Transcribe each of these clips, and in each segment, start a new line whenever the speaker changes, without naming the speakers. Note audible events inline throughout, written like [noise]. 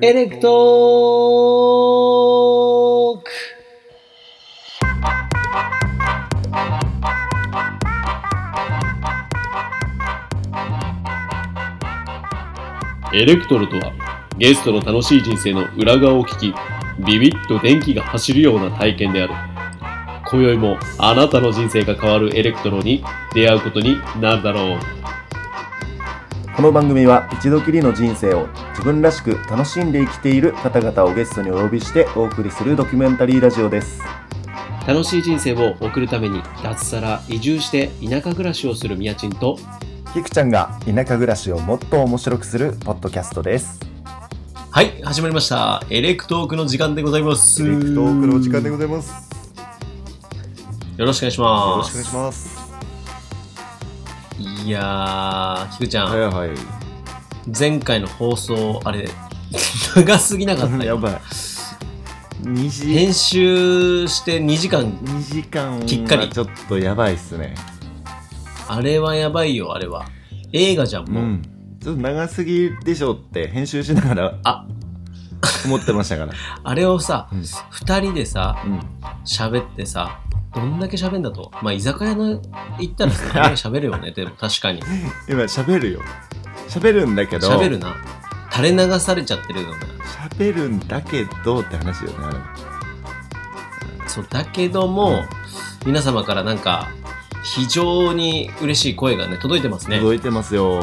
エレクトーク
エレクトロとはゲストの楽しい人生の裏側を聞きビビッと電気が走るような体験である今宵もあなたの人生が変わるエレクトロに出会うことになるだろう
この番組は一度きりの人生を自分らしく楽しんで生きている方々をゲストにお呼びしてお送りするドキュメンタリーラジオです。
楽しい人生を送るために脱サラ移住して田舎暮らしをするみやちんと
ひくちゃんが田舎暮らしをもっと面白くするポッドキャストです。
はい始まりましたエレクトークの時間でございます
エレクトークのお時間でございます。よ
よろしくお願いし
ろ
ま
しくお願いします。
すいやーきくちゃん、
はいは
前回の放送あれ [laughs] 長すぎなかっ
い。
た
[laughs] や
よ
ばい。2時、
編集して2時間
2時間は
きっかり
ちょっとやばいっすね。
あれはやばいよ、あれは。映画じゃん、
う
もう。
ん。ちょっと長すぎでしょって編集しながら
あ
思ってましたから。
あれをさ、
うん
二人でさ、
うん。
喋ってさ、どんだけ喋んだと。まあ、居酒屋の行ったらさ、喋るよね、でも確かに。
今喋るよ。喋るんだけど。
喋るな。垂れ流されちゃってるよね。
喋るんだけどって話よねあれも
そう、だけども、
うん
皆様からなんか、非常に嬉しい声がね、届いてますね。
届いてますよ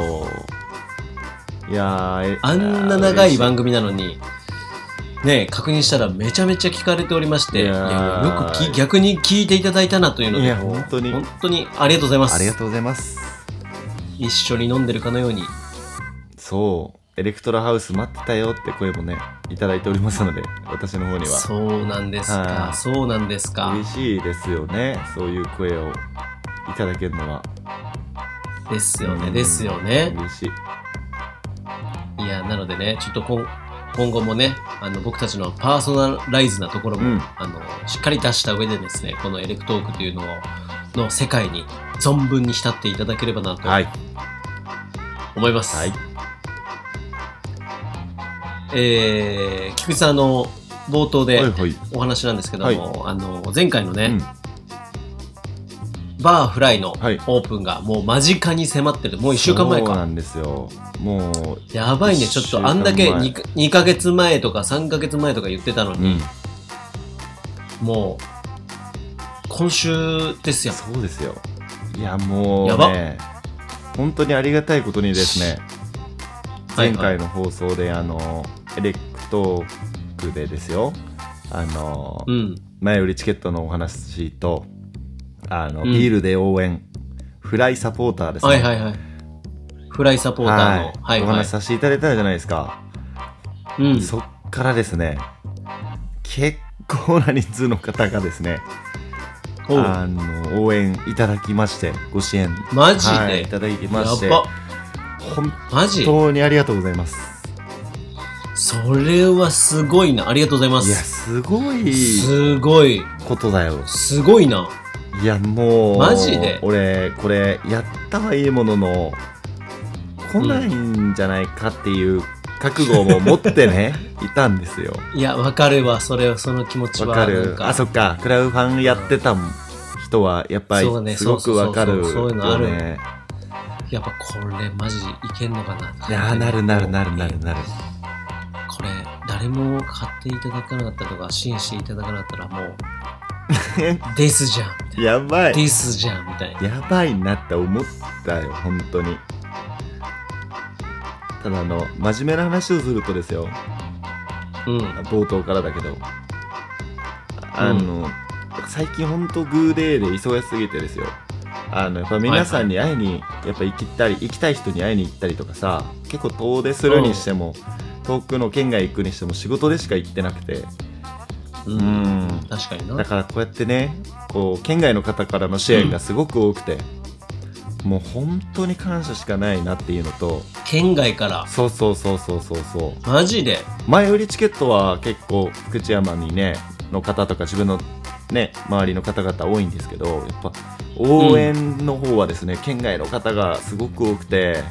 いやーえ
あんな長い番組なのに、ねえ、確認したらめちゃめちゃ聞かれておりまして、
い
い
や
や
ー
よくき逆に聞いていただいたなというの
い
で
や、本当に
本当にありがとうございます。
ありがとうございます
一緒に飲んでるかのように。
そうエレクトロハウス待ってたよって声もねいただいておりますので私の方には
そうなんです
は
か。
い
そうなんですか。
嬉しいですよねそういう声をいただけるのは
ですよ
う
ね。
ん
ですよね。
嬉しい
いや、なのでね、ちょっと今今後もね、あの僕たちのパーソナライズなところも、
うん
あのしっかり出した上でですね、このエレクトークというのを、の世界に存分に浸っていただければなと
はい
思います。
はい
えー、菊池さん、あの、冒頭
はい
で
はい
お話なんですけども、あの、前回のね、バーフライのオ
はい
ープンがもう間近に迫ってる。もう1週間前
そう
か。
なんですよもう
やばいね。ちょっとあんだ
一
け
週間前
2, か2ヶ月前とか3ヶ月前とか言ってたの
う
に、
ん
もう今週ですよ。
そうですよいやも
や
う
ば
ね本当にありがたいことにですね
はいは
前回
い
の放送であのエレクトークでですよあの
うん。
前売りチケットのお話とあの
うん
ビールで応援フライサポーターですね
はいはいはい。フライサポーターの。
は
はいい
お
はい。
話しさせていただいたじゃないですか
うん。
そっからですね結構な人数の方がですね
おう
あの応援いただきましてご支援
マジ
は
で
い、いただきまして
やば。
本
マジ
当にありがとうございます。
それはすごいな。ありがとうございま
いや、
す。
すごい
すごい。
ことだよ。
すごいな。
いや、もう、
マジで
俺、これ、やったはいいものの、来ないんじゃないかっていう覚悟も持って
[laughs]
ね、いたんですよ。
いや、わかるわ。それは、その気持ち
わ
は。
か
な
る
ん。
あ、そっか、クラウファンやってた人は、やっぱ
そうね
り、すごくわかる
そうそうそうそうそういうのあ
よ
る
ね。
やっぱこれマジいけんのかな。
いや、なるなるなるなるなる。
これ誰も買っていただかなかったとか支援していただかなかったらもう
[laughs]
ですじゃんみたい
やば
な。で
い。
すじゃんみたいな。
やばいなって思ったよ、本当に。ただ、あの、真面目な話をするとですよ。
うん。
冒頭からだけどあの、最近ほんとグーデーで忙しすぎてですよあのやっぱ皆さんに会いにやっぱ行きたり、行きたい人に会いに行ったりとかさ結構遠出するにしても、遠くの県外行くにしても仕事でしか行ってなくて
うん。確かに
だ
な。
からこうやってねこう県外の方からの支援がすごく多くて、もう本当に感謝しかないなっていうのと
県外から。
そうそうそうそうそうそう
マジで。
前売りチケットは結構福知山にねの方とか自分のね周りの方々多いんですけどやっぱ応援の方はですね、県外の方がすごく多くて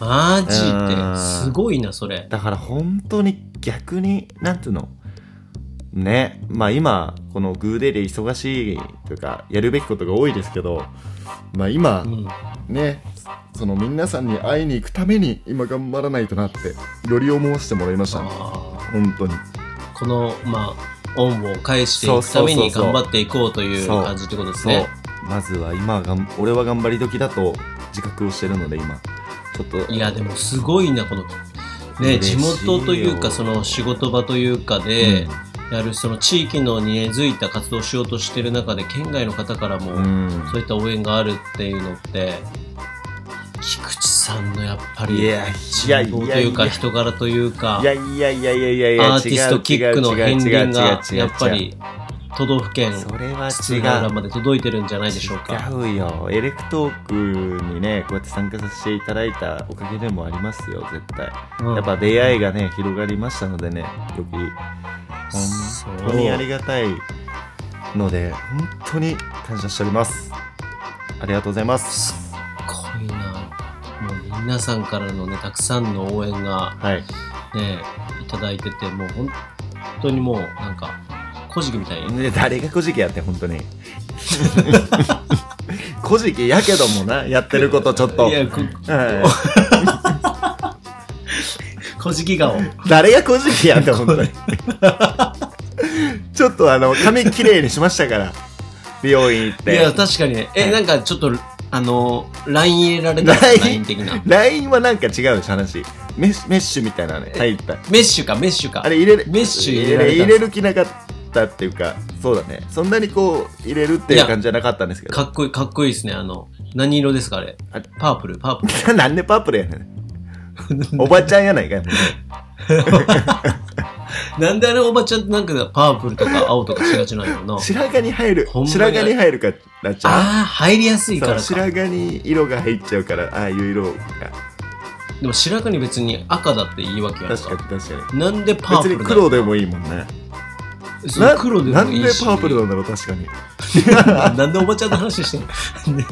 マジ
うん
で。すごいな、それ。
だから本当に逆に、なんていうのね、まあ今、このグーデーで忙しいというか、やるべきことが多いですけど、まあ今
う、ん。
ね、その皆さんに会いに行くために今頑張らないとなって、より思わせてもらいましたね。
あ
本当に。
ーこの、まあ、恩を返していくために
そうそうそうそ
頑
う
張っていこうという
そう
感じってことです
そう
ね。。
まずは今がん、俺は頑張り時だと自覚をしてるので今、ちょっと。
いや、でもすごいな、この、ね、
嬉し
地
いよ
元というか、その仕事場というかで、やる、その地域のに根付いた活動をしようとしてる中で、県外の方からも、
うん、うん
そういった応援があるっていうのって、菊池さんのやっぱり、
いやいや
人望という
いやい
か、
や
人柄というか、
いやいやいやいやいやいや
アーティストキックの片鱗がやっぱり都道府県
それは
津浦
違う
まで届いてるんじゃないでしょうか。
違うよエレクトークにねこうやって参加させていただいたおかげでもありますよ絶対
うん
やっぱ出会いがね広がりましたのでねより
そう
本当にありがたいので本当に感謝しておりますありがとうございます
すっごいな。もう皆さんからのねたくさんの応援が
はい
ねいただいててもう本当にもうなんか古事記みたいに。
で誰が古事記やってん本当に
[laughs]
古事記やけどもなやってることちょっと
いや、こ
はい
古事記顔。
誰が小じきやんって本当にちょっとあの髪きれいにしましたから美容院行っ
い
て
や、確かにね。え、
はい
なんかちょっと、あの、LINE 入れられた
LINE
?LINE 的な。
LINE はなんか違うでしょ話メッシュメッシュみたいなね入った
メッシュか、メッシュか。
あれ入れる
メッシュ入
入
れ
れ
られたんです
入れる気なかったっていうかそうだねそんなにこう入れるっていう感じじゃなかったんですけど
かっこいい、かっこいいですね。あの、何色ですかあれ
あれ。
パープル、パー
[laughs]
プ
なんでパープルやねん
ル。
おばちゃんやないかいもう
なんであれおばちゃんってなんかパープルとか青とかしがちなんや
[laughs]
ろな。
白髪に入る
ほんまに
白髪に入るからちゃう
ああ、入りやすいから
そう
か。
白髪に色が入っちゃうからああいう色が
でも白髪に別に赤だって言い訳やん
確かに
か。
確かに
なんでパー
別
プル
に
なの
黒でもいいもんね
そう
な
黒で
な
も
ん
い
で
いし。
パープルなんだろう確かに
ななんでおばちゃんの話してんの [laughs] ね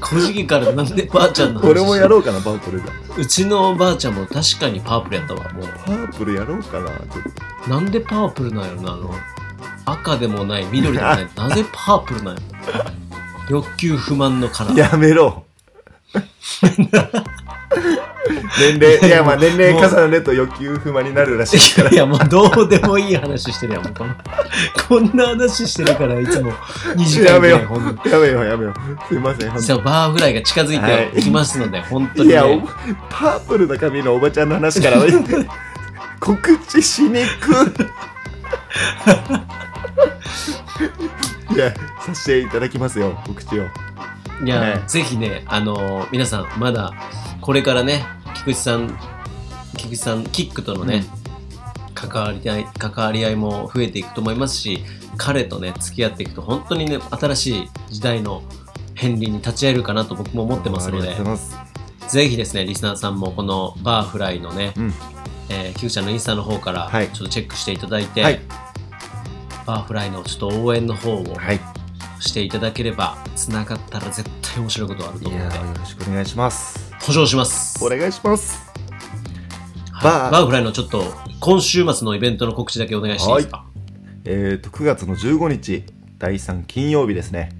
小じきからなんでばあちゃんの話してん
俺
の
もやろうかなパープルだ
うちのおばあちゃんも確かにパープルやったわ。もう。
パープルやろうかなちょっと
なんでパープルなんやろな。あの、赤でもない、緑でも
[laughs]
ない。なぜパープルなんやろ。欲求不満のカラー。
やめろ年齢いやまあ年齢重ねると欲求不満になるらしいから
[laughs] いやもうどうでもいい話してるやんもうこのこんな話してるからいつも2時間
や
ぐ
め
ら
よ
いほん
うやめようやめようすいません本
さあバーフライが近づいてきますので、本当
当
に、
にい
ね、
やおパープルの髪のおばちゃんの話から告知しに
[laughs]
くいやさせていただきますよ告知を
いや
はい
ぜひねあのー皆さんまだこれからね菊池さん菊池さんキックとのね、関わり合い関わり合いも増えていくと思いますし彼とね付き合っていくと本当にね新しい時代の片鱗に立ち会えるかなと僕も思ってますの
あり
で
がとうございます
ぜひですね、リスナーさんもこのバーフライのね、
うん
えー、キクちゃんのインスタの方から
はい
ちょっとチェックしていただいて、
はい
バーフライのちょっと応援の方を
はい
していただければ、つながったら絶対面白いことあると
い
思う
や
ので
ー、よろしくお願いします。
保証します。
お願いします。
は
バ
い、
ー
バーフライのちょっと今週末のイベントの告知だけお願いしていいですか。
えっ、と、9月の15日、第3金曜日ですね。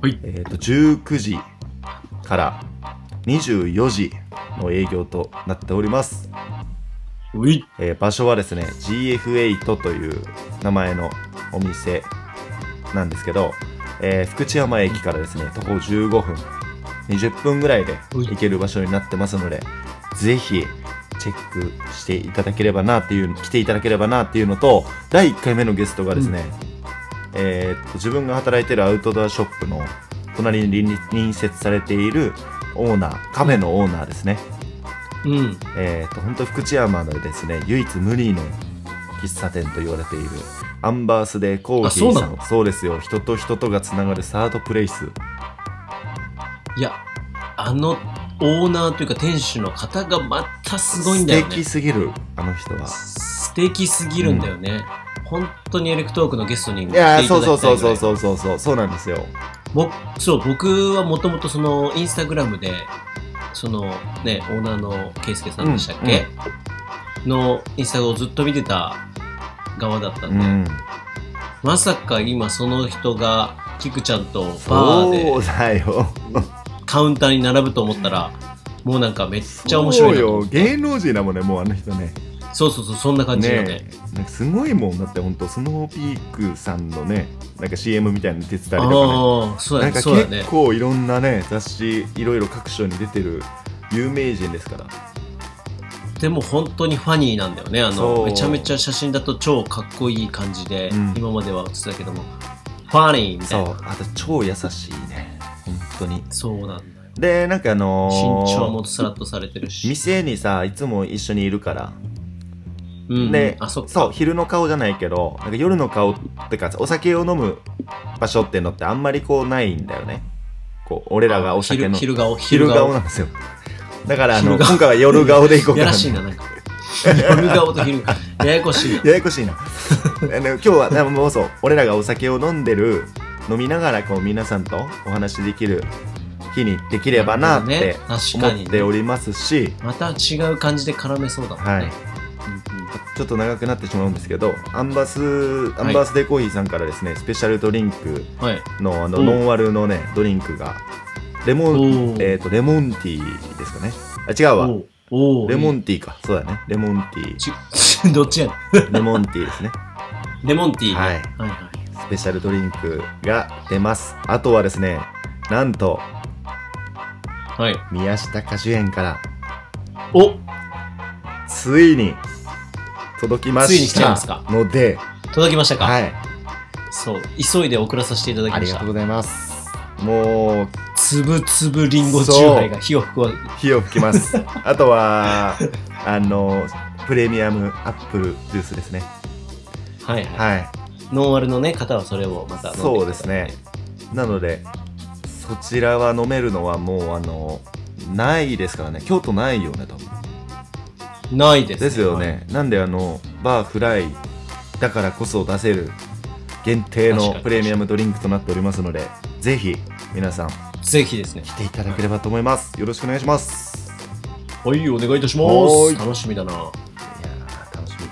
はい
えっ、と、19時から24時の営業となっております。
うい
えー場所はですね、GF8 という名前のお店なんですけど、えー福知山駅からですね、徒歩15分、20分ぐらいで
はい
行ける場所になってますので、ぜひ、チェックしていただければなっていう、来ていただければなっていうのと、第1回目のゲストがですね、えーっと、自分が働いてるアウトドアショップの隣に隣隣接されているオーナー、カフェのオーナーですね。
うん。
えー、と本当福知山のですね唯一無二の喫茶店と言われているアンバースデーコーヒー
あ
さ
そうん
そうですよ人と人とがつながるサードプレイス
いや、あのオーナーというか店主の方がまたすごいんだよ
素
ね
敵。すぎるあの人は
素敵すぎるんだよね。本当にエレクトークのゲストに来
い
ていただ
やー
きた
そ
いうぐら
そ
いう
そうそうそうそうそうそうなんですよ
僕そう僕はもともとそのインスタグラムでそのね、オーナーの圭介さんでしたっけ、のインスタをずっと見てた側だった
うん
で、
ん。
まさか今その人が、キクちゃんとバー
そ
で
うだよ。
カウンターに並ぶと思ったら、もうなんかめっちゃ面白い
そ
な
う
と
よ
思。って
芸能人だもんね、もうあの人ね。
そうそうそう、そんな感じよね。
ねえなんかすごいもんだって、本当スノーピークさんのね、なんか CM みたいなの出てたりとかね。
ああ、そうだ
なん
ね。
か
そうだね
結。構いろんなね、雑誌、いろいろ各所に出てる有名人ですから。
でも本当にファニーなんだよね。あ
そ
の、
う
めちゃめちゃ写真だと超かっこいい感じで、
うん
今までは映ってたけども、ファニーみた
そ
いな。
う、あと超優しいね。本当に。
そうなんだよ。
で、なんかあのー
身長もさらっとされてるし。
店にさ、いつも一緒にいるから。
うん、
で、
あ、そっか。
そう、昼の顔じゃないけど、なんか夜の顔ってか、お酒を飲む場所ってのってあんまりこうないんだよね。こう、俺らがお酒の
昼昼顔、
昼
昼
顔
顔。
なんですよ。だから、あの、
昼顔
今回は夜顔で行こう
や
かな
ら。しいな、なんか。夜顔と昼顔。ややこしいな。
ややこしいな。 [laughs] あの、今日は、でももうそう、俺らがお酒を飲んでる、飲みながらこう皆さんとお話しできる日にできればなっ
なる
て
ほどね確
思
か
っ
にね
ておりますし、
また違う感じで絡めそうだもんね。
はい
うんうん
ちょっと長くなってしまうんですけど、アンバス、アンバースデーコーヒーさんからですね、スペシャルドリンク
はい。
のあの、
うん
ノンアルのね、ドリンクが、レモ
お
ン、
ー
えっ、と、レモンティーですかね。あ、違うわ。
おうおう
レモ
いい
ンティーか。そうだね。レモンティ
ち [laughs] どっちやね
ー。レモンティーですね。
んレモンティーね。
はい
はいはい。
スペシャルドリンクが出ます。あとはですね、なんと、
はい。
宮下果樹園から、
お
ついに、届きま
ついに来
し
ちゃい
た
ますか
ので、
届きましたか、
はい。
そう。急いで送らさせていただき
あ
ま
り
し
が
た
とう。ございます。もう、
つぶつぶりんごチューハイが火を吹くわけ。
火を吹き
[laughs]
ます。あとは、あの、プレミアムアップルジュースですね。
はいはい。
はい。
ノンアルのね、方はそれをまた飲んでください
そうですね。なので、そちらは飲めるのはもう、あの、ないですからね。京都ないよね、多分。
ないです、
ですよ。ね。なんで、あの、バーフライだからこそ出せる限定
確
の
かに
プレミアムドリンクとなっておりますので、ぜひ、皆さん、来
ぜひですね。
ていただければと思います。よろしくお願いします。
はい、お願いいたしま
はーい
す。楽しみだな。
いやー、楽しみ。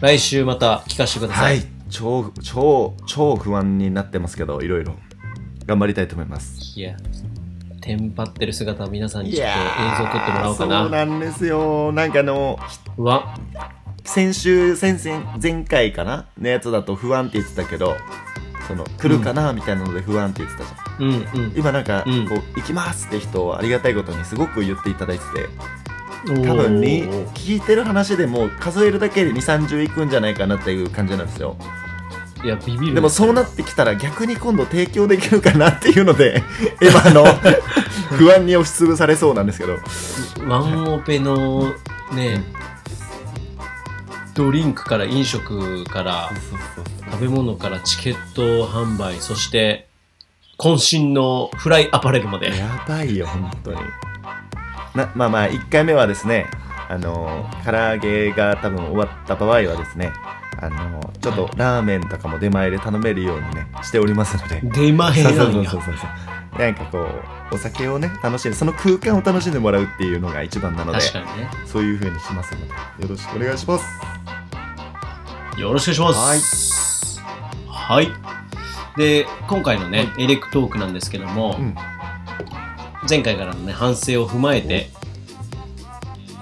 来週また聞かせてくださ。
はいい。超、超、超不安になってますけど、いろいろ。頑張りたいと思います。
いや、テンパってる姿皆さんにちょっと映像撮ってもらおうか
いやーそう
な。
なんですよ。なんかあの、
うわ、
先週先々前回かなのやつだと不安って言ってたけどその来るかなみたいなので不安って言ってたじゃん、
うんうん。
今なんか、
うん
こう行きますって人をありがたいことにすごく言っていただいてて多分に
おー
聞いてる話でもう数えるだけで2 3 0いくんじゃないかなっていう感じなんですよ
いや、ビビる。
でもそうなってきたら逆に今度提供できるかなっていうので [laughs] 今の不安に押しつぶされそうなんですけど
ワンオペのね、ドリンクから飲食から食べ物からチケット販売、そして渾身のフライアパレルまで。
やばいよ、本当に。なまあまあ、1回目はですね、あのー、唐揚げが多分終わった場合はですね、あのー、ちょっとラーメンとかも出前で頼めるようにね、しておりますので。
出前
そう
な
そうそ
ん
う
や
そう。そう。なんかこう、お酒をね、楽しんで、その空間を楽しんでもらうっていうのが一番なので、
確かにね。
そういう風にしますので、よろしくお願いします。
よろしくお願いします。はい。で、今回のね、エレクトークなんですけども、
うん
前回からのね、反省を踏まえて、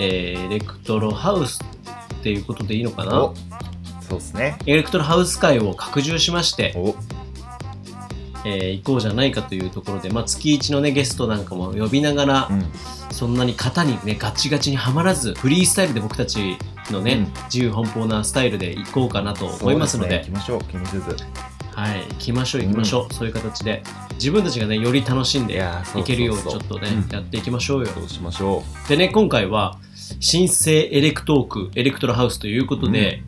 えーエレクトロハウスっていうことでいいのかな
おそうですね。
エレクトロハウス会を拡充しまして、
お
えー行こうじゃないかというところで、まあ、月一のね、ゲストなんかも呼びながら
う、ん。
そんなに型にね、ガチガチにはまらず、フリースタイルで僕たちのね、
うん
自由奔放なスタイルで行こうかなと思いますの
そ
で、
うすね行きましょう、気にせず。
はい、行きましょう行きましょう、そういう形で自分たちがねより楽しんで
やー
いけるようにちょっとね
うん
やっていきましょうよ
そうしましょう。
でね今回は新生エレクトークエレクトロハウスということで、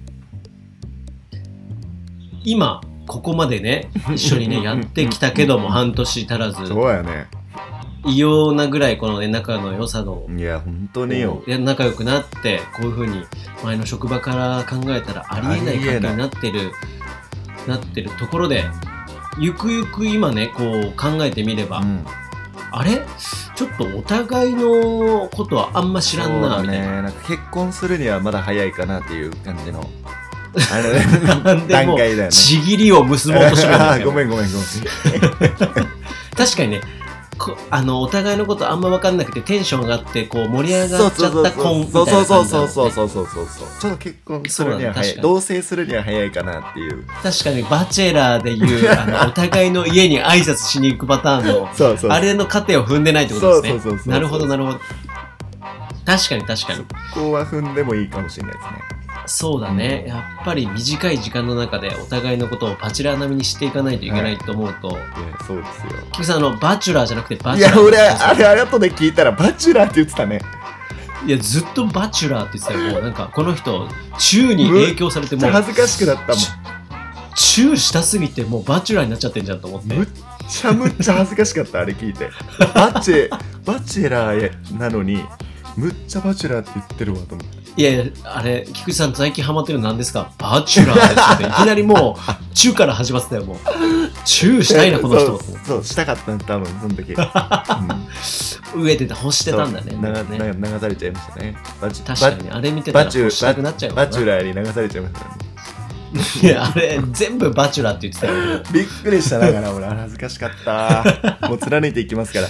今ここまでね一緒にねやってきたけども半年足らず
そうやね。
異様なぐらいこのね仲の良さの
いや、本当によ
こ。ういや仲良くなってこういうふうに前の職場から考えたらありえない関係になってるなってるところでゆくゆく今ねこう考えてみれば、
うん
あれちょっとお互いのことはあんま知らんな、
そうだ
みたいな。
ねなんか結婚するにはまだ早いかなっていう感じの
な
あ
ん
の
でも
段階
う
だよね
ちぎりを結ぼうとしてくるんだよ
ごめんごめんごめん
確かにねこあのお互いのことあんま分かんなくてテンションがあってこう盛り上がっちゃった婚みたい
そうそうそ
な
う
感じだ
そ
も
うん
ね
そうそうそうそうそうちょっと結婚するには
そうだ
早
ね確か
い
に
同棲するには早いかなっていう
確かにバチェラーでいうあのお互いの家に挨拶しに行くパターンの
そうそう
あれの過程を踏んでないってことですね
そうそうそうそう
なるほどなるほど確かに確かに
ここは踏んでもいいかもしれないですね
そうだね、やっぱり短い時間の中でお互いのことをバチェラー並みにしていかないといけないと思う
い
と、
やそうですよ
菊池さんあのバチュラーじゃなくてバ
い
チェラ
や
ー
俺あれあれ後で聞いたらバチュラーって言ってたね
いやずっとバチュラーって言ってたよもうなんかこの人宙に影響されて
めっち
も
ゃ
う
恥ずかしくなったもん
ちチューしたすぎてもうバチュラーになっちゃってんじゃんと思って
むっちゃむっちゃ恥ずかしかったあれ聞いてバチェバチェラーなのにむっちゃバチェラーって言ってるわと思って
いやいやあれ菊池さん最近ハマってるの何ですかバチュラーですよ
[laughs]
ねいきなりもうチューから始まってたよもうチューしたいなこの
そ
人
うそうしたかったんだ多分その
[laughs]
時、うん、
植えてた干してたんだね
そう
なんか
流
ね
流流されちゃいましたねバチ
確かにあれ見てた
バ
ら
チュ
干したくなっちゃう
ー
もんな
バチュラーに流されちゃいましたね
い
[laughs]
やあれ全部バチュラーって言ってたよ
びっくりしただから俺恥ずかしか
[laughs]
ったもう貫いていきますから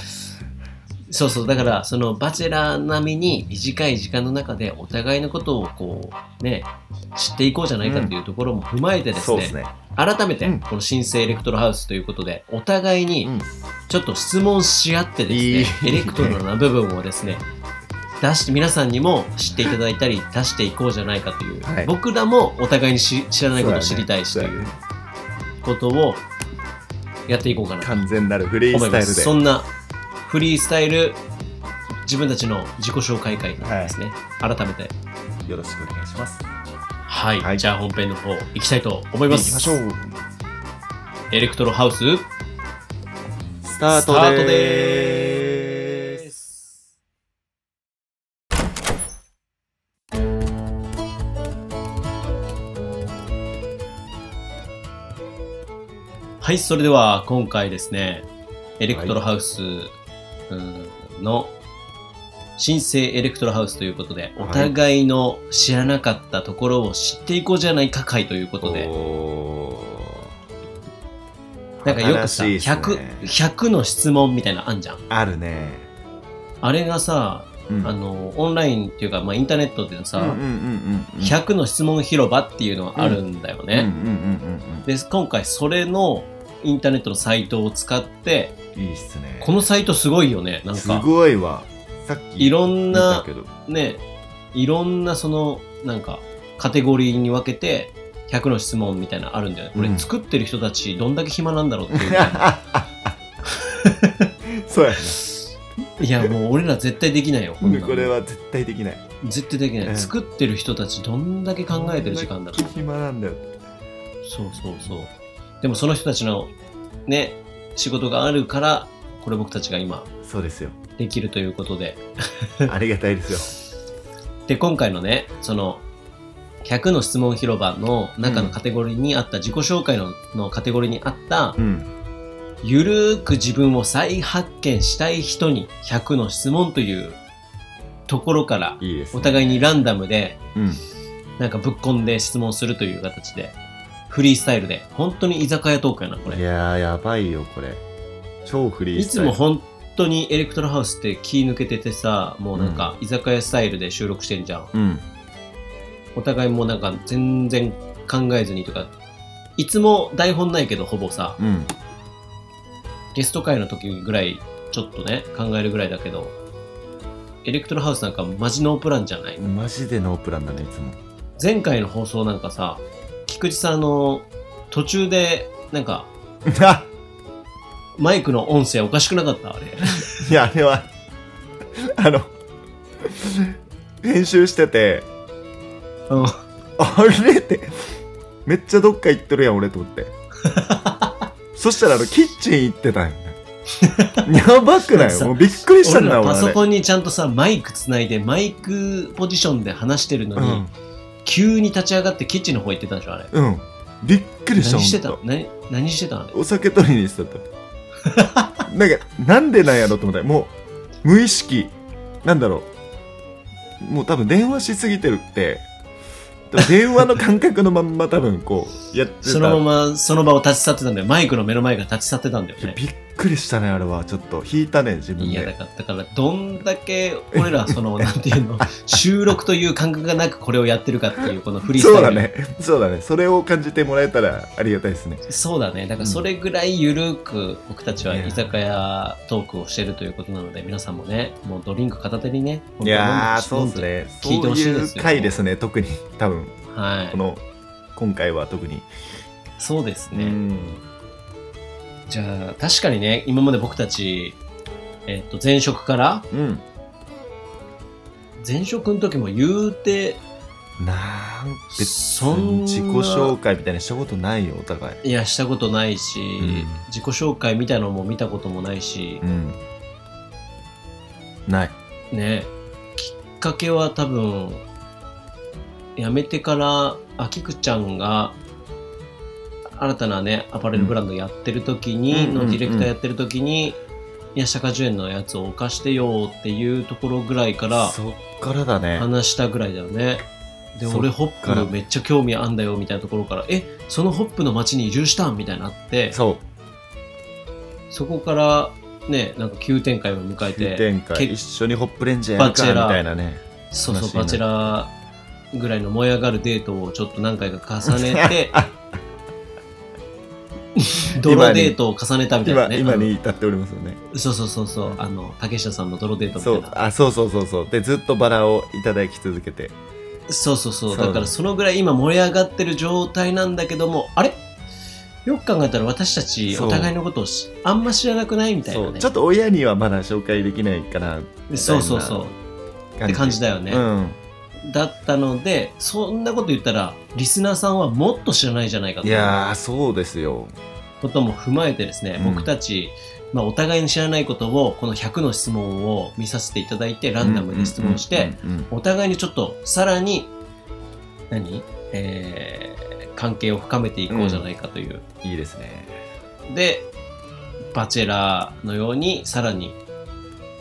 そうそうだからそのバチェラー並みに短い時間の中でお互いのことをこうね知っていこうじゃないかっていうところも踏まえてです
そ
ね,、
うですね
改めて
うん
この新生エレクトロハウスということでお互いに
うん
ちょっと質問し合ってですね、
いい
エレクトロな部分をで
[laughs]
すね出して皆さんにも知っていただいたり出していこうじゃないかという、
はい
僕らもお互いに知知らないことを知りたいし
そ
と
うだ
い
ね
うことをやっていこうかなと
完全なるフリー
思い
スタ
ま
イ
す
ルで
そんなフリースタイル自分たちの自己紹介会ですね、改めて
よろしくお願いします
はい、
はい
じゃあ本編の方行きたいと思
行
いま
き
す
ましょう
エレクトロハウス
スタートで
スタートで
ーす
すはいそれでは今回ですねエレクトロハウス、うんの新生エレクトロハウスということで、
はい
お互いの知らなかったところを知っていこうじゃないか会ということで、
おー
なんかよくさ、
新しいっす
100
ね、
100の質問みたいなのあんじゃん。
あるね、
あれがさ、
うん
あの、オンラインっていうか、まあ、インターネットでさ、
うんうんうんうん
100の質問広場っていうのがあるんだよ
うん
ね。
うんうん
で、今回それのインターネットのサイトを使って、
うんいいっすね
このサイトすごいよね。なん
す
か、
ごいわさっき
いろんな
見た
[laughs]
けど
ね、いろんなその、なんか、カテゴリーに分けて、100の質問みたいなのあるんだよね。これ、
うん
作ってる人たちどんだけ暇なんだろうっていうぐら
[laughs]
い。
そうや
いや、もう俺ら絶対できないよ。んな
な
の
これは絶対できない
絶対できない、
うん
作ってる人たちどんだけ考えてる時間だろう
暇なんだよ
そうそうそうでもその人たちのね仕事があるからこれ僕たちが今
そうですよ
できるということで
ありがたいですよ
[laughs] で今回のねその100の質問広場の中のカテゴリーにあった、自己紹介ののカテゴリーにあった
うん
ゆるーく自分を再発見したい人に100の質問というところから
いいですね
お互いにランダムで
うん
なんかぶっこんで質問するという形で、フリースタイルで、本当に居酒屋トークやな、こ
い
れ。
やーやばいよこれ超フリー
い
ス
つ
タイル
も本当にエレクトロハウスって気抜けててさ、もうなんか居酒屋スタイルで収録してんじゃん。
うん
お互いもうなんか全然考えずにとか、いつも台本ないけどほぼさ、
うん
ゲスト会の時ぐらい、ちょっとね、考えるぐらいだけど、エレクトロハウスなんかマジノープランじゃない
マジでノープランだねい
[laughs]
つも
前回の放送なんかさ、菊池さんあの途中でなんかマイクの音声おかしくなかったあれ。
いやあれはあの編集してて
うん
あれってめっちゃどっか行ってるやん俺と思ってそしたらあのキッチン行ってたんよ
[laughs]
ねやばくないもうびっくりしたん
俺
だ
ら
俺
パ
あ
ソ
れ
コンにちゃんとさ、マイクつないで、マイクポジションで話してるのに、急に立ち上がってキッチンの方行ってたんでしょ、あれ。
うん、うん、びっくりした
何して
ほ
た
んと
の何何してたのあ
[laughs]
れ。
お酒取りにしてたなんかなんでなんやろと思ったも無意識なんだろうもう多分電話しすぎてるって多分電話の感覚のまんま多分こうやってた
そのまま、その場を立ち去ってたんだよ。マイクの目の前から立ち去ってたんだよ
いや
ね。
びっくりしたねあれはちょっと引いたね自分
いや、だ
で
から、だからどんだけ俺ら、その、なんていう
[laughs]
の、収録という感覚がなくこれをやってるかっていう、このフリー
[laughs]
ス
そう
タ
だ
イル。
ねそうだねそれを感じてもらえたらありがたいですね
そうだね。だからそれぐらいゆるく僕たちは居酒屋トークをしてるということなので、皆さんもね、もうドリンク片手にね、
いやーそう
本
で
当
す
に飲んで。
ねそ
聞いてほ
う
しい
い
ですよ
う回ですね特に多分
は
こ
い。
の今回は特に
そうです
う
ね。
ん
じゃあ、確かにね、今まで僕たち、えっと、前職から、
うん
前職の時も言うて、
なん別
そ
に
んな
自己紹介みたいなしたことないよお互い
いや、したことないし、
ん
自己紹介みたいなのも見たこともないし
う、んない
ね、きっかけは多分、辞めてから、あきくちゃんが、新たなね、アパレルブランドやってる時に、
うん
のディレクタ
うんうんう
ー
ん
やってる時に、宮下果樹園のやつをお貸してよっていうところぐらいから、
そっからだね
話したぐらいだよね。で、
そっ
俺ホップめっちゃ興味あんだよみたいなところから、え、そのホップの街に移住したんみたいになって、
そう
そこからね、なんか急展開を迎え
急
て、
展開
け
一緒にホップレンジャーやるか
バチェ
み
ラー
たいなね
そうそ
話
う、
にな
バチェラーぐらいの燃え上がるデートをちょっと何回か重ね
[laughs]
て、泥デートを重ねたみたいな
今
ね。
今に至っておりますよね
うんそうそうそうそう、あの、竹下さんの泥デートみた
そ
いうな。
あそうそうそうそうでずっとバラをいただき続けて
そうそうそう
そう
だからそのぐらい今盛り上がってる状態なんだけども、あれよく考えたら私たち
そう
お互いのことをしあんま知らなくないみたい
そ
な
う
ね。
ちょっと親にはまだ紹介できないかな
そうそうそう。って感じだよね。
うん
だったのでそんなこと言ったらリスナーさんはもっと知らないじゃないかと
い
いう
やーそうですよ
ことも踏まえてですね、
うん
僕たち、まあ、お互いに知らないことをこの100の質問を見させていただいてランダムで質問して、
うんうんうん
お互いにちょっとさらに何、えー関係を深めていこうじゃないかという、
うんいいですね
でバチェラーのようにさらに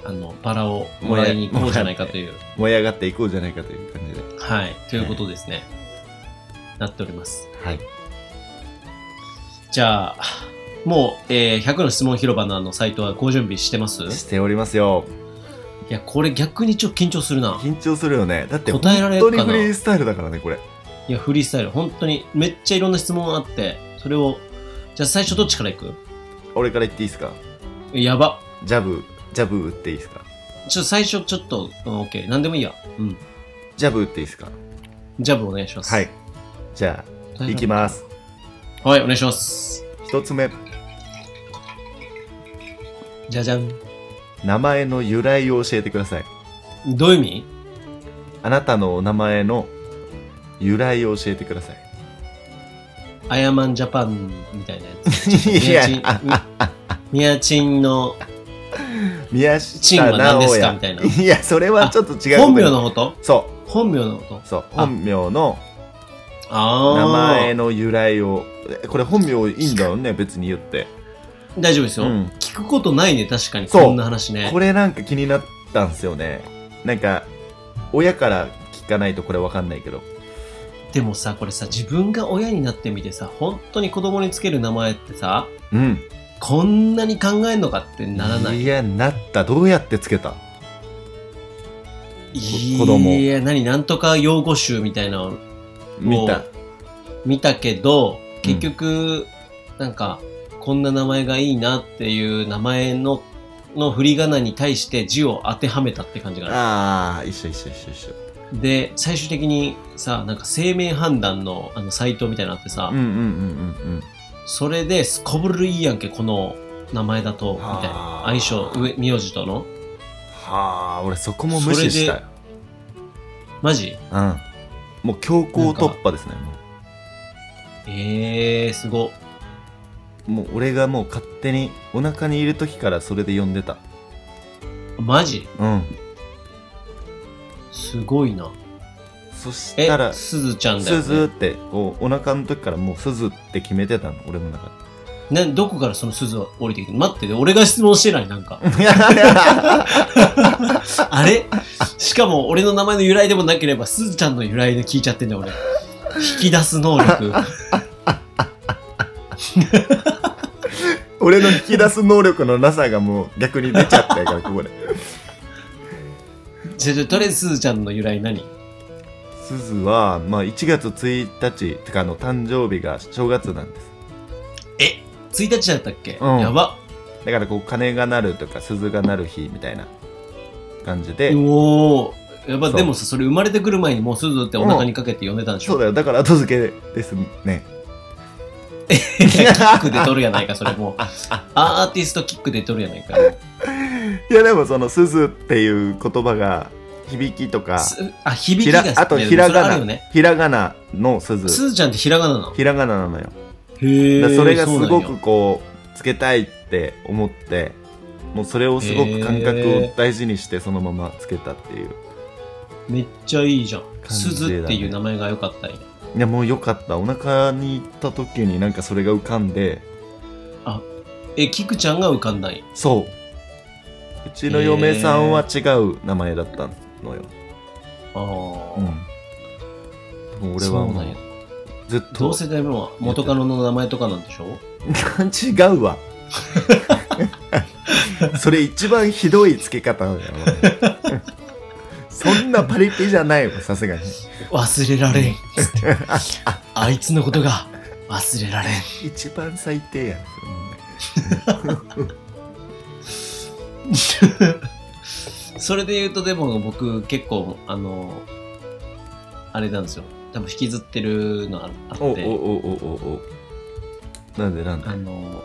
あのバラをもらいに行こうじゃないかという、
燃え上がっていこうじゃないかという感じで
はいということですね、なっております
はい
じゃあ、もう、えー100の質問広場のあのサイトはご準備してますい
しておりますよ
や、これ逆にちょっと緊張するな。
緊張するよねだって本
答えられる
当
か
に
な
フリースタイルだからねこれ
いや、フリースタイル、本当にめっちゃいろんな質問あって、それを、じゃあ最初どっちからいく
俺から言っていいですか
やば。
ジャブジャブ打っていいですか
ちょっと最初ちょっと、うん、OK、なんでもいいや。うん。
ジャブ打っていいですか
ジャブお願いします。
はい。じゃあいきます
す。はい、お願いします。
一つ目
じゃじゃん。
名前の由来を教えてください
どういう意味
あなたのお名前の由来を教えてくだ
[laughs]
さい
アヤマンジャパンみたいなやつ。
いや
ちょっとミヤチンの
宮
チン
下
は
直
何ですかみ
哉
たいない
やそれはちょっと違う
本名のこと
そ
本名のこと
うそう本名の
ああ。
名前の由来をえこれ本名いいんだよね別に言って、
大丈夫です
う
よ。
ん、
聞くことないね、確かに。
そう
こんな話ね。
これなんか気になったんすよねなんか親から聞かないとこれわかんないけど
でもさ、これさ、自分が親になってみてさ、本当に子供につける名前ってさ、
うん
こんなに考えんのかってならない。
いやなったどうやってつけた
い
子供
や、何、なんとか用語集みたいなのを
見た
見たけど、結局、なんか、こんな名前がいいなっていう名前の、の振り仮名に対して字を当てはめたって感じがあ
ああ一緒一緒一緒一緒
る。で、最終的にさ、なんか生命判断のあのサイトみたいなのあってさ、
うんうんうんうんうん
それで、すこぶるいいやんけ、この名前だと、みたい
はあ
な。相性、上名字との。
はあ俺そこも無視したよ
マジ
うんもう強行突破ですねも
ええー、す
う
ご。
もう俺がもう勝手にお腹にいる時からそれで呼んでた
マジ
うん
すごいな。
そし
え
たら、
すずちゃんだよ、
す
ね。
ず
[laughs]
ってこうお腹の時からもうすずって決めてたの俺の中で
などこからその鈴は降りてきて待ってて、俺が質問してない、なんか。あれしかも俺の名前の由来でもなければ、鈴ちゃんの由来で聞いちゃってんだよ、俺。引き出す能
[laughs]
力。
俺の引き出す能力のなさがもう逆に出ちゃったからこ
[laughs]
こで
じゃじゃとりあえず鈴ちゃんの由来何
すずは、まあ、1月1日てかあの誕生日が正月なんです
え ?1 日だったっけ、
うん
やば。
だからこう鐘が鳴るとか鈴が鳴る日みたいな感じで、
おー。やば、
そう
でもさ、それ生まれてくる前にもう鈴ってお腹にかけて呼んでたんでしょ、
そうだよだから後付けですね
キックで取るやないか、それ
[laughs]
もう。アーティストキックで取るやないか。
いやでもその「すず」っていう言葉が響きとか
すあ、響
ひ
き
ら
が
あとひら
それある
が
よ
な、
ね。
ひらがなの「すず」
鈴ちゃんってひらがななの
ひらがななのよ
へ
だから
え。
それがす
うな
ご
んや
くこうつけたいって思ってもうそれをすごく感覚を大事にしてそのままつけたっていう
めっちゃいいじゃん。
感じだね
鈴っていう名前が良かったんや。
いやもうよかったお腹に行った時になんかそれが浮かんで
え、キクちゃんが浮かんだんや。
そううちの嫁さんは違う名前だったのよ、
あ
うんで
ー
も俺は
そう
も
な
うん
や
ずっ
同
と
世代も元カノの名前とかなんでしょ
[laughs] 違うわ [laughs] それ一番ひどいつけ方だよお前 [laughs] そんなパリピじゃないわさすがに
忘れられん。つって [laughs] あいつのことが忘れられん。
一番最低やんそれもうね
それで言うと、でも僕結構、あの、あれなんですよ。多分引きずってるのああって。
おおおおおおなんでなんで
あの、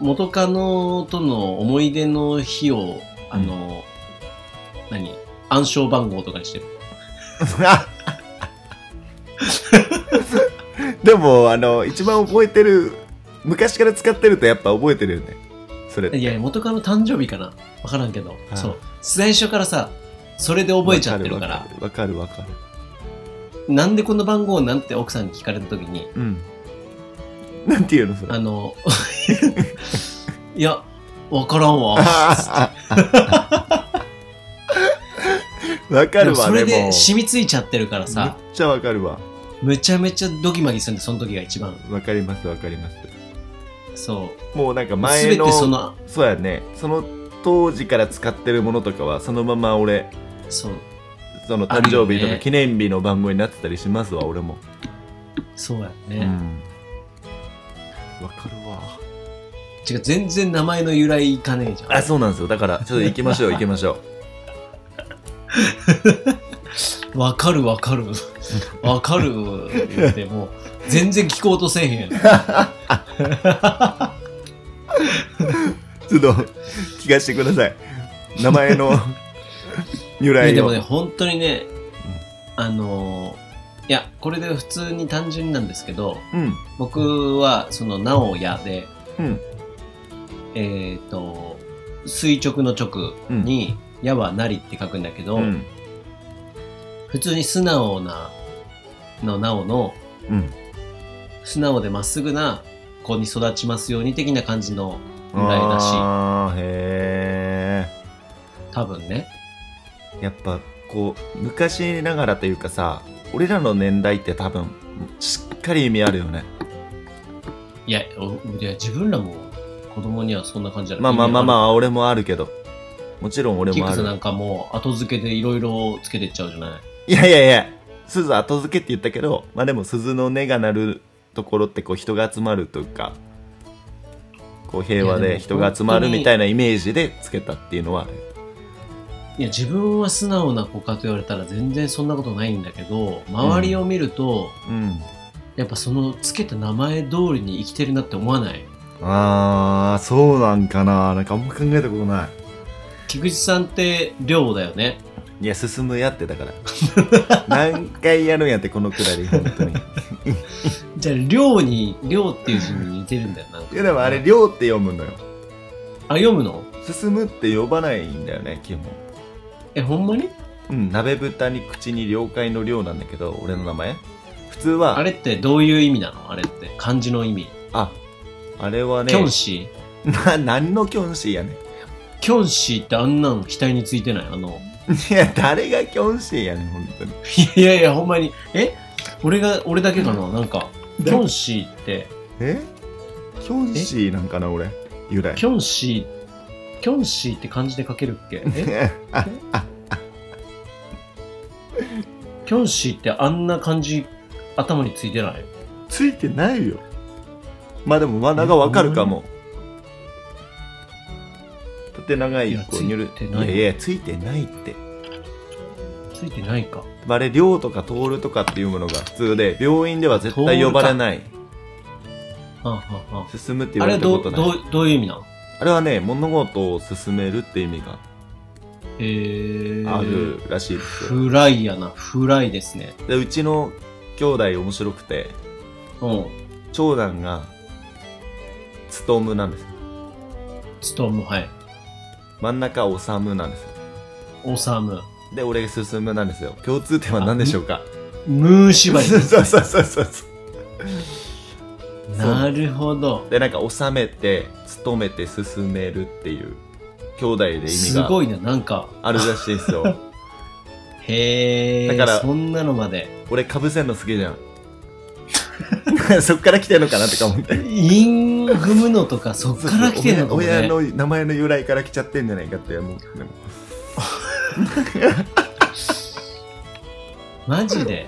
元カノとの思い出の日を、あの、何暗証番号とかにしてる。
[laughs] でもあの一番覚えてる昔から使ってるとやっぱ覚えてるよねそれって
いやいや、元カノ誕生日かなわからんけど、
あ
そう。最初からさ、それで覚えちゃってるから、
わかるわかるわかる
なんでこの番号なんて奥さんに聞かれたときに、
うんなんていうのそ
[laughs]
れ
あの、いや、わからんわ。
わか
で
る
も
わ
そ
で
れ
も
で染みついちゃってるからさ、
めっちゃわかるわ
めちゃめちゃドギマギするんで、その時が一番。
わかりますわかります
そ
もうなんか
う。すべ
前
て
の
その、
そうやねその当時から使ってるものとかはそのまま俺
そう。
その誕生日と
あるよ
か
ね
記念日の番号になってたりしますわ俺も
そうやね。
うんわかるわ
違う全然名前の由来いかねえじゃん
あそうなんですよだからちょっと行きましょう行きましょ
わかるわかるわかる言ってもう全然聞こうとせえへんやん
う [laughs] ちょっと聞かせてください名前 [laughs] の由来を
でもね本当にねあのーいやこれで普通に単純になんですけど
うん
僕はその「なおや」で
うん
えっ、と垂直の直に「や」は「なり」って書くんだけど、
うん
普通に「素直な」の「なお」の
うん
素直でまっすぐな子に育ちますように的な感じの由来らしい
あーへ
多分ね
えやっぱこう昔ながらというかさ俺らの年代って多分しっかり意味あるよね
いやおいや自分らも子供にはそんな感じじゃない
まあまあまあまあ俺もあるけどもちろん俺
キ
も
ック
あ
ス
る
なんかもう後付けでいろいろつけてっちゃうじゃな
い
い
やいやいや、鈴後付けって言ったけど、まあでも鈴の音が鳴るところってこう人が集まるというか、こう平和
いやで
で
も
人が集ま
本
る
当に
みたいなイメージでつけたっていうのはある、
いや自分は素直な子かと言われたら全然そんなことないんだけど周りを見ると、
うん。
やっぱそのつけた名前通りに生きてるなって思わない
あー、そうなんかな。なんかあんま考えたことな
菊池さんって亮だよね
い。いや、進むやってだから。 [laughs] 何回やるんやって、このくだり、本当に。
じゃあ亮に亮っていう字に似てるんだよなんか
いや、でもあれ、りょうって読むのよ。
あ読むの
進むって呼ばないんだよね、基本。
えほんまに
うん、鍋豚に口に了解の量なんだけど、俺の名前。普通は
あれってどういう意味なのあれって漢字の意味。
ああれはね
キョンシー
な何のキョンシーやねん
キョンシーってあんなの額についてないあの。
いや誰がキョンシーやねん本当に
いやいや、ほんまに。え俺が、俺だけかななんか、キョンシーって、
えキョンシーなんかな俺由来
キョンシー、キョンシーって漢字で書けるっけ
[laughs]
え
あ
キョンシーってあんな漢字頭についてない
ついてないよまあでも真名がわかるかも縦長い
いや
こうニュル
ついてない
いやいやついてないって
ついてないか。
あれ寮とか通るとかっていうものが普通で病院では絶対呼ばれない
はあはあは
進むって
あ、
言わ
あれ
れ
は
たこ
ど
と
うど
ないう
どういう意味なの
あれはね物事を進めるって意味が
えー、
あるらしいですよ
フライやな、フライですね。
でうちの兄弟面白くて
うん。
長男が勤むなんですよ
つとむ、はい。
真ん中むなんですよ
おさむ。
で俺が進むなんですよ共通点は何でしょうか
ムー芝
[laughs]
居
そうそうそうそうそう
なるほど。
でなんか収めて勤めて進めるっていう兄弟で意味
す
が
ごいな、なんか。
あるらしいですよ
へえ。
だから
そんなのまで。
俺かぶせん [laughs] の好きじゃんそっから来てんのかなとか思って
韻踏むのとか、そっから来てんのかも
親
ね。
親の名前の由来から来ちゃってんじゃないかって思うでも
マジで。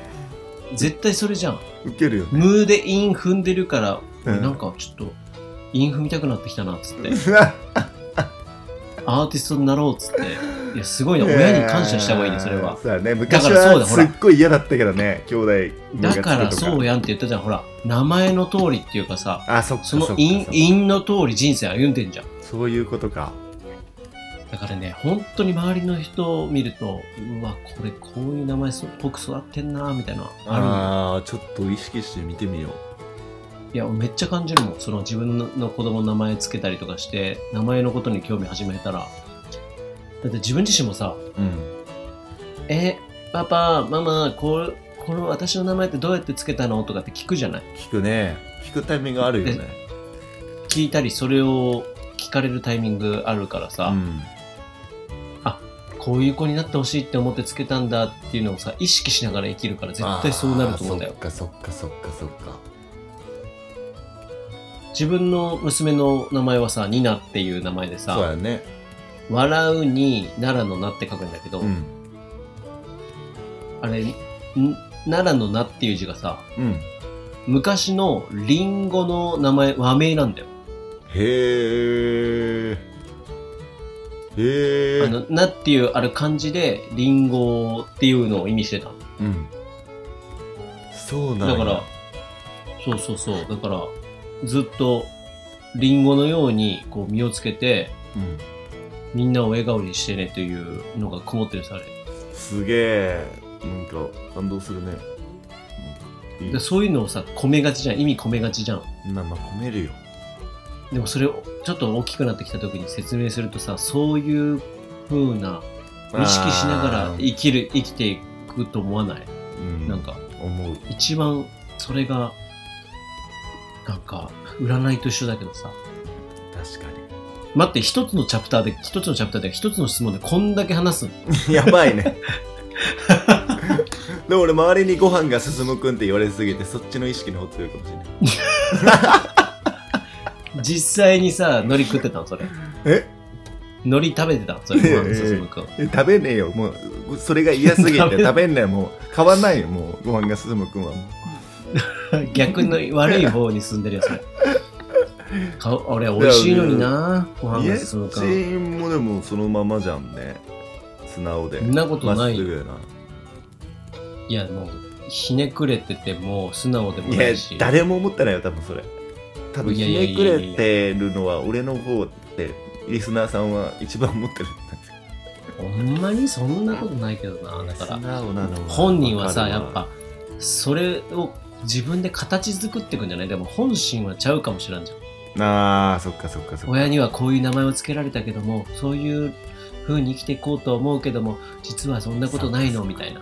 絶対それじゃん。
ウケるよね
ムーで韻踏んでるから、
うん
なんかちょっと、韻踏みたくなってきたな、つって。
す
アーティストになろう、つって。いや、すごいな。親に感謝した方がいいね、それは。
そうだね昔
だからそう
は
だほ
す
ら
っごい嫌だったけどね兄弟のがつ
だ
くと
からそうやんって言ったじゃん。ほら、名前の通りっていうかさ、
あそっか
そ
そ
の
っか
因
そっか
因の通り人生歩んでんじゃん。
そういうことか
だからね、本当に周りの人を見ると、うわ、これこういう名前そっぽく育ってんな、みたいな。あ
ああーちょっと意識して見てみよう
るいや、めっちゃ感じるもん。その自分の子供の名前つけたりとかして、名前のことに興味始めたら。だって自分自身もさ、
うん
え、パパ、ママ、こうこの私の名前ってどうやってつけたのとかって聞くじゃない
聞くね聞くタイミングあるよね
聞いたり、それを聞かれるタイミングあるからさ、
うん
こういう子になってほしいって思ってつけたんだっていうのをさ、意識しながら生きるから絶対そうなると思うんだよ
あ。ーそっかそっかそっかそっか
自分の娘の名前はさ、ニナっていう名前で
そう
さ、
やね
笑うに奈良のなって書くんだけど、
うん
あれ、ん奈良のなっていう字がさ、
うん
昔のリンゴの名前、和名なんだよ。
へえへえ
あの、なっていうある漢字で、リンゴっていうのを意味してたの。
うんそうなん
だ
や
から、そうそうそう、だから、ずっと、リンゴのように、こう、身をつけて、
うん
みんなを笑顔にしてねというのがこもってるさあれ
すげえなんか感動するねなんかいい
でそういうのをさ込めがちじゃん意味込めがちじゃん
まあまあ込めるよ
でもそれをちょっと大きくなってきた時に説明するとさそういう風な意識しなが
あ
ら
ー
生きる生きていくと思わない
うん
なんか
思う
一番それがなんか占いと一緒だけどさ
確かに
待って一つのチャプターで一つのチャプターで一つの質問でこんだけ話すの
[laughs] やばいねでも俺周りにご飯が進むくんって言われすぎてそっちの意識の方強いかもしれない
実際にさ海苔食ってたのそれ
え
海苔食べてたのそれ
いや
ご飯進むくん
え食べねえよもうそれが嫌すぎ
食べ [laughs]
て食べんねえもう買わないよもうご飯が進むくんはも
逆の悪い方に進んでるやつね。顔俺美味しいのになご
う
飯
家
が進むか
人
らそ
もでもそのままじゃんね素直で
んなこと
ま
な
っ
い
すぐ
い
やな
やもうひねくれてても素直でも
い
な
や
いし
誰も思ってないよ多分それ多分
い
ひ
やいやい
ね
や
く
いや
れてるのは俺の方ってリスナーさんは一番思ってる
ほんまにそんなことないけどなだから
素直なのは
本人はさ
わか
や
るわ
っぱそれを自分で形作っていくんじゃないでも本心はちゃうかもしれんじゃん
あーそっかそっかそっか
親にはこういう名前を付けられたけどもそういう風に生きていこうと思うけども実はそんなことないのみたいな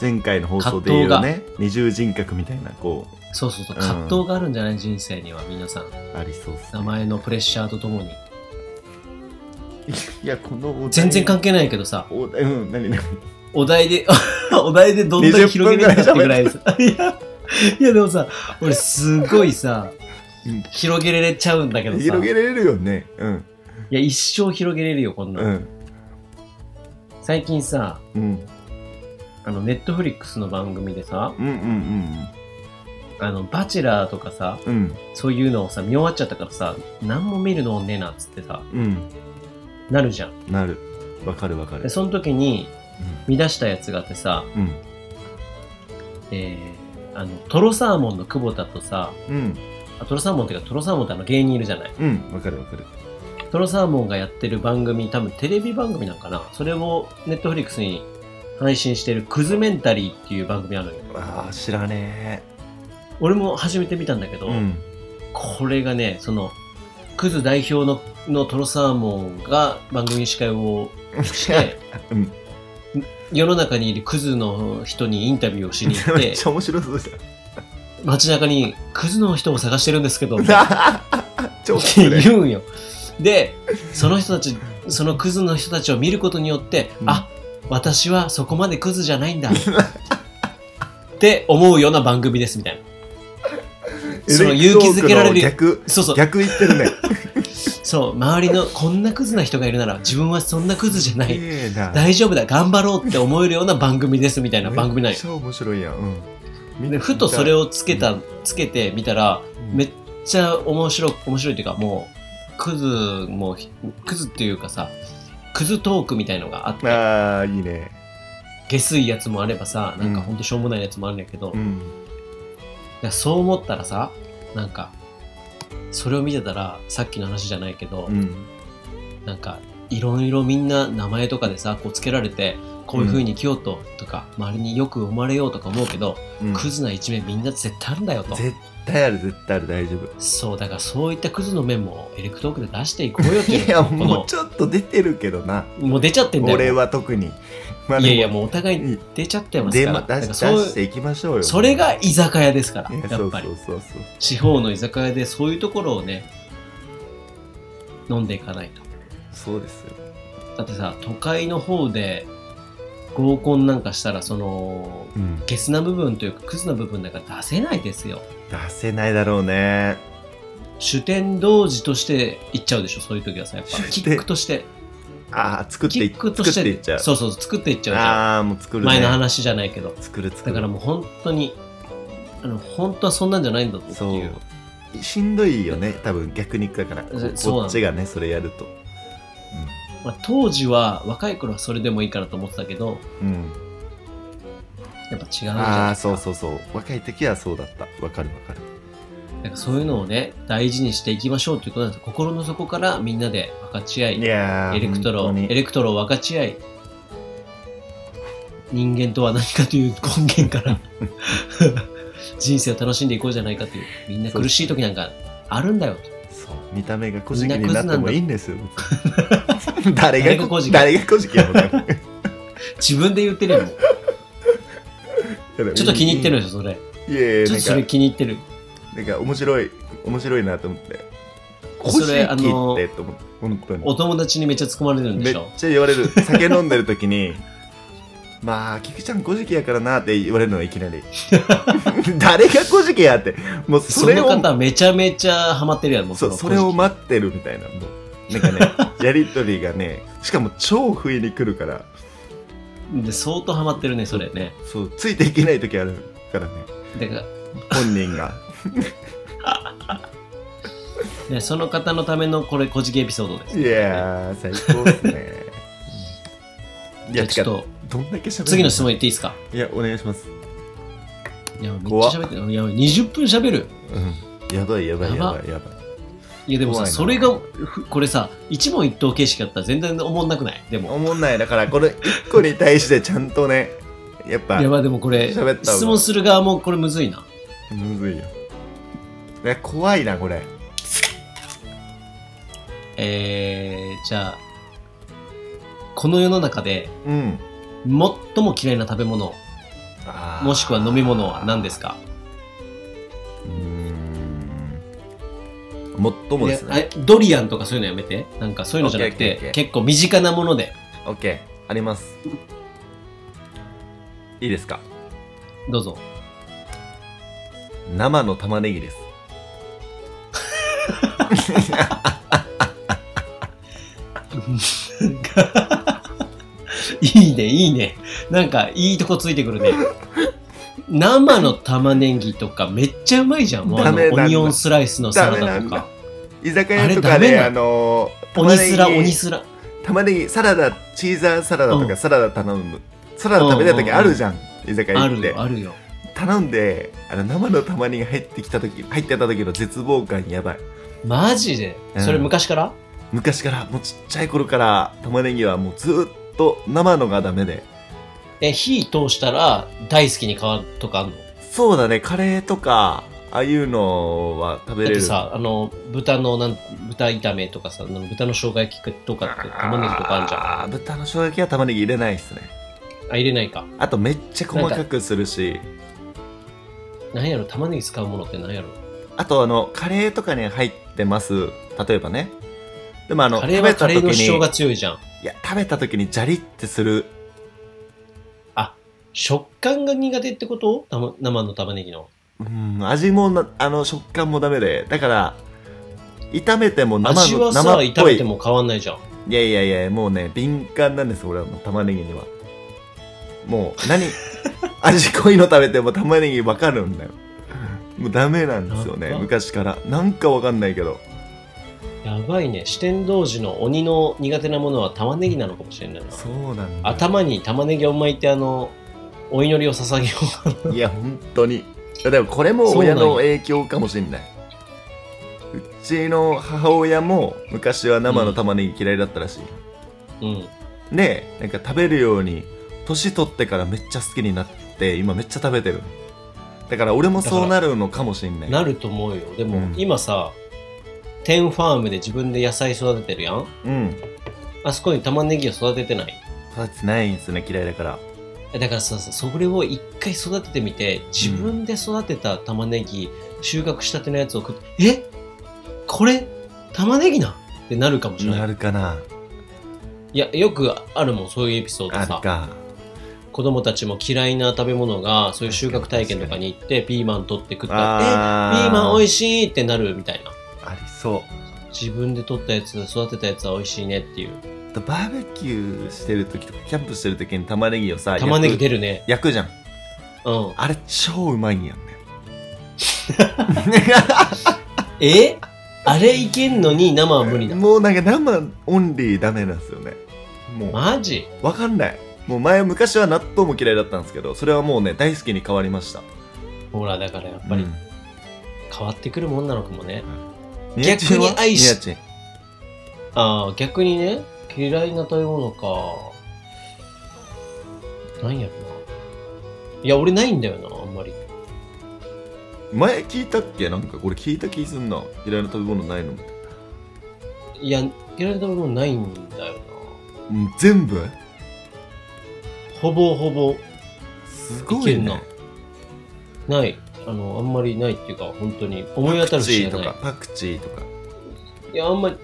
前回の放送で言うね二重人格みたいなこ
そうそうそう、
うん
葛藤があるんじゃない人生には皆さん。
うありそうっす
名前のプレッシャーとともに。
いやこのお題
全然関係ないけどさ、
お題うん何何
お題で、 [laughs] お題でどんだけ広げれるかってぐらいです。いや、いやでもさ、俺すごいさ
うん、
広げられちゃうんだけどさ、
広げられるよねうん
いや、一生広げれるよ、こんな
う
の。
ん
最近さ、
うん
あの、ネットフリックスの番組でさ、
うんうん
あの、バチェラーとかさ、
うんうん
そういうのをさ、見終わっちゃったからさ、何も見るのねえなっつってさ、
うん
なるじゃん。
なるわかるわかる
で、その時に見出したやつがあってさ、
うん
えー、あの、トロサーモンの久保田とさ、
うん
あトロサーモンっていうかトロサーモンってあの芸人いるじゃない。
うんわかるわかる
トロサーモンがやってる番組、多分テレビ番組なんかな。それをネットフリックスに配信してるクズメンタリーっていう番組あるのよ。
ああ知らね
俺も初めて見たんだけ
え
ど、
うん
これがね、その、クズ代表ののトロサーモンが番組司会をして、
うん
世の中にいるクズの人にインタビューをしに行
[laughs]
っ
め
て
っ、ちゃ面白そうじ
街中にクズの人を探してるんですけど、
ゃん [laughs] 超
って
失礼
言うんよ。で、その人たち、そのクズの人たちを見ることによって、
うん
あ、私はそこまでクズじゃないんだ。って思うような番組ですみたいな。 [laughs] その勇気づけられる
エレクトークの
そうそう
逆、逆言ってるね
そう、周りのこんなクズな人がいるなら、自分はそんなクズじゃない。
ええな
大丈夫だ、頑張ろうって思えるような番組ですみたいな番組な
め
んよ
っ。ちゃ面白いやん、うんみん
で
な、
ふとそれ
を
をつけた、つけてみたら、めっちゃ面白い、面白いっていうかもう、クズもひ、クズっていうかさ、クズトークみたいのがあって、
ああいいね
下水やつもあればさなんかほんとしょうもないやつもあるんだけど、
う
い
ん
やそう思ったらさなんかそれを見てたらさっきの話じゃないけど、
うん
なんかいろいろみんな名前とかでさこうつけられてこういう風に生きようと、とか周りによく生まれようとか思うけど、
うん
クズな一面みんな絶対あるんだよと
絶対ある絶対ある大丈夫
そうだからそういったクズの面もエレクトークで出していこうよって
[laughs]
いう
いや
この
もうちょっと出てるけどな
もう出ちゃってんだよ
俺は特にまあ
いやいや
で
もうお互い出ちゃって
も
ます
出
から
ま出
だ
し
か
出
らそう
していきましょうよ
それが居酒屋ですから
いや
や
そ
っ
う
ぱり
そうそうそう
地方の居酒屋でそういうところをね飲んでいかないと
そうですよ
だってさ都会の方で合コンなんかしたらその
うん
ゲスな部分というかクズな部分なんか出せないですよ
出せないだろうね
主典同時として行っちゃうでしょそういう時はさやっぱ
主典
キックとして
ああ作って
キ
い
ックと
作
し
ってていっちゃう
そうそう作っていっちゃうじゃん
ああもう作るね
前の話じゃないけど
作る作
だ
る
からもう本当にあの本当はそんなんじゃないんだっていう
そうしんどいよね多分逆にだからこ
そ
こ
う
っちがねそれやると
まあ、当時は若い頃はそれでもいいからと思ってたけど
うん、うん、
やっぱ違うんじゃ
あ
な
あ
い
ーそうそうそう若い時はそうだったわかるわかる
なんかそういうのをね、大事にしていきましょうということなんです。心の底からみんなで分かち合い、
いやー
エレクトロ、
本当
エ
に
レクトロを分かち合い、人間とは何かという根源から
[laughs]
人生を楽しんでいこうじゃないかという、みんな苦しい時なんかあるんだよと。
そう見た目が古事記に
みんな
な
クズ
って
なんだ
もいいんですよ
[laughs]
誰
誰が
が
古事記
誰が古事記やもん [laughs] ね
自分で言ってるよ。もうちょっと気に入ってるでしょ、それ。
いやい
ちょっ
や
とそ
な
れ
んか
気に入ってる。
なんか面白い面白いなと思って
そ
古
れ
事記
あの
ってと思って本当に
お友達にめっちゃ突っ込まれるん
め
で
っ
しょ。
ちゃ言われる酒飲んでる時に [laughs] 「まあ菊ちゃん古事記やからな」って言われるのいきなり [laughs] 誰が古事記やってもうそ
そ
れ
の
を
方めちゃめちゃハマってるやん、もう
そう
の
それを待ってるみたいなもうなんかね
[laughs]
やりとりがねしかも超不意に来るから
で相当ハマってるね、それね。
そうついていけない時あるからね
だから
本人
[laughs]
が
ね、その方のためのこれ、こじきエピソードです。
いやー最高ですねい
じゃ
や
あちょっ
違う
と、
どんだけ喋る
次の質問
い
言っていいですか
やお願いします、
いや、めっちゃ
怖っ
喋ってる。いや、20分喋る。
うん、やばいやばいやばいやばい
いや、でもさ、
怖いな
それが、ふこれさ、一問一答形式だったら全然思んなくないでも。
思んないだからこれ1個に対してちゃんとねやっぱ
いや、まあでもこれ、
喋った方が
質問する側もこれむずいな。
むずいよいや怖いなこれ
えー、じゃあ、この世の中で
うん
最も嫌いな食べ物、
あー
もしくは飲み物は何ですか
うーんもっとも
い
で
や
す
あ
ね
れドリアンとかそういうのやめて。なんかそういうのじゃなく
オッケーオッケ
て
ー、
結構身近なもので、
オッケーありますいいですか
どうぞ。
生の玉ねぎ
[laughs]
です
なんかいいね、いいね。なんか、いいとこついてく
[laughs]
るね。生の玉ねぎとかめっちゃうまいじゃん。もうあ
ダ
の
メなんだ
オニオンスライスのサラダとか。
居酒
あ
屋
れ
とか
ダメ
で
な
あのー
鬼スラ、
玉ねぎ
鬼スラ。
玉ねぎサラダチーザーサラダと
う
かサラダ頼むサラダ食べた時あるじゃん居酒屋
あ
行っ
る
て
よ、あるよ。
頼んであの生の玉ねぎ入ってきた時入ってた時の絶望感やばい
マジで
うん
それ昔から、
昔からもうちっちゃい頃から玉ねぎはもうずーっと生のがダメで
え、火通したら大好きに変わるとかあんの
そうだねカレーとかああいうのは食べ
だっ
れ
て
る
さ、あの、豚のなん、豚炒めとかさ、あの豚の生姜焼きとかって玉ねぎとかあるじゃん。あ
あー豚の生姜焼きは玉ねぎ入れないですね
入れないか。
あとめっちゃ細かくするし
なんやろ、玉ねぎ使うものってなんやろ。
あとあのカレーとかに入ってます例えばねでもあの
カレー
食
は
べ
カ
た
レー
時
の主張
に
が強いじゃん。
いや食べた時にジャリってする
食感が苦手ってこと生生の玉ねぎの。
うん味もなあの食感もダメでだから炒めても生の
味はさ、
生っ
炒
ぽ
め
い
ても変わんないじゃん。
いやいやいやもうね敏感なんです俺はもう玉ねぎにはもう
[laughs]
何味濃いの食べても玉ねぎわかるんだよもうダメなんですよ
や
ね
ば
昔からなんかわかんないけど
やばいね。四天童寺の鬼の苦手なものは玉ねぎなのかもしれないな。
そうなんだ
頭に玉ねぎを巻いて、あの、お祈りを捧げよう。
いや本当にでもこれも親の影響かもしれないうちの母親も昔は生の玉ねぎ嫌いだったらしい、 [laughs]
うん。
でなんか食べるように年取ってからめっちゃ好きになって今めっちゃ食べてるだから俺もそうなるのかもしんない
なると思うよ。でも、
うん
今さ、テンファームで自分で野菜育ててるやん。
うん
あそこに玉ねぎを育ててない。
育ててないんですね嫌いだから
だからさ、それを一回育ててみて、自分で育てた玉ねぎ、収穫したてのやつを食って、えこれ、玉ねぎなってなるかもしれな。
ないるかない
や、よくあるもん、そういうエピソード
ある
さ。
か
子供たちも嫌いな食べ物が、そういう収穫体験とかに行って、ピーマン取って食ったら、えピ
あ
ーマン美
い
味しいってなるみたいな。
ありそ
自分で取ったやつ、育てたやつは美味しいねっていう。
うバーベキューしてる時とかキャンプしてる時に玉ねぎをさ
玉ねぎ
焼
出るね。
く焼くじゃん
うん。
あれ超うまいんや
[laughs]
んね
えあれいけんのに生は無理なの。
もうなんか生オンリーダメなんですよねもう
マジ
わかんないもう前昔は納豆も嫌いだったんですけどそれはもうね大好きに変わりましたや
ほら、だからやっぱり、変わってくるもんなのかもね。
宮地は
逆に愛し
宮地
ああ、逆にね、嫌いな食べ物か。なんやろな。いや、俺ないんだよな、あんまり。
前聞いたっけなんかこれ聞いた気すんな嫌いな食べ物ないのも
いや、嫌いな食べ物ないんだよ
う
な。
全部
ほぼほぼ
す
い
ご
け
い
んな。
ね
ない。あの、あんまりないっていうか、本当に思い
パ
当た
ク
る
チ
し
ーと
かない
か。パクチーとか
いや、あんまり、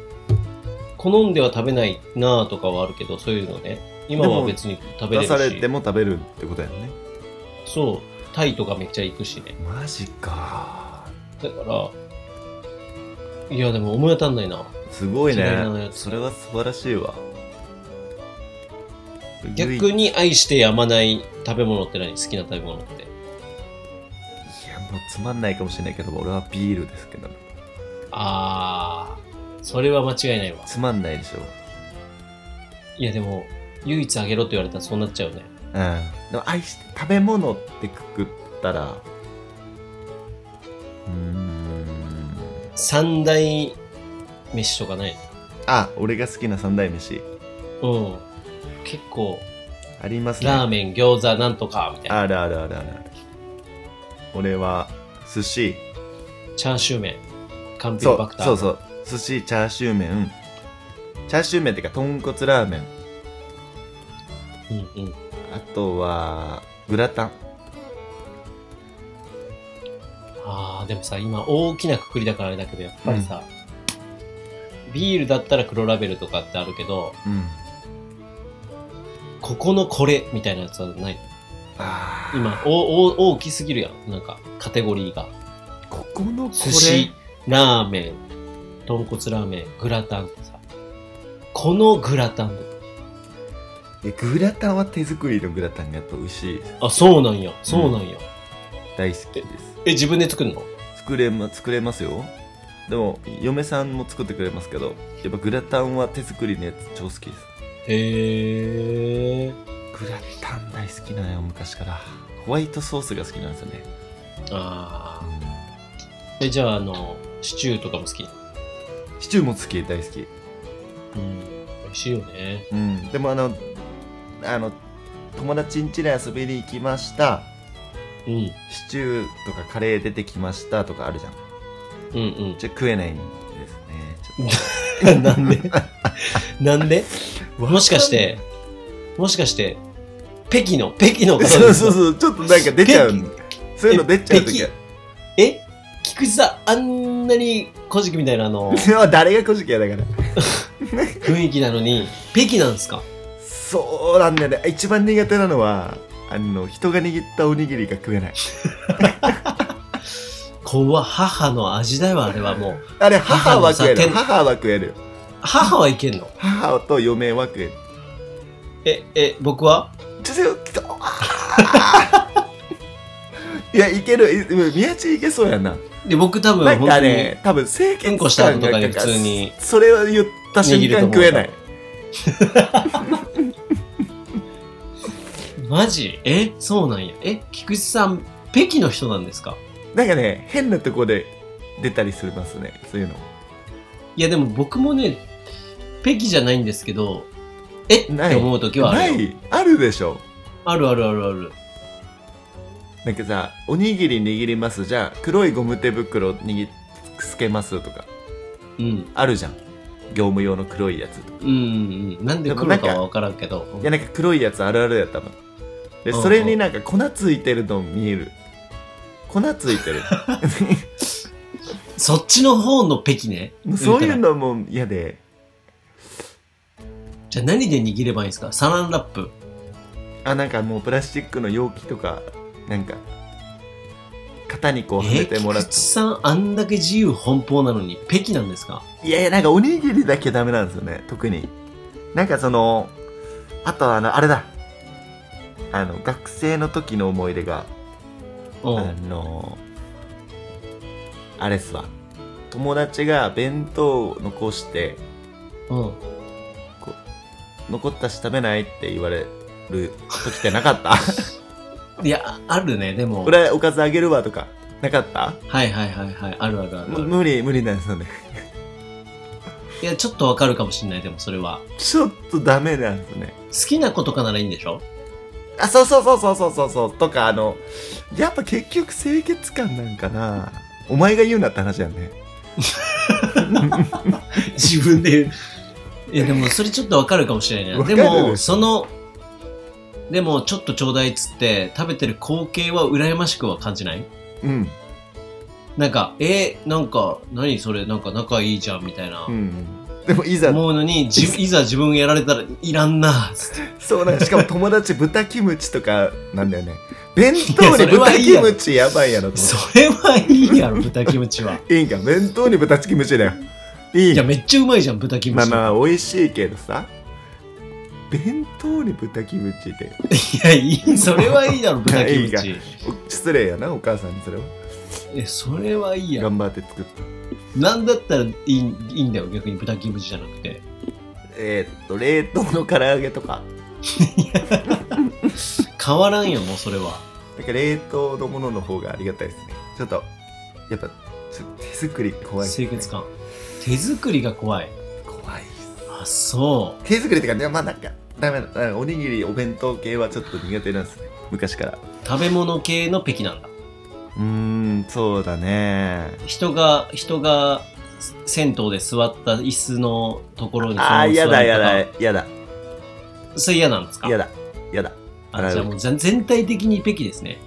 好んでは食べないなとかはあるけど、そういうのね。今
で
は
も
別に食べ
出
れるし。
されても食べるってことやんね
そう。タイとかめっちゃ行くしね。
マジか
だから、いや、でも思い当たんないな。
すごい
嫌いな
ね
やつ
それは素晴らしいわ
逆
唯一い
に愛してやまない食べ物って何好きな食べ物って。
やもうつまんないかもしれないけど俺はビールですけど
あー、それは間違いないわ。
つまんないでしょ
いやでも、唯一あげろって言われたらそうなっちゃうね。
うんでも愛して食べ物ってくくったらうーん
三大飯とかない
あ俺が好きな三大飯
うん。結構、
ありますね
ラーメン、餃子、なんとか、みたいな。
あるあるあるあるある俺は寿司
チャーシュー麺、完
そ
璧バ
う
クター。
そうそう寿司チャーシュー麺チャーシュー麺っていうか豚骨ラーメン
うんうん。
あとはグラタン
ああ、でもさ、今大きなくくりだからあれだけど、やっぱりさ、ビールだったら黒ラベルとかってあるけど、
うん。
ここのこれみたいなやつはない。
あ
今、おお大きすぎるやん。なんか、カテゴリーが。
あ、ここのこ
寿司、ラーメン、豚骨ラーメン、グラタンってさ、このグラタンと
れ。えグラタンは手作りのグラタンがやっぱ美味しいです。
か。あ、そうなんや。そうなんや。
大好きです。
え、自分で作るの
作れま、作れますよ。でも、嫁さんも作ってくれますけど、やっぱグラタンは手作りのやつ超好きです。
へえ。
グラタン大好きなんよ、昔から。ホワイトソースが好きなんですよね。
ああ。え、じゃあ、あの、シチューとかも好き。
シチューも好き、大好き。
うん。美味しいよね。
うん、でもあの、あの、友達ん家で遊びに行きました。
うん。
シチューとかカレー出てきましたとかあるじゃん。
うん
じゃ食えないんですね。ち [laughs] ょっ
うん。 [laughs] なんでなんで
と
[laughs] もしかし。て、もしかして、北京の、北京の方です
[laughs]
か
そうそうそう、ちょっとなんか出ちゃうんだ。そういうの出ちゃうときは。
え菊池さん、あんなに古事記みたいなあ [laughs] の
[laughs] 誰がこじきやだから。
雰囲気なのに、北京なんですか
そうなんだよね。一番苦手なのは、あの、人が握ったおにぎりが食えない。
こは母の味だよ、あれはもう。
あれ、母は食える。
母のさ
母は食える。
母はいけんの
母と嫁は食える。
え、え、僕は
ちょっと、あ
[laughs]
ーいや、いける。いでも宮地いけそうやな。
で、僕多分
なん
本当
か
に、
ね、多分清潔
うんこした後とかに普通に
それを言った瞬
握る
間
と思う
食えない。
マジえ、そうなんや。え、菊池さん、北京の人なんですか
なんかね、変なとこで出たりするますね、そういうの。
いや、でも僕もね、北京じゃないんですけど、えっ
ない
て思う時はあ
な
るよ。
いあるでしょ。
あるあるあるある。
なんかさ、おにぎり握ります、じゃあ黒いゴム手袋握っつけますとか、
うん。
あるじゃん。業務用の黒いやつ。
うんうんうん。なんで来るかはわからんけど。
いや、なんか黒いやつあるあるやったもん。で、
うんうん
それになんか粉ついてるの見える。粉ついて
[laughs]
る。
そっちの方の北京ね。
もうそういうのも嫌で。
じゃあ何で握ればいいんですかサランラップ。
あなんかもうプラスチックの容器とかなんか型にこうはめ
え
てもらっ
菊池さん、あんだけ自由奔放なのに、北京なんですか
いやいやなんかおにぎりだけダメなんですよね特になんかそのあとあのあれだあの学生の時の思い出が
う
あ
ん。
のあれっすわ友達が弁当を残して
うん。
残ったし食べないって言われる時ってなか
[laughs]
った
いや、あるね、でも。
これおかずあげるわとかなかった
はいはいはいはい。あるあるあるある。
無理無理なんですよね
いや、ちょっとわかるかもしんない、でもそれは。
ちょっとダメなんですね。
好きな子とかならいいんでしょ
あ、そうそうそうそうそうそうそう。とか、あの、やっぱ結局清潔感なんかな。お前が言うなって話だよね。
自分で言う。いや、でもそれちょっとわかるかもしれない
わ
な。
かる
で
でしょ
も、その、でも、ちょっとちょうだいっつって、食べてる光景は羨ましくは感じない
うん。
なんか、えー、なんか、何それ、なんか仲いいじゃん、みたいな
う。ん。でもいざ、
思うのに、じいざ自分やられたら、いらんな、つって
そうなんしかも友達豚キムチとかなんだよ
[laughs]
ね。弁
い
当
や
に
それは
豚
いい
キ
やろ
ムチやばいやろと思
それはいいやろ、豚キムチは。
って。いいんか、弁当に豚キムチだよ。いい
いや、めっちゃうまいじゃん、豚キム
まあ
チ。
まあ、美味しいけどさ。弁当に豚キムチで。
いや、いい、それはいいだろ、豚キムチ。
[laughs] いお失礼やな、お母さんにそれは。
え、それはいいやろ。
頑張って作った。
なんだったらいいいいんだよ、逆に豚キムチじゃなくて。
えーっと、冷凍の唐揚げとか。
変わらんよ、もうそれは。
なんか冷凍のものの方がありがたいですね。ちょっと、やっぱ、ちょっと手作り怖い、ね。
清潔。感。手作りが怖い。
怖いっす。
あ、そ
手作りってか、ね、まあなんか、ダメだ。うんおにぎり、お弁当系はちょっと苦手なんですね。昔から。
う。食べ物系の北京なんだ。
うーん、そうだね。
人が、人が、銭湯で座った椅子のところにその
ああ、
ま
や
ま座
だ
ると
や
か
だ、やだ、
それ嫌なんですか
やだ、やだ。
あじゃあもう全全体的に北京ですね。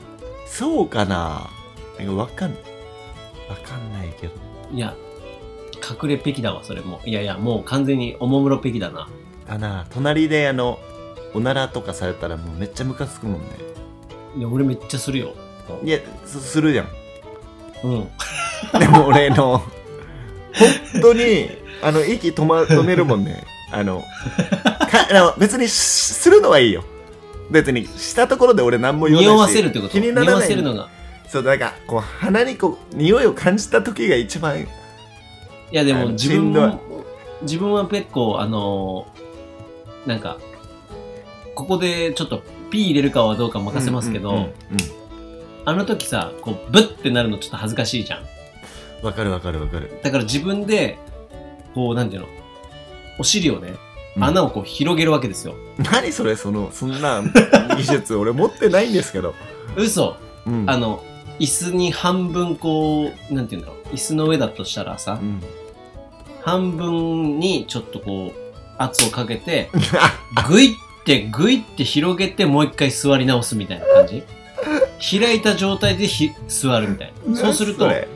そうかななんかわかんない。わかんないけど。
いや、隠れペキだわ、それも。いやいや、もう完全におもむろペキだな。
だな、隣であの、おならとかされたらもうめっちゃムカつくもんね。
いや、俺めっちゃするよ。
いや、すするじゃん。
うん。
でも俺の、本当に、あの、息止,、ま、止めるもんね。あの、かあの別にしするのはいいよ。別にしたところで俺何も言わないし
匂わせるってこと
気にな
匂
ら
わ
ない
せるのが。
そうなんかこう鼻にこう匂いを感じた時が一番
いや、で
あ
も
の
自分
しん
も、自分は結構、あのーなんか、ここでちょっと P 入れるかはどうか任せますけど、
うんうんうん
あの時さ、こう、ブッてなるのちょっと恥ずかしいじゃん。
うんわかるわかるわかる
だから自分で、こう、なんていうの、お尻をね、
うん
穴をこう広げるわけですよ。
何それそのそんな技術俺持ってないんですけど、
嘘
うん、
あの、椅子に半分こう、なんていうんだろう、椅子の上だとしたらさ
う、ん、
半分にちょっとこう、圧をかけて、ぐいってぐいって広げてもう一回座り直すみたいな感じ開いた状態でひ座るみたいな。 [laughs] そうすると
何、れ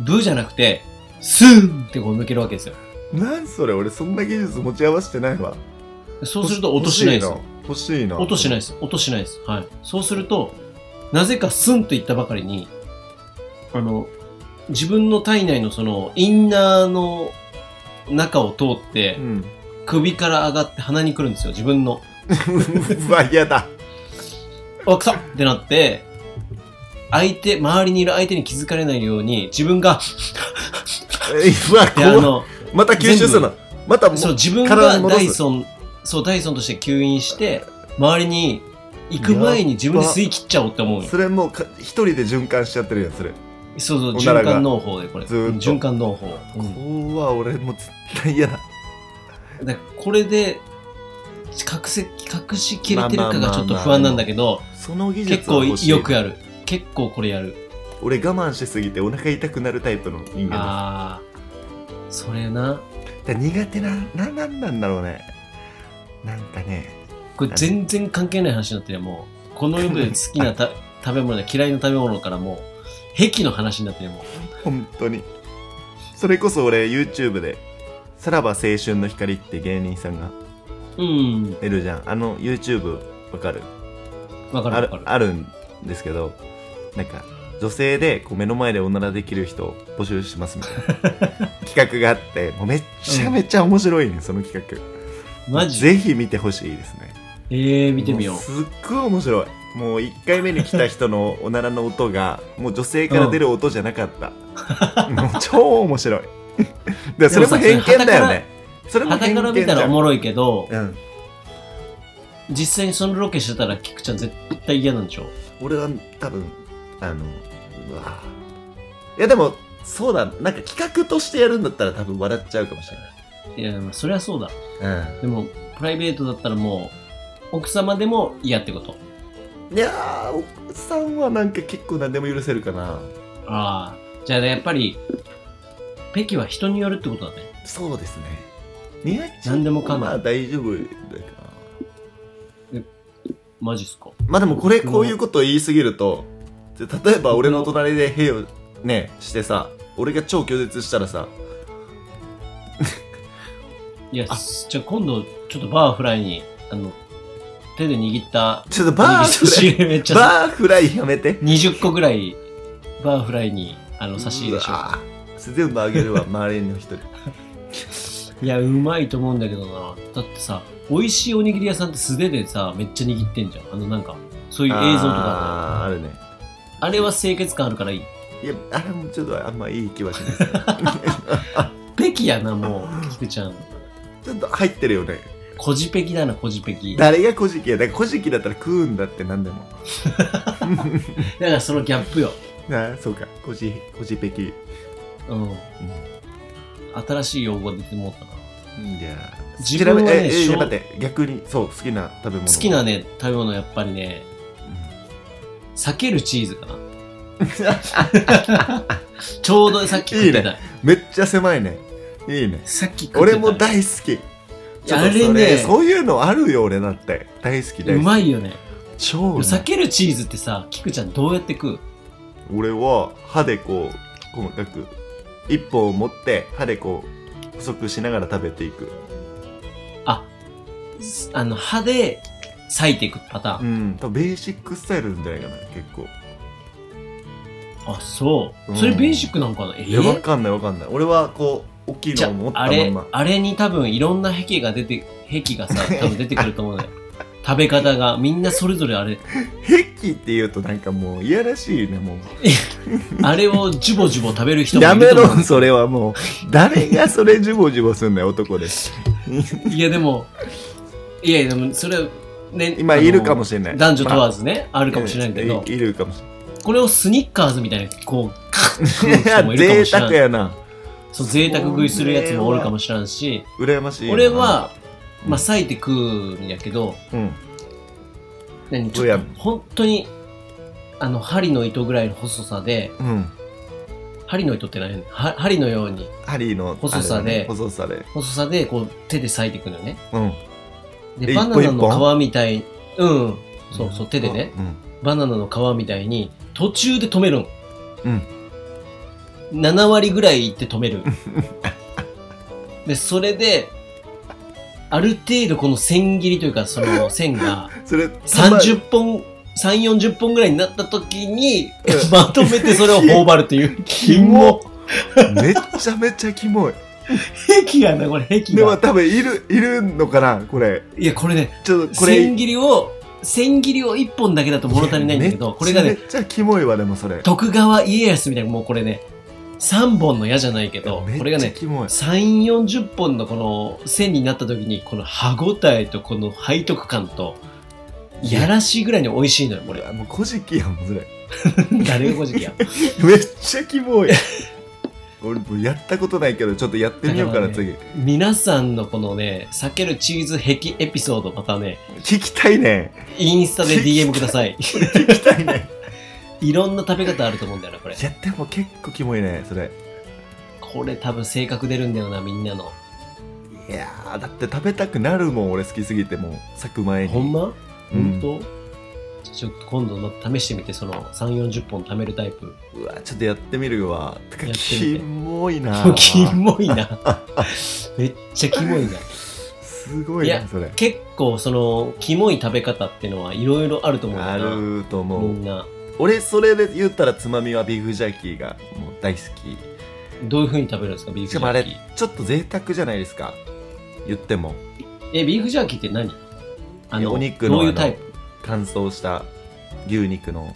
ブーじゃなくて、スーンってこう抜けるわけですよ。
何それ俺そんな技術持ち合わせてないわ
そうすると音しないですよ。
欲しいな欲しいな
音しないです。音しないです。はい。そうすると、なぜかスンと言ったばかりに、あの、自分の体内のその、インナーの中を通って
う、ん
首から上がって鼻に来るんですよ、自分の。
[laughs] うわ嫌だ
あ、くそってなって、相手、周りにいる相手に気づかれないように、自分が、
うわ
であ
怖っ
の、
また吸収するなまたも
そう、自分
体
が
に戻
ダ
す
イソン、そう、ダイソンとして吸引して、周りに行く前に自分で吸い切っちゃおうって思うよ。
それもうか一人で循環しちゃってるやんそれ
そうそう、
おなら
循
が
環農法で、これ。
ずーっと
循環農法。うん
怖俺もう絶対嫌だ
だからこれで隠せ隠しきれてるかがちょっと不安なんだけど
その技
結
術は
構
欲しい
よくやる結構これやる
俺我慢しすぎてお腹痛くなるタイプの人間
ああそれな
ですだから苦手なななんなんだろうねなんかね
これ全然関係ない話になってねもうこの世で好きなた食べ物や嫌いな食べ物からもう癖の話になってねも
本当にそれこそ俺 YouTube で「さらば青春の光」って芸人さんが
ううん
いるじゃんあの YouTube わかる
わか
あ
る
る
わか
あるんですけどなんか女性でこう目の前でおならできる人を募集しますみたい
[laughs]
な企画があってもうめっちゃめちゃ面白いね、その企画
るマジ
ぜひ見てほしいですね
えー、見てみよ
も
う
すっごい面白いもう1回目に来た人のおならの音がもう女性から出る音じゃなかった、
[laughs]
もう超面白いでそれも偏見だよねそれも
は
偏見
から
じ
見た
ゃ
らお
ん
もろいけど
うん、
実際にそのロケしてたらキクちゃん絶対嫌なんでしょ
俺は多分あのうわいやでもそうだなんか企画としてやるんだったら多分笑っちゃうかもし
いやまあそりゃそうだ
れない、
でも、プライベートだったらもう、奥様でも嫌ってこと。
うん、いやー奥さんはなんか結構何でも許せるかな
ああ。じゃあね、やっぱり、北京は人によるってことだね。
そうですね似合っちゃう
何でもかんでも
まあ大丈夫だかな
マジっすか。
まあでもこれこういうことを言いすぎるとじゃあ例えば俺の隣で兵をねしてさ俺が超拒絶したらさ
いや、
あ
すじゃあ今度、ちょっとバーフライに、あの、手で握った、
ちょっとバーフライ
握り寿司めっちゃ、
バーフライやめて
20個ぐらい、バーフライに、あの、差し入れし
う
よ
わぁ全部あげるわ周りの人に
う。いや、うまいと思うんだけどな。だってさ、美味しいおにぎり屋さんって素手でさ、めっちゃ握ってんじゃん。あの、なんか、そういう映像とか
あーあるね
ある。あれは清潔感あるからいい。
いやあれもちょっとあんまいい気はしないですね
北京やな、 [laughs] もう、キクちゃん。
ちょっと入ってるよね
こじぺきだな、こじぺき。だ
誰が古事記やだから古事記だったら食うんだって何でも
からそのギャップよ。
ああそうか古事古事ペキい
うん。新しい用語出てもうたな。
や
自分はね
調べええ
小
待って逆にそう好きな食べ物
好きなね、食べ物やっぱりね、避けるチーズか [laughs] な。ちょうどさっき食ってた。
いめっちゃ狭いねいいね
さっき食ってた。
俺も大好きちょっと
あれ
そ
ね
そういうのあるよ俺だって大好き大
う
好き
まいよね。
超うまい
避けるチーズってさ、キクちゃんどうやって食う
俺は歯でこう細かく一本を持って歯でこう細くしながら食べていく
すあの、歯で裂いていくパター
う
ン。
ん多分ベーシックスタイルなんじゃないかな結構
あ、そうう。
ん
それベーシックなのかなえ
いやわかんないわかんない俺はこう大きい
じ
の
ゃ
を持っ
あ、
た
あ
ま
れ
ま、
あれに多分いろんな壁が出て、壁がさ、多分出てくると思うのよ。食べ方が、みんなそれぞれあれ、
壁っていうとなんかもういやらしいねもう
あれをジュボジュボ食べる人も
や
いる
め
と
ろ
思う。
それはもう誰がそれジュボジュボすんだよ男です
いや、でも、いやいや、でも、それは、ね、
今
あの
いるかもしれない
男女問わ
ず
ずね、あるかもしれないけど、
いいるかもし
これをスニッカーズみたいな、こう、カッ
れ [laughs]
て
ない
も
い
いるか
や
も
贅
しれ
沢
ない。
やな
そう、贅沢食いするやつもおるかもしれんし、
羨ましいな
俺は、
うん
まあ、裂いて食うんやけど、
うん
何ち
どう
ょ
や
っと、本当に、あの、針の糸ぐらいの細さで、
うん
針の糸って何やねんは針のように、
ハリーの
細さで
あれだね細さで
細さで、こう、手で裂いていくのよね。
うん
で、
え
バナナ
一本一
の皮みたい、うん、そうそう、手でね、
うん
バナナの皮みたいに、途中で止めるん。
うん
7割ぐらいいって止める。で、それで、ある程度この線切りというか、その線が、
それ
30本、3、40本ぐらいになった時に
う、ん
まとめてそれを頬張るっていう。
キモ [laughs] めっちゃめちゃキ
[laughs]
モい
壁やな、これ、壁
でも
が。
多分いるいるのかなこれ
いや、これね、
ちょっとこれ
千切りを、千切りを1本だけだと物足りないんだけど、これが
めっ
ね、
ちゃキモいわでもそれ
徳川家康みたいな、もうこれね、3本の矢じゃないけど、これが
めっ
ね
ちゃ、キモい
3、40本のこの線になった時に、この歯ごたえとこの背徳感と、やらしいぐらいに美味しいのよ、これ。
あもう古事記やもんそれ
[laughs] 誰がこじきや。
めっちゃキモい [laughs] 俺もうやったことないけどちょっとやってみようかな
だから [laughs]
次
皆さんのこのね、避けるチーズ壁エピソードまたね、
聞きたいね
インス
[laughs]
タで DM ください。
聞きたいね
いろんな食べ方あると思うんだよな、こ
[laughs]
れ
い。やでも結構キモいねそれ
これ多分性格出るんだよな、みんなの。
いやーだって食べたくなるもん俺好きすぎてもう咲く前に
ほんま
うん
本当、ちょっと今度また試してみて、その3、40本貯めるタイプ。
うわちょっとやってみるわてか
やってみて
キモいな
キモいな。めっちゃキモいな。
すごい
い
な
や
それ
結構そのキモい食べ方ってのはいろいろあると思う
あ
んだな
ると思
み
うん
な
俺それで言ったらつまみはビーフジャーキーがもう大好き
どういうふうに食べるんですかビー
し
フジ
かもあ
ャー
れ
キー
ちょっと贅沢じゃないですか言っても
えビーフジャーキーって何あの
お肉の
どうい
あ
う
の
タイプ
乾燥した牛肉の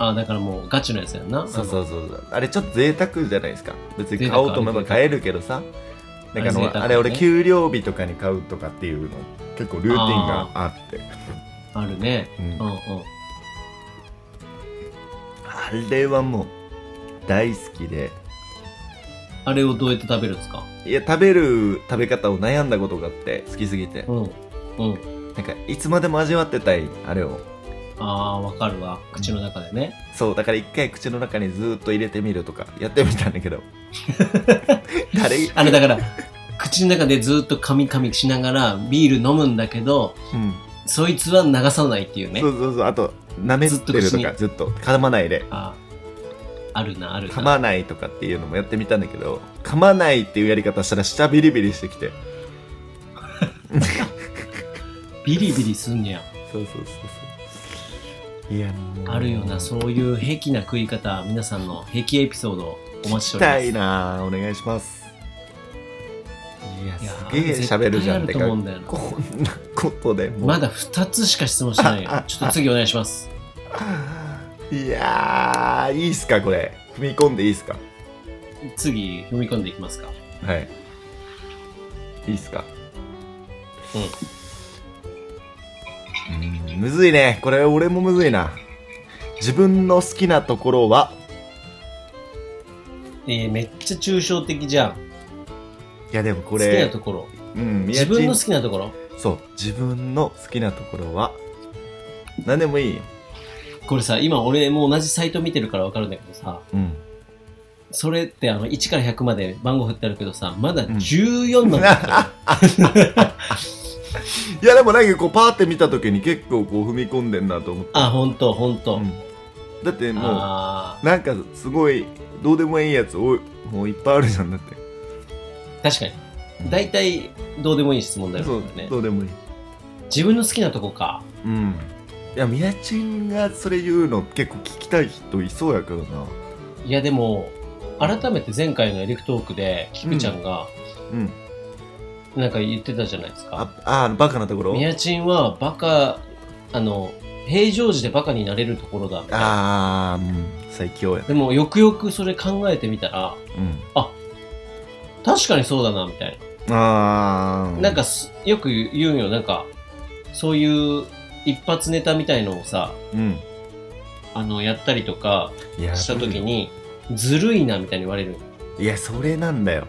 あだからもうガチのやつやんな
そう
あ
そ
の
うそうそうあれちょっと贅沢じゃないですか別に
贅
買
沢
おうと思えば買えるけどさなんかあの
あれ贅沢ね
あれ俺給料日とかに買うとかっていうの結構ルーティンがあって
あるね
うん
うんうん
あれはもう大好きで
あれをどうやって食べるんですか
いや食べる食べ方を悩んだことがあって好きすぎて
うんうん
なんかいつまでも味わってたいあれを
ああーわかるわ口の中でね、
そうだから一回口の中にずーっと入れてみるとかやってみたんだけ
[laughs]
ど誰、
あれ
[laughs]
だから口の中でずっと噛み噛みしながらビール飲むんだけど
うん、
そいつは流さないっていうね
そうそうそうあと舐めてる
ずっと口
と
に
かずっと噛まないで
あーあるなあるな
噛まないとかっていうのもやってみたんだけど噛まないっていうやり方したら下ビリビリしてきて
ビリビリすんねや
そうそうそうそういやもう
あるよな、そういう癖な食い方、皆さんの癖エピソードお待ちして
し
おりま
た
す。
いなお願いしますいや
いや
す
ー
げえ喋るじゃんって
絶対あると思うんだよな
こんなことでもう
まだ2つしか質問してないよ
ああ。
ちょっと次お願いします。
いやーいいっすかこれ踏み込んでいいっすか
次、踏み込んでいきますか。
はい。いいっすか。うん。むずいね。これ俺もむずいな。自分の好きなところは、
えー、めっちゃ抽象的じゃん。
いやでもこ
好きな
れ、
ところ。
うん、宮
自
地
分の好きなところ。
そう、自分の好きなところは、何でもいいよ。
これさ、今俺もう同じサイト見てるからわかるんだけどさ、
うん。
それってあの1から100まで番号振ってあるけどさ、まだ14なんだよ。
[laughs] いやでもなんかこうパーって見た時に結構こう踏み込んでんなと思って。
あ、ほんと、ほんと。
うんだっても
あ
うなんかすごいどうでもいいやつ多いもういっぱいあるじゃんだって
ー確かに大体どうでもいい質問だよ
そう
ね
どうでもいい
自分の好きなとこか
うんいやみやちんがそれ言うの結構聞きたい人いそうやけどない
やでも改めて前回のエレクトークで菊ちゃんが
うん
なんか言ってたじゃないですか、
あああのバカなところ
みやちんはバカあの平常時でバカになれるところだみたいな
ああうん最強や
でもよくよくそれ考えてみたら
う
確かにそうだなみたいな、
んああ
なんかすよく言うんよなんかそういう一発ネタみたいのをさ
うん
あのやったりとか
いや
した時にずるいなみたいに言われる
いやそれなんだよ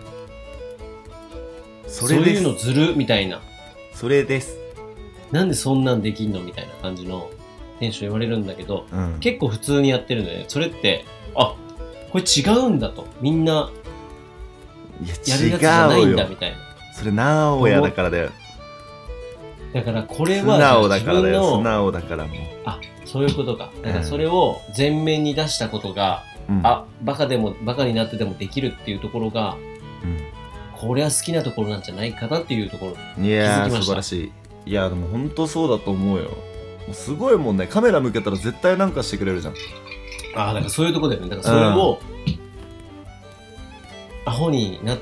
そ
そ
れ
う
で
い
す
うのずるみたいな
それです
なんでそんなんできんのみたいな感じのテンション言われるんだけど
うん
結構普通にやってるのよねそれってあこれ違うんだとみんないやるやつじゃ
や
ない
違うん
だ
よ
みたいな
それなおやだからだよ
だからこれ
素直
は
だ
自
からだ
分
よ素
の
直だからもう
あそういうことかだか
うん
らそれを前面に出したことが、
うん
あバカでもバカになってでもできるっていうところがこれは好きなところなんじゃないかなっていうところ
うんいやー
気づきました
素晴らしいいやーでも本当そうだと思うよもうすごいもんねカメラ向けたら絶対なんかしてくれるじゃん
ああだからそういうところだよねだからそれを、アホにな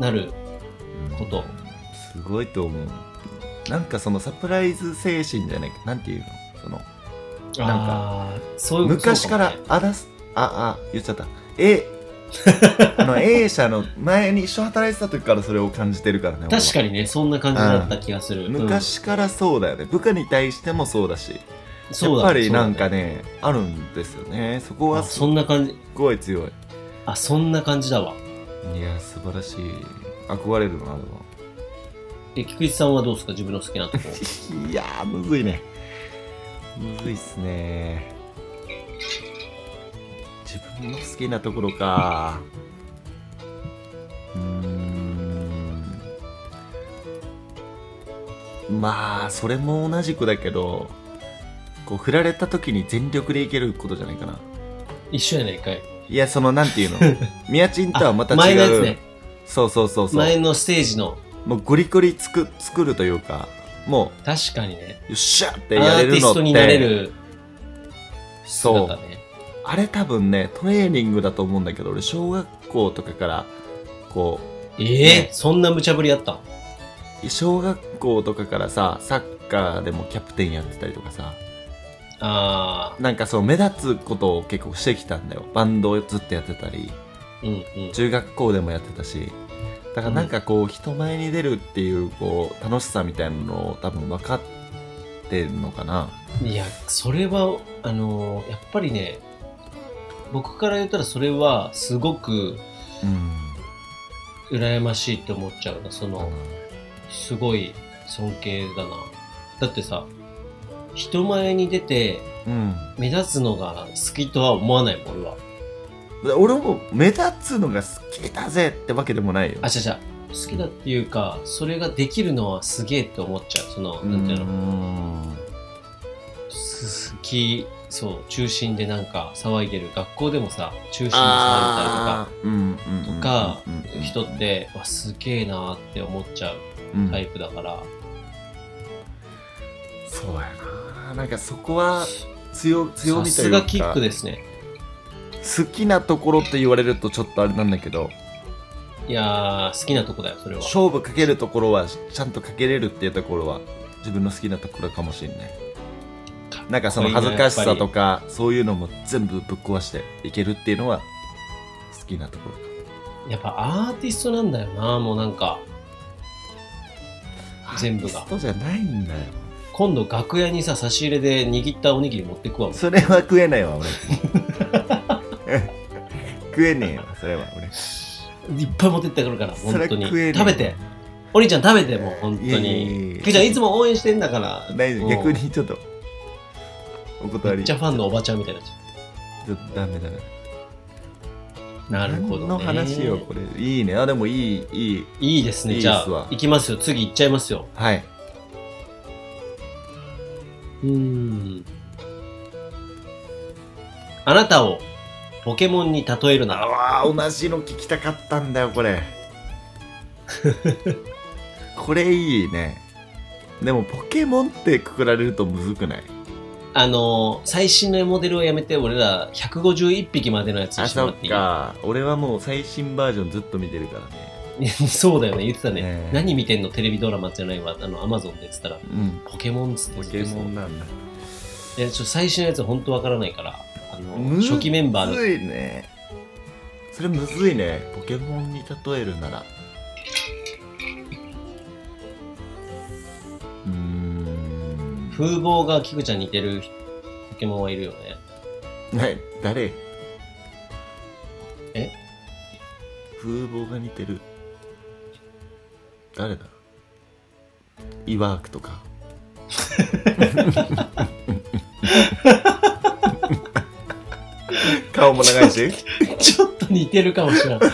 なること
すごいと思うなんかそのサプライズ精神じゃないなんていうのそのなんか
あーそういう
昔から
そうもね
あだすああ言っちゃった
[laughs]
A あの A 社の前に一緒に働いてた時からそれを感じてるからね
確か
に
にねそんな感じだった気がする、うん
昔からそうだよね部下に対してもそうだしや
そう
っ
だ
ぱりなん
そう
かねあるんですよねそこは
だあ
す
そんな感じ
ごい強い
あそんな感じだわ
いや素晴らしい憧れるなあれは
え菊池さんはどうですか自分の好き
[laughs]
なとこ
いやーむずいねむずいっすね自分の好きなところかうーんまあそれも同じくだけどこう振られた時に全力でいけることじゃないかな
一緒やないかい
いやそのなんていう
[laughs]
のミヤチンとはまた違う
前のやつね
そうそうそうそう
前のステージの
もうゴリゴリつく作るというかも
確かにね
うよっしゃって
ア
やれ
ーテ
る
ィ
のっ
ス
て
トになれる
そ
姿
う
ね
あれ多分ねトレーニングだと思うんだけど俺小学校とかからこ
ええ
ね
そんな無茶ぶりあったの
う小学校とかからさサッカーでもキャプテンやってたりとかさ
あ
なんかそう目立つことを結構してきたんだよバンドをずっとやってたり
あうんうん
中学校でもやってたしだからなんかこう人前に出るっていうこう楽しさみたいなのを多分分かってんのかない
やそれはあのーやっぱりね僕から言ったらそれはすごく
うん
羨ましいって思っちゃうなそのすごい尊敬だなだってさ人前に出て
うん
目立つのが好きとは思わないもん俺は
で俺も目立つのが好きだぜってわけでもないよ
あ違う違う好きだっていうかそれができるのはすげえって思っちゃうその
う
なんていうの
ん
す好きそう中心でなんか騒いでる学校でもさ中心で騒いでたりとか
あーうんうんうんうん
か
うんうんうん
人って、わすげえなーって思っちゃう
うん
タイプだから、
そうやななんかそこは強強
さ
みとい
す
うか
がキックですね
好きなところって言われるとちょっとあれなんだけど
いやー好きなとこだよそれは
勝負かけるところはちゃんとかけれるっていうところは自分の好きなところかもしれないなんかその
かっこ
恥
いい
ずか
な
し
やっ
さ
ぱ
と
り
かそういうのも全部ぶっ壊していけるっていうのは好きなところか
やっぱアーティストなんだよなもうなんか全部が
アーティストじゃないんだよ
今度楽屋にさ差し入れで握ったおにぎり持ってくわもう
それは食えないわ俺 [laughs] 食えねえよそれは俺
いっぱい持ってってくるから本当に
それ食えねえ
食べてお兄ちゃん食べてもう本当
いやいやいやい
に
や
ケイちゃんいつも応援してんだから
大丈夫
もう
逆にちょっとお断
めっ
り
ちゃファンのおばちゃんみたいになっちゃ
ちょっとダメダメ
うなるほど、ね、
何の話よこれいいねあでもいいいい
いいですね
いいっす
じゃ
わ
あ行きますよ次行っちゃいますよ
はい、
うーん。あなたをポケモンに例えるなら、
ああ同じの聞きたかったんだよこ
[laughs]
れこれいいねでもポケモンってくくられるとむずくない
あのー、最新のモデルをやめて、俺ら151匹までのやつに
あ
しても
そ
らっ
って
いい
か俺はもう最新バージョンずっと見てるからね
[laughs] そうだよね、言ってたね。
ねえ
何見てんのテレビドラマじゃないわ、あの、アマゾンで言ってたら、
うん
ポケモンっつって
ポ
ずっと
ケ
言ってた
モンなんだ
いや、ちょ、最新のやつ本当わからないから、あの、
むず
初期メンバー
む
の、
ずいねそれむずいねポケモンに例えるならうーん
風貌がキクちゃん似てるポケモンはいるよね。 [laughs]
な誰
え
風貌が似てる誰だイワークとか顔も長いし
ちょっと似てるかもしれない。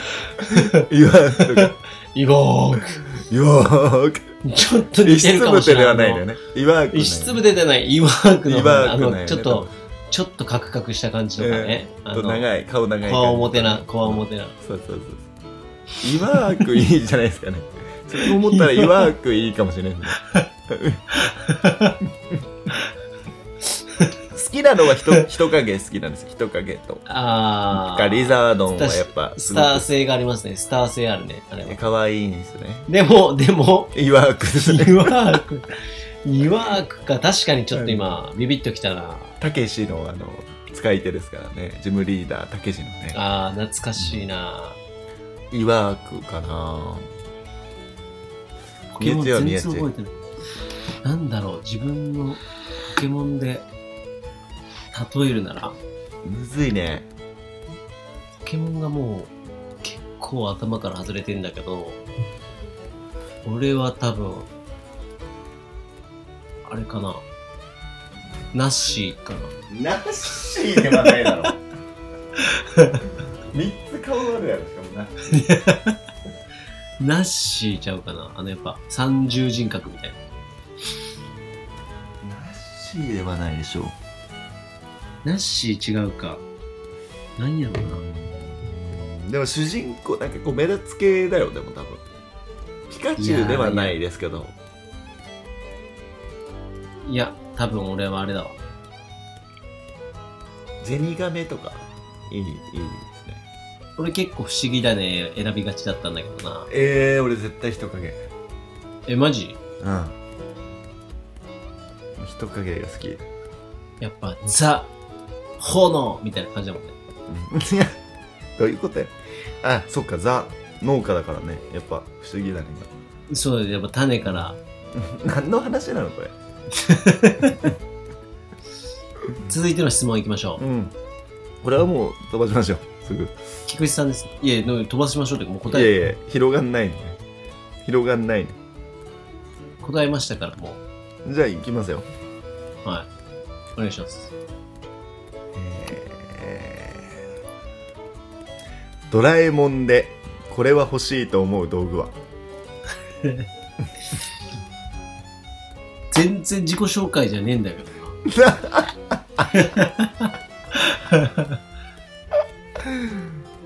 イワークとか
イゴーク。
イワーク
ちょっと似
石つ
てるかも
ぶ
しれ
て
ない。
ではないのよねイワーク
石つぶ
て
てではない、イワークの、
イワー
あ
クのよ
の、
ね
ちょっと、ちょっとカクカクした感じとかね。あ
多分
の、
長い顔長い感じ
こわおもてな、こわおもてな。
そうそうそうそう。イワークいいじゃないですか
[laughs]
ね。それ思ったらイワークいいかもしれないですね。
[laughs]
好きなのは人人影好きなんですよ。人影と。
あ
ガリ
ー、
ザードンはやっぱす
ス
ご
ター性がありますね。スター性あるね、あれは
く。可愛いんですね。
でも、でも、
イワークですね。
イワーク、イワークか、確かにちょっと今、ビビッときたな。
たけしのあの使い手ですからね。ジムリーダーたけしのね。
あー、懐かしいな。
イワークかな。
ポケモン全然覚えてない。なんだろう、自分のポケモンで例えるなら、
むずいね。
ポケモンがもう結構頭から外れてんだけど、俺は多分、あれかな。ナッシーかな。
ナッシーではないだろ
[laughs]
三つ顔あるやろしかもな
ナッシーちゃうかな。あのやっぱ三重人格みたいな。
ナッシーではないでしょう
ナッシー違うか。なんやろうな。
でも主人公なんかこう目立つ系だよでも多分ピカチュウではないですけど
いや、多分俺はあれだわ。
ゼニガメとかいいいいですね
俺結構不思議だね。選びがちだったんだけどな。
えー、俺絶対人影
え、マジ
うん人影が好き
やっぱザ、炎みたいな感じだもんね。
いや [laughs] どういうことやあそっかザ農家だからねやっぱ不思議だね
そうだよ、やっぱ種から、
[laughs] 何の話なのこれ
続いての質問いきましょう。
うん。これはもう飛ばしましょう。すぐ。
菊池さんです。いえ、の飛ばしましょうというか、もう答
い
え、
やいや、広がんないね。広がんないね。
答えましたから、も
じゃあ行きますよ。
う。はい。お願いします。
えードラえもんでこれは欲しいと思う道具
[laughs]
は
全然自己紹介じゃねえんだけど。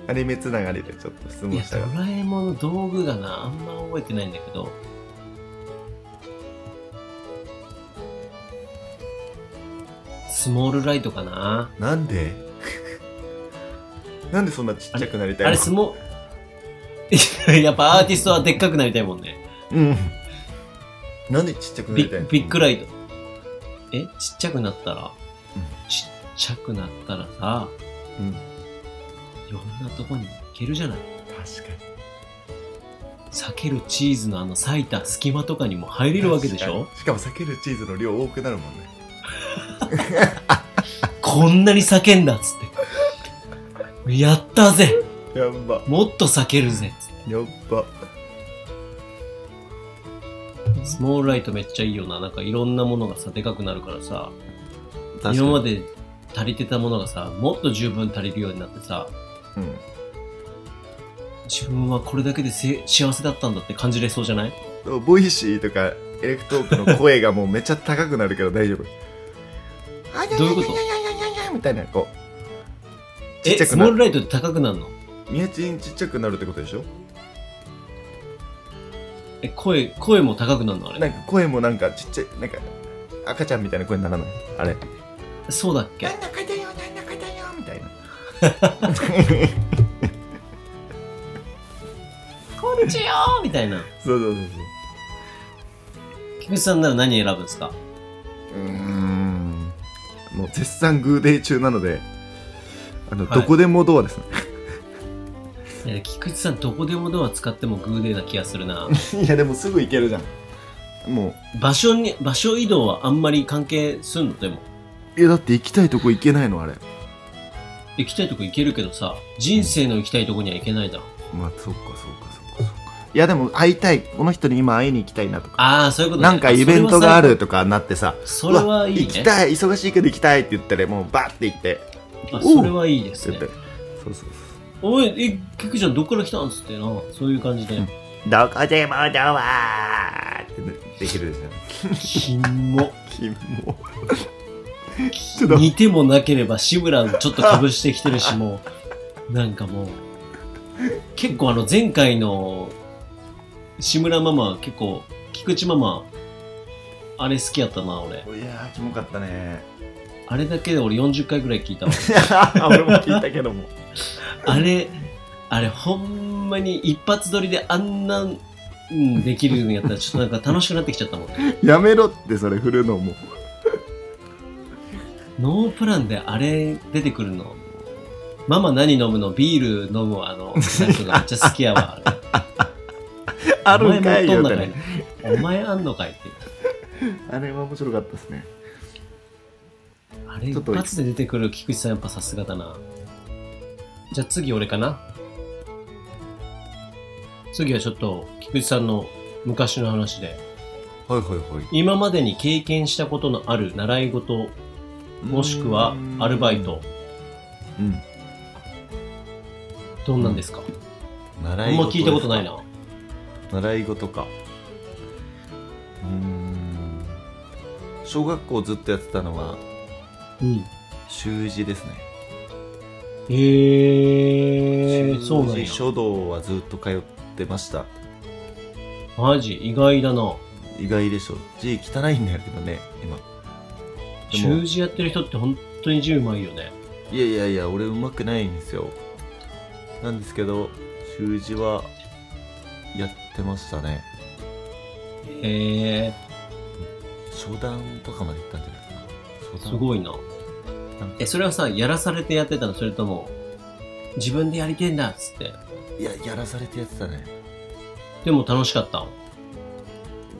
アニメつながりでちょっと質
い
問
や、
し
ド
たが
ラえもんの道具がな、あんま覚えてないんだけど。スモールライトかな
なんでなんでそんなちっちゃくなりたい
あ
の
れ、スモ、 [laughs] やっぱアーティストはでっかくなりたいもんね。
うんなんでちっちゃくな
ビ
りたい
ッ
の
ビッグライト。えちっちゃくなったら、ちっちゃくなったらさ、
うん、
いろんなとこに行けるじゃない。
確かに
避けるチーズのあの裂いた隙間とかにも入れるわけでしょ
確かにしかも避けるチーズの量多くなるもんね
こんなに避けんだっつって。やったぜ
やんば
もっと避けるぜっつっ
やっば
てスモールライトめっちゃいいよな。なんかいろんなものがさ、でかくなるからさ、今まで足りてたものがさ、もっと十分足りるようになってさ、
うん
自分はこれだけでせ幸せだったんだって感じれそうじゃない
ボイシーとかエレクトークの声がもうめっちゃ高くなるけど大丈夫。
どういうこと
あにゃにゃにゃにゃにゃにゃにゃみたいな、こう、ちっちゃく
え、ス
な
モー
る
ルライトって高くなるの
ミヤチンちっちゃくなるってことでしょ
え、声、声も高くなるのあれ。
なんか声もなんかちっちゃいなんか赤ちゃんみたいな声にならないあれ
そうだっけ
なんだかだよなんだかだよみたいな
こんちよーみたいな。
そうそうそうそう
菊池さんなら何選ぶんですか
うーんもう絶賛グーデイ中なのであの、
はい
どこでもドアですね
いや菊池さんどこでもドア使ってもグーデーな気がするな。
[laughs]
[laughs]
いやでもすぐ行けるじゃんも
場所に、場所移動はあんまり関係すんのでも。
ういやだって行きたいとこ行けないのあれ
行きたいとこ行けるけどさ、人生の行きたいとこには行けないだろ。
まあそっかそっかそっかそっかいやでも会いたいこの人に今会いに行きたいなとか
ああ、そういうことね
なんかイベントがあ。るとかなってさ
それ
うわ
はいい
行き
ね。
たい忙しいけど行きたいって言ったらもうバーって行って
あそれはいいです
そう
ね
やっ。てそうそうそう
おい、え、菊池ちゃんどっから来たんつってな。そういう感
[laughs]
じで
ん。どこでもドアってねできるじゃん。
キモ。
キモ。ちょっと
似てもなければ志村ちょっとかぶしてきてるしもうなんかもう結構あの前回の志村ママは結構菊池ママあれ好きやったな
い
俺
やー、キモかった
[laughs]
ね。
あれだけで俺40回ぐらい聞いたわ
俺も聞いたけども。
あれあれほんまに一発撮りであんなうんできるんやったらちょっとなんか楽しくなってきちゃったもん
やめろって、それ振るのも。
ノープランであれ出てくるのママ何飲むのビール飲むあのなんとかめっちゃ好きやわあれ
[laughs] あるんかいよ
お
って
前
ね。
もお前あんのかいって。
あれは面白かったですね。
あ
ち
れ
ょ
一
っと
発で出てくる菊池さんやっぱさすがだな。じゃあ次俺かな。次はちょっと菊池さんの昔の話で、
はいはいはい。
今までに経験したことのある習い事、もしくはアルバイト、
うん。
どんなんですか、あ
習
んま聞いたことない
な。
な。
習い事か。うーん。小学校ずっとやってたのは、
うん。
習字ですね。
へえー、そうなん
習
や
字。書道はずっと通ってました。
マジ、意外だな。
意外でしょ字汚いんだけどね今でも
習字やってる人って本当に字うまいよね。
いやいやいや俺うまくないんですよなんですけど習字はやってましたね
へえ
初段とかまで行ったんじゃないかな初
す
段
ごいな。え、それはさ、やらされてやってたのそれとも、自分でやりてんだっつって。
いややらされてやってたね
でも楽しかったの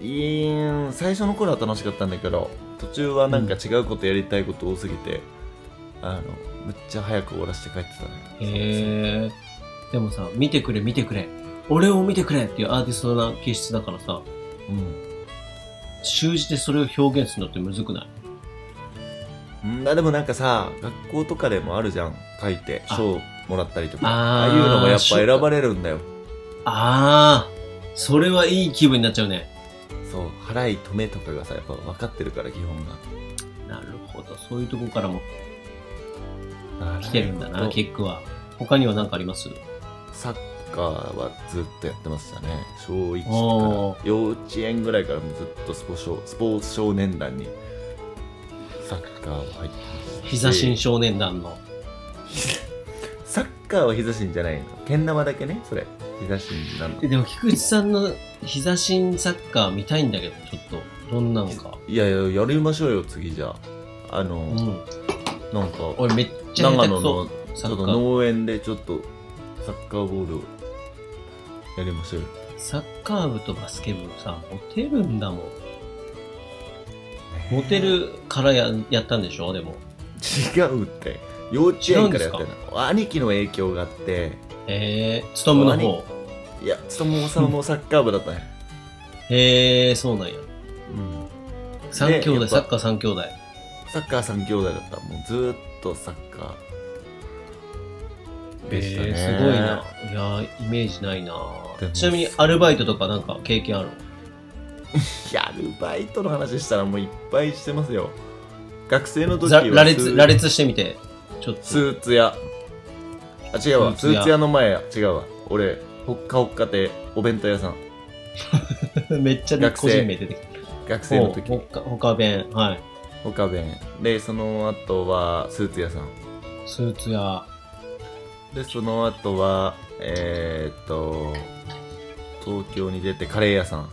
いーん最初の頃は楽しかったんだけど途中はなんか違うことやりたいこと多すぎて、あのむっちゃ早く終わらせて帰ってたね
へえ。でもさ、見てくれ見てくれ。俺を見てくれっていうアーティストな気質だからさ、
うん
習字でそれを表現するのってむずくない
うんあでもなんかさ学校とかでもあるじゃん書いて
あ
賞もらったりとかあ
あ
あ
ー
いうのもやっぱ選ばれるんだよ
あー、それはいい気分になっちゃうね。
そう払い止めとかがさやっぱ分かってるから基本が
なるほど。そういうとこからも来
来
てるんだな、結句は。他には何かあります
サッカーはずっとやってましたね小1
お
から幼稚園ぐらいからもうずっとスポ少スポーツ少年団にサッカーは入ってま
膝
した
新少年団の。
サッカーは膝心じゃないのけん玉だけねそれ膝心なんだ
えでも菊池さんの膝新サッカー見たいんだけど、ちょっと。どんなのか。
いやいややりましょうよ次じゃああの、
うん。
なんか
俺めっちゃ下
長
手
野
くそ
の。ち
サ
ょっ
ッ
と
カー。
農園でちょっとサッカーボールをやりましょうよ
サッカー部とバスケ部さ、モテるんだもん。モテるからややったんでしょでも。
[laughs] 違うって幼稚園からやって
違うんで
た兄貴の影響があって
えー、勤むの
何
方。
いやつともさんもサッカー部だったね、
へえー、そうなんや。三兄
や
弟、
っぱ
サッカー三兄弟。
サッカー3兄弟だったもうずーっとサッカーでしたね、
えー、すごいな。いやー、イメージないな
でも
ちなみにアルバイトとかなんか経験ある
いやアルバイトの話したらもういっぱいしてますよ学生の時は
ざ羅
ス
列、
ー
羅列してみて。ちょっと。
スーツ屋あ違うわ
ス
ス
ーツ屋
ーツ屋の前違うわ俺ほっかほっかでお弁当屋さん
[laughs] めっちゃね、
学生
個人名出てき
学生
た。
の
ほ
時
ほかほか弁、はい。
ほか弁でその後はスーツ屋さん
スーツ屋。
でその後はえー、っと東京に出てカレー屋さん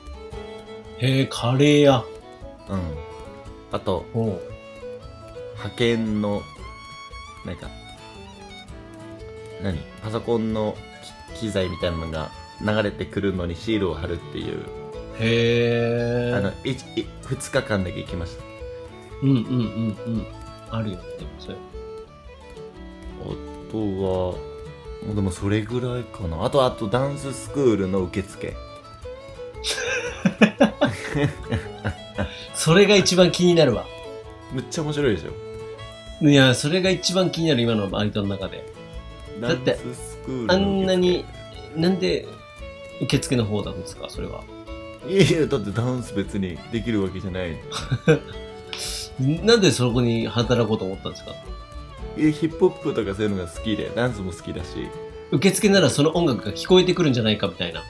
へえ、カレー屋。
うんあと
おう
派遣のなんか何パソコンの機機材みたいなのが流れてくるのにシールを貼るっていう、
へえ。
あの2日間だけ行きました
うんうんうんうん。あるよね、でもそれ。
あとはもうでもそれぐらいかなあとあとダンススクールの受付
それが一番気になるわ。
むっちゃ面白いでしょ
いや、それが一番気になる、今のバイトの中で。だっ
ダ
て
ンススクールの
あ
受付
んなに、なんで、受付の方なんですか、それは。
いやいやだってダンス別にできるわけじゃない
なんでそこに働こうと思ったんですか
えヒップホップとかそういうのが好きでダンスも好きだし
受付ならその音楽が聞こえてくるんじゃないかみたいな。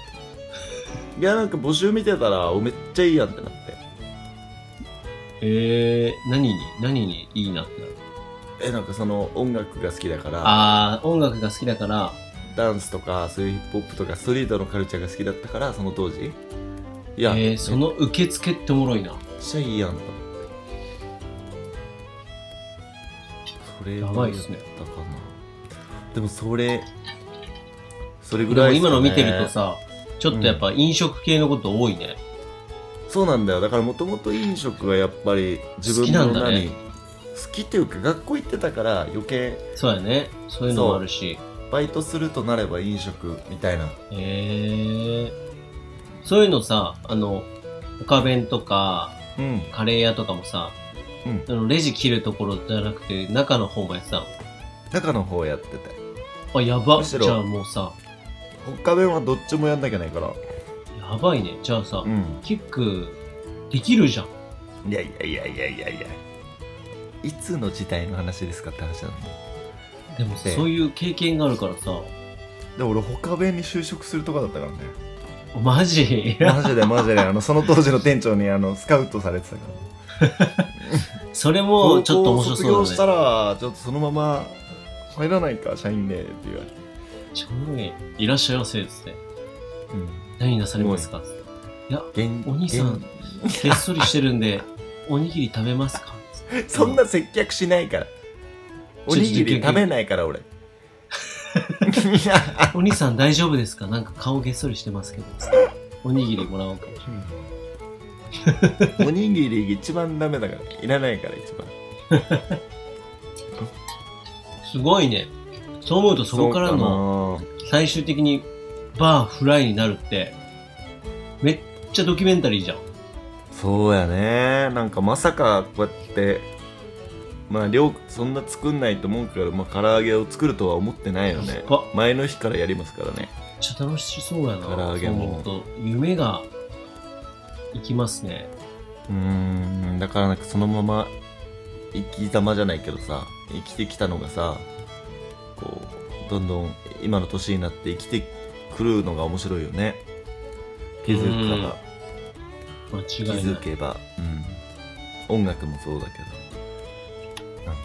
いやなんか募集見てたらおめっちゃいいやんってなって
へえ、何に、何にいいなってなる。
えなんかその音楽が好きだから
あー、音楽が好きだから、
ダンスとかそういうヒップホップとかストリートのカルチャーが好きだったからその当時いや、
えー、その受付っておもろいな。
めっちゃいいやんとそれ
やばいっすね
だったかなでもそれそれぐ
で
ら
も
いっすか
今
ね
の見てるとさ、ちょっとやっぱ飲食系のこと多いね。
そうなんだよだからもともと飲食がやっぱり自分
好
の
きなんだ
何
ね
好きっていうか学校行ってたから余計
そうやね。そういうのもあるし。
バイトするとなれば飲食みたいな
へえ。そういうのさ、あの、岡弁とか、
うん
カレー屋とかもさ、
うん
あのレジ切るところじゃなくて、中の方がやってたの。
中の方やってて
あ、やば。
む
じ
しろ
ゃあもうさ、
他弁はどっちもやんなきゃないから
やばいね。じゃあさ、
うん
キック、できるじゃん。
いやいやいやいやいやいやいつの時代の話ですかって話なの
でもさ
ええ
そういう経験があるからさ、
で俺他弁に就職するとかだった
[laughs]
からね [laughs]
マジ
マジでマジであのその当時の店長にあのスカウトされてたから
それもちょっと
高校
面白
卒業
そ
し
う
た
だね。
らちょっとそのまま入らないか社員でって言われて、
ちょうどいい。いらっしゃいませ、つって。何なされますかつって
現
お兄さんげっそりしてるんで、おにぎり食べま
[laughs]
すかつって
現そんな接客しないからおにぎり食べない
[laughs]
から俺
お兄さん大丈夫ですかなんか顔げっそりしてますけど。つっておにぎりもらおうか。
おにぎり一番ダメだからいらないから一番
すごいね。そう思うとそこからの
そうか
最終的にバーフライになるって、めっちゃドキュメンタリーじゃん。
なそうやねなんかまさかこうやってまあ量そんな作んないと思うから、まあ、唐揚げを作るとは思ってないよね
あ
前の日からやりますからね
めっちゃ楽しそうやな。
唐揚げも
そう思うと夢が、いきますね。
うーんだからなんかそのまま生き様じゃないけどさ生きてきたのがさこうどんどん今の年になって生きてくるのが面白いよね気づくから
間
気
違いな
づ
い。
けば、うん、音楽もそうだけどなんか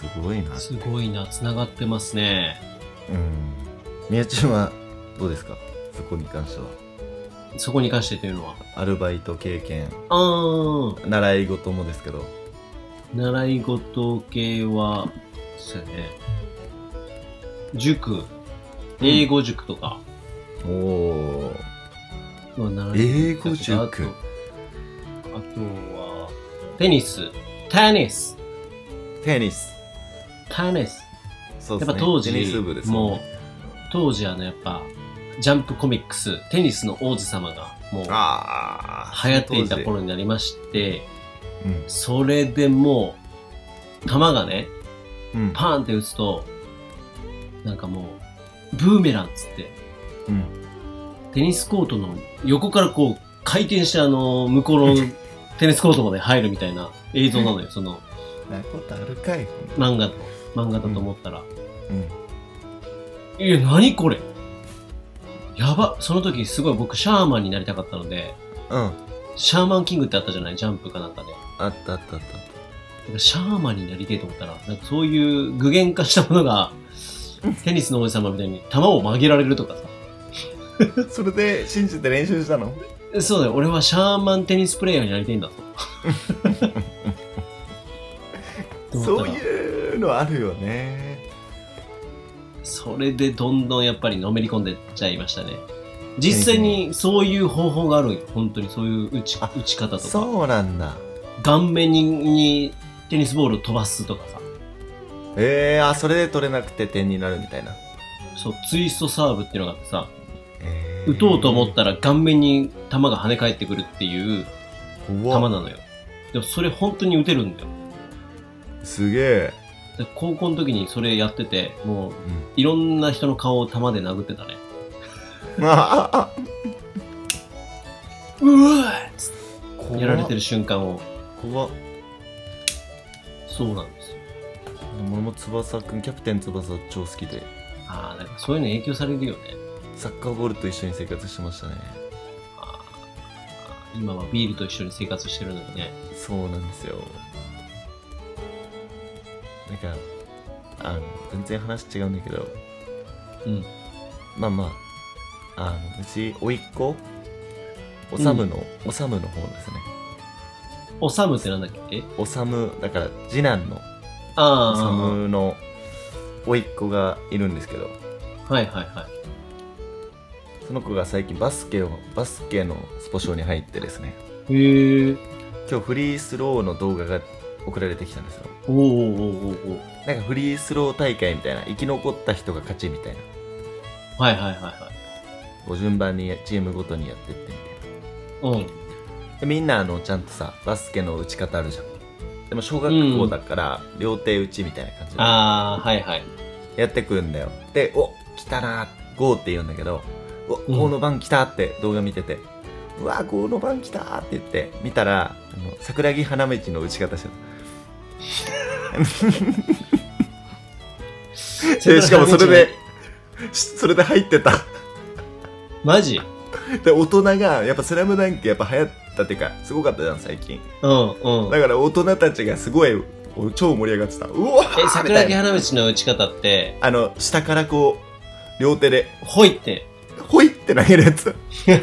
すごいな
すごいな、繋がってますね。
うん宮ちゃんはどうですかそこに関しては
そこに関してというのは。
アルバイト経験
あーん。
習い事もですけど
習い事系は、そうやね。塾、英語塾とか
おおー
の習
英
い
語
事
塾
あとあとは、テニス。テニス
テニス
テニス
そう
や
ですね
っぱ当時、
テニス部です
もう
ね、
当時あの、やっぱ、ジャンプコミックス、テニスの王子様が、もう、
ああ
流行っていた頃になりまして、
うん、
それでもう、球がね、
うん
パーンって打つと、なんかもう、ブーメランっつって、
うん、
テニスコートの横からこう、回転してあの、向こ
[laughs]
うのテニスコートまで入るみたいな映像なのよ、その、
なことあるかい
漫画の、漫画だと思ったら、
うん
いや、何これやば、その時すごい僕シャーマンになりたかったので、
うん。
シャーマンキングってあったじゃないジャンプかなんかで。
あったあったあっ
シャーマンになりてえと思ったら、なんかそういう具現化したものが、テニスの王子様みたいに球を曲げられるとかさ。
た。 [laughs] それで信じて練習したの
そうだよ、俺はシャーマンテニスプレイヤーになりてえんだぞ。と思っ
そう
たら
いうのあるよね。
それでどんどんやっぱりのめり込んでっちゃいましたね。実際にそういう方法があるんよ。本当にそういう打ち
あ
打ち方とか。
そうなんだ。
顔面ににテニスボールを飛ばすとかさ。
えー、あ、それで取れなくて点になるみたいな。
そう、ツイストサーブっていうのがあってさ、
えー
打とうと思ったら顔面に球が跳ね返ってくるっていう
う
球
わ
なのよ。でもそれ本当に打てるんだよ。
すげえ。
[laughs] で高校の時にそれやってて、も
うん
ういろんな人の顔を球で殴ってたね。
あああ
うわーっつっ
怖
て
っ
やられてる瞬間を。
怖っ
そうなんですよ。
俺も翼くんキャプテン翼超好きで
ああ、なんかそういうの影響されるよね。
サッカーボールと一緒に生活してましたね
今はビールと一緒に生活してるのよね。
そうなんですよなんかあの全然話違うんだけど
うん。
まあまああのうち甥っ子おさむの、おさむの方ですね
おさむってなんだっけ
おさむだから次男のおさ
あ
むの甥っ子がいるんですけど
あ、はいはいはい。
その子が最近バスケをバスケのスポ少に入ってですね
へえ。
今日フリースローの動画が送られてきたんですよ
おーおーおーおーおー
なんかフリースロー大会みたいな生き残った人が勝ちみたいな
はいはいはいはい。
こう順番にチームごとにやってってみたい
うん。
なでみんなあのちゃんとさバスケの打ち方あるじゃんでも小学校だから両手打ちみたいな感じで
ああ、はいはい。
やってくんだよでお来たなゴーって言うんだけどお
うん
ゴーの番来たって動画見てて、うわゴーの番来たって言って見たらあの桜木花道の打ち方して
[laughs]
たでしかも [laughs] それでしそれで入ってた
マジ
で大人がやっぱ「スラムダンクやっぱ流行ったっていうかすごかったじゃん最近
うんうん。
だから大人たちがすごいお超盛り上がってたうわー
え、桜木
みたいな
花道の打ち方って、
あの下からこう両手で
ほいって。
ほいって投げるや
[laughs]
ついや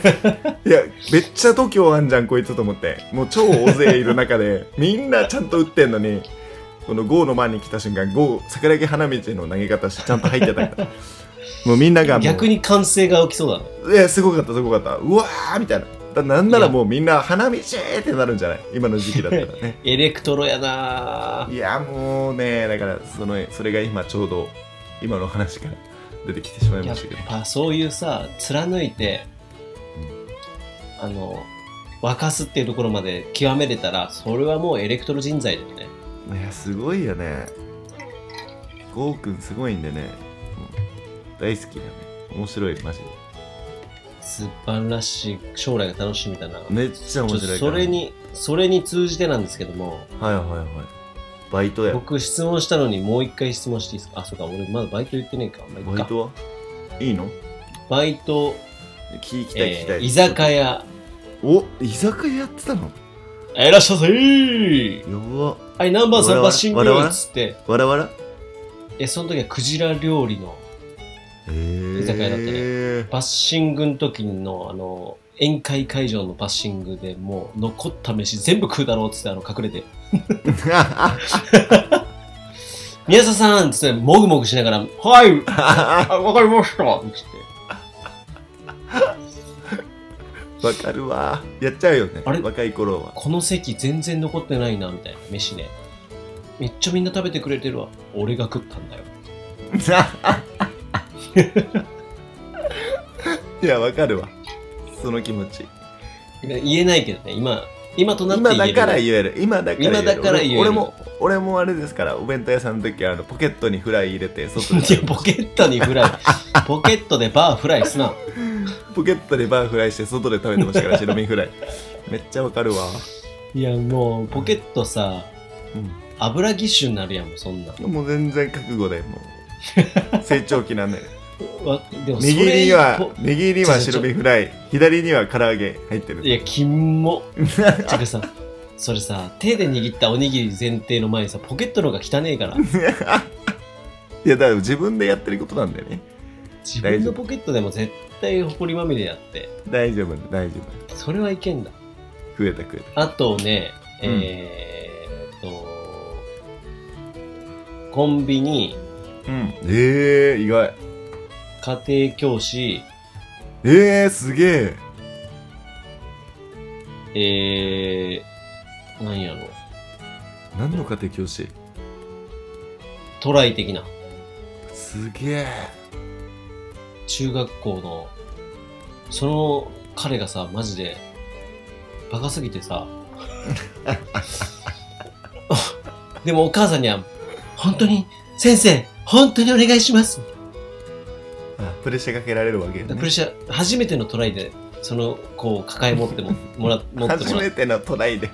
めっちゃ度胸あんじゃんこいつと思ってもう超大勢いる中
[laughs]
でみんなちゃんと打ってんのにこのゴーの前に来た瞬間ゴー桜木花道の投げ方してちゃんと入ってた
[laughs]
からもうみんながもう
逆に歓声が起きそうだね。
いやすごかったすごかったうわーみたいなだなんならもうみんな花道ってなるんじゃない今の時期だったらね
エレクトロやない
やもうねだからそのそれが今ちょうど今の話から [laughs] 出てきてしまい
や
ま
っ
したけど
ぱそういうさ、貫いて、あの、沸かすっていうところまで極めれたら、それはもうエレクトロ人材だよね。
いやすごいよねゴーくんすごいんでねうん大好きだね面白いマジで
素晴らしい将来が楽しみだな、
めっちゃ
ちょ
面
っと
白いから
それにそれに通じてなんですけども
はいはいはいバイトや
僕質問したのにもう一回質問していいですかあそうか俺まだバイト言ってねえかまあい
バイ
っか
トはいいの
バイト
聞きたい聞
え
きたい、
ー居酒屋
お居酒屋やってたの
あいらっしゃいませー
やば
はいナンバーさんバッシング
わらわら
っつって
わらわら
えその時はクジラ料理の
居
居酒屋だったねバッシングの時のあの宴会会場のバッシングでもう残った飯全部食うだろうっつってあの隠れて宮沢さんっつってもぐもぐしながら「はいあわかりました」っつって
[laughs] わかるわやっちゃうよね
あれ
若い頃は
この席全然残ってないなみたいな飯ねめっちゃみんな食べてくれてるわ俺が食ったんだよ
[laughs] いやわかるわその気持ち
言えないけどね今今となって
今
言
だ
える
から言える今だから言える
今だから言える
俺も俺もあれですからお弁当屋さんの時はあのポケットにフライ入れて外で
いやポケットにフ
[laughs]
ライポケットでバーフライすな
ポケットでバーフライして外で食べてました
[laughs]
から白身フライめっちゃわかるわ、
いやもうポケットさ油ぎっしゅになるやんもうそんな [laughs]
うん、もう全然覚悟でもう成長期なんで
わでもそれ
右には
ぽ、
右には白身フライ、左には唐揚げ入って
い
る。
や、キモ。てかさ、 [laughs] それさ、手で握ったおにぎり前提の前にさ、ポケットの方が汚ね
[laughs]
えか
[laughs]
ら、
いや、だから自分でやってることなんだよね。
自分のポケットでも絶対ほこりまみれやって、
大丈夫、大丈夫。
それはいけんだ。
食えた食えた。
あとね、
うん
えーっと、コンビニ、
うん。ええ意外。
家庭教師、
ええすげえ。
えー、なんやろ、
何の家庭教師
トライ的な、
すげえ。
中学校の、その彼がさ、マジで、バカすぎてさ、 [laughs] でもお母さんには、本当に、先生、本当にお願いします
あプレッシャーかけられるわけよ
プ
ね。
レッシャー、初めてのトライで、その子を抱え持っても
[laughs]
もら持ってもらっ
初めてのトライで。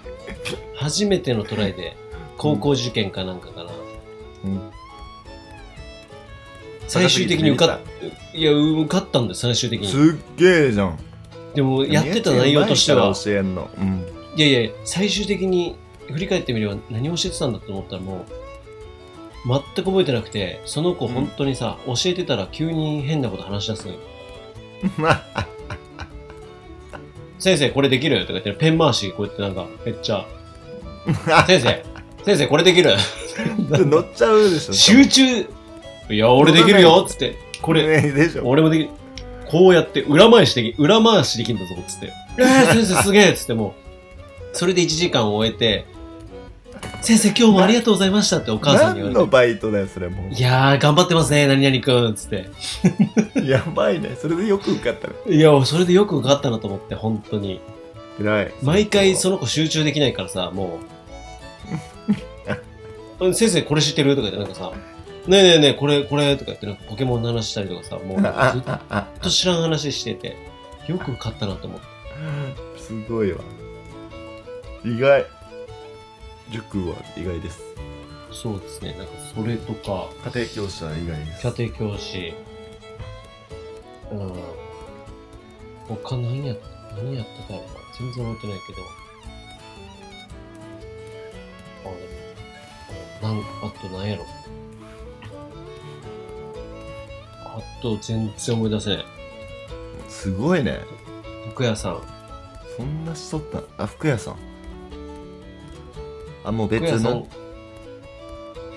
初めてのトライで、高校受験かなんかかな。
うん
最終的に受かっ、いや、うん受かったんだよ、最終的
す
に。
っげえじゃん。
でも、やってた内容として
見え
は、
てる前から教えんの。うん。
いやいや、最終的に振り返ってみれば何を教えてたんだと思ったらもう、全く覚えてなくて、その子本当にさ、教えてたら急に変なこと話し出すのよ。
まあ、
先生、これできるとか言って、ペン回し、こうやってなんか、めっちゃ、先生、先生、これできる [laughs]
乗っちゃうでしょ。
集中いや、俺できるよっつって、これ、
ねでしょ。
俺もできる。こうやって裏返しでき、裏回しできんだぞ、っつって。えー、先生すげえっつってもう、それで1時間を終えて、先生今日もありがとうございましたってお母さんに
何
言わ
の
れ
バイトだよ、それも
て。いやー、頑張ってますね、何々くん、つって。
う。やばいね。それでよく受かったね。
いや、それでよく受かったなと思って、本当に。
偉い。
毎回その子集中できないからさ、もう。先生これ知ってるとか言って、なんかさ、ねえねえねえ、これ、これ、とか言って、なんかポケモンの話したりとかさ、
[laughs]
もう、ず
あ
っ
ああ
と知らん話してて、よく受かったなと思って。
あすごいわ。意外。塾は意外です。
そうですね、なんかそれとか、
家庭教師は意外で
家庭教師、うん、他何や、何やってたのか全然覚えてないけど、あでも、なん、あと何やろ。あと全然思い出せない。
すごいね。
服屋さん。
そんなしとったあ、服屋さん。あ、もう
服屋
別
さん
の。。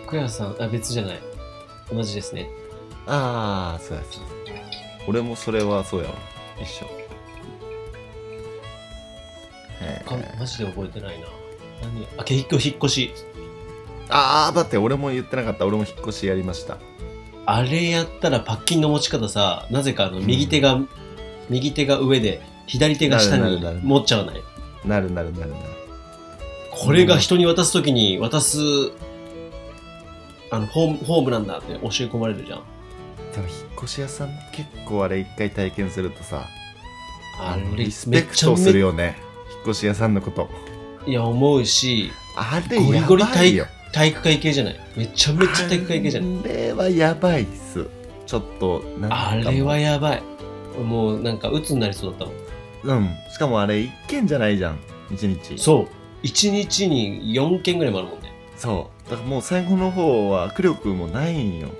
服屋さん、あ、別じゃない。同じですね。
ああ、そうやそうや。俺もそれはそうやわ。一緒。へ
か
え
マジで覚えてないな。何あ、結局引っ越し。
ああ、待って、俺も言ってなかった。俺も引っ越しやりました。
あれやったらパッキンの持ち方さ、なぜかあの右手が、右手が上で、左手が下
なる
に
なるなる
持っちゃわない。
なるなるなるなる。
これが人に渡すときに渡す、あの、ホーム、ホームなんだって教え込まれるじゃん。
でも引っ越し屋さん結構あれ一回体験するとさ、
あれ
リス、
め
ペ
っ
ク
ちゃ
ト
め
するよね。引っ越し屋さんのこと。
いや、思うし、
あれ
ゴリ
や
ゴリ
ば
体
い
育
よ。
体育会系じゃない。めちゃめちゃ体育会系じゃない。
あれはやばいっす。ちょっと、なんか
あ
もう
れはやばい。もうなんか鬱になりそうだったもん。
うん。しかもあれ一件じゃないじゃん。一日。
そう。一日に4件ぐらいもあるもんね。
そう。だからもう最後の方は握力もないんよ。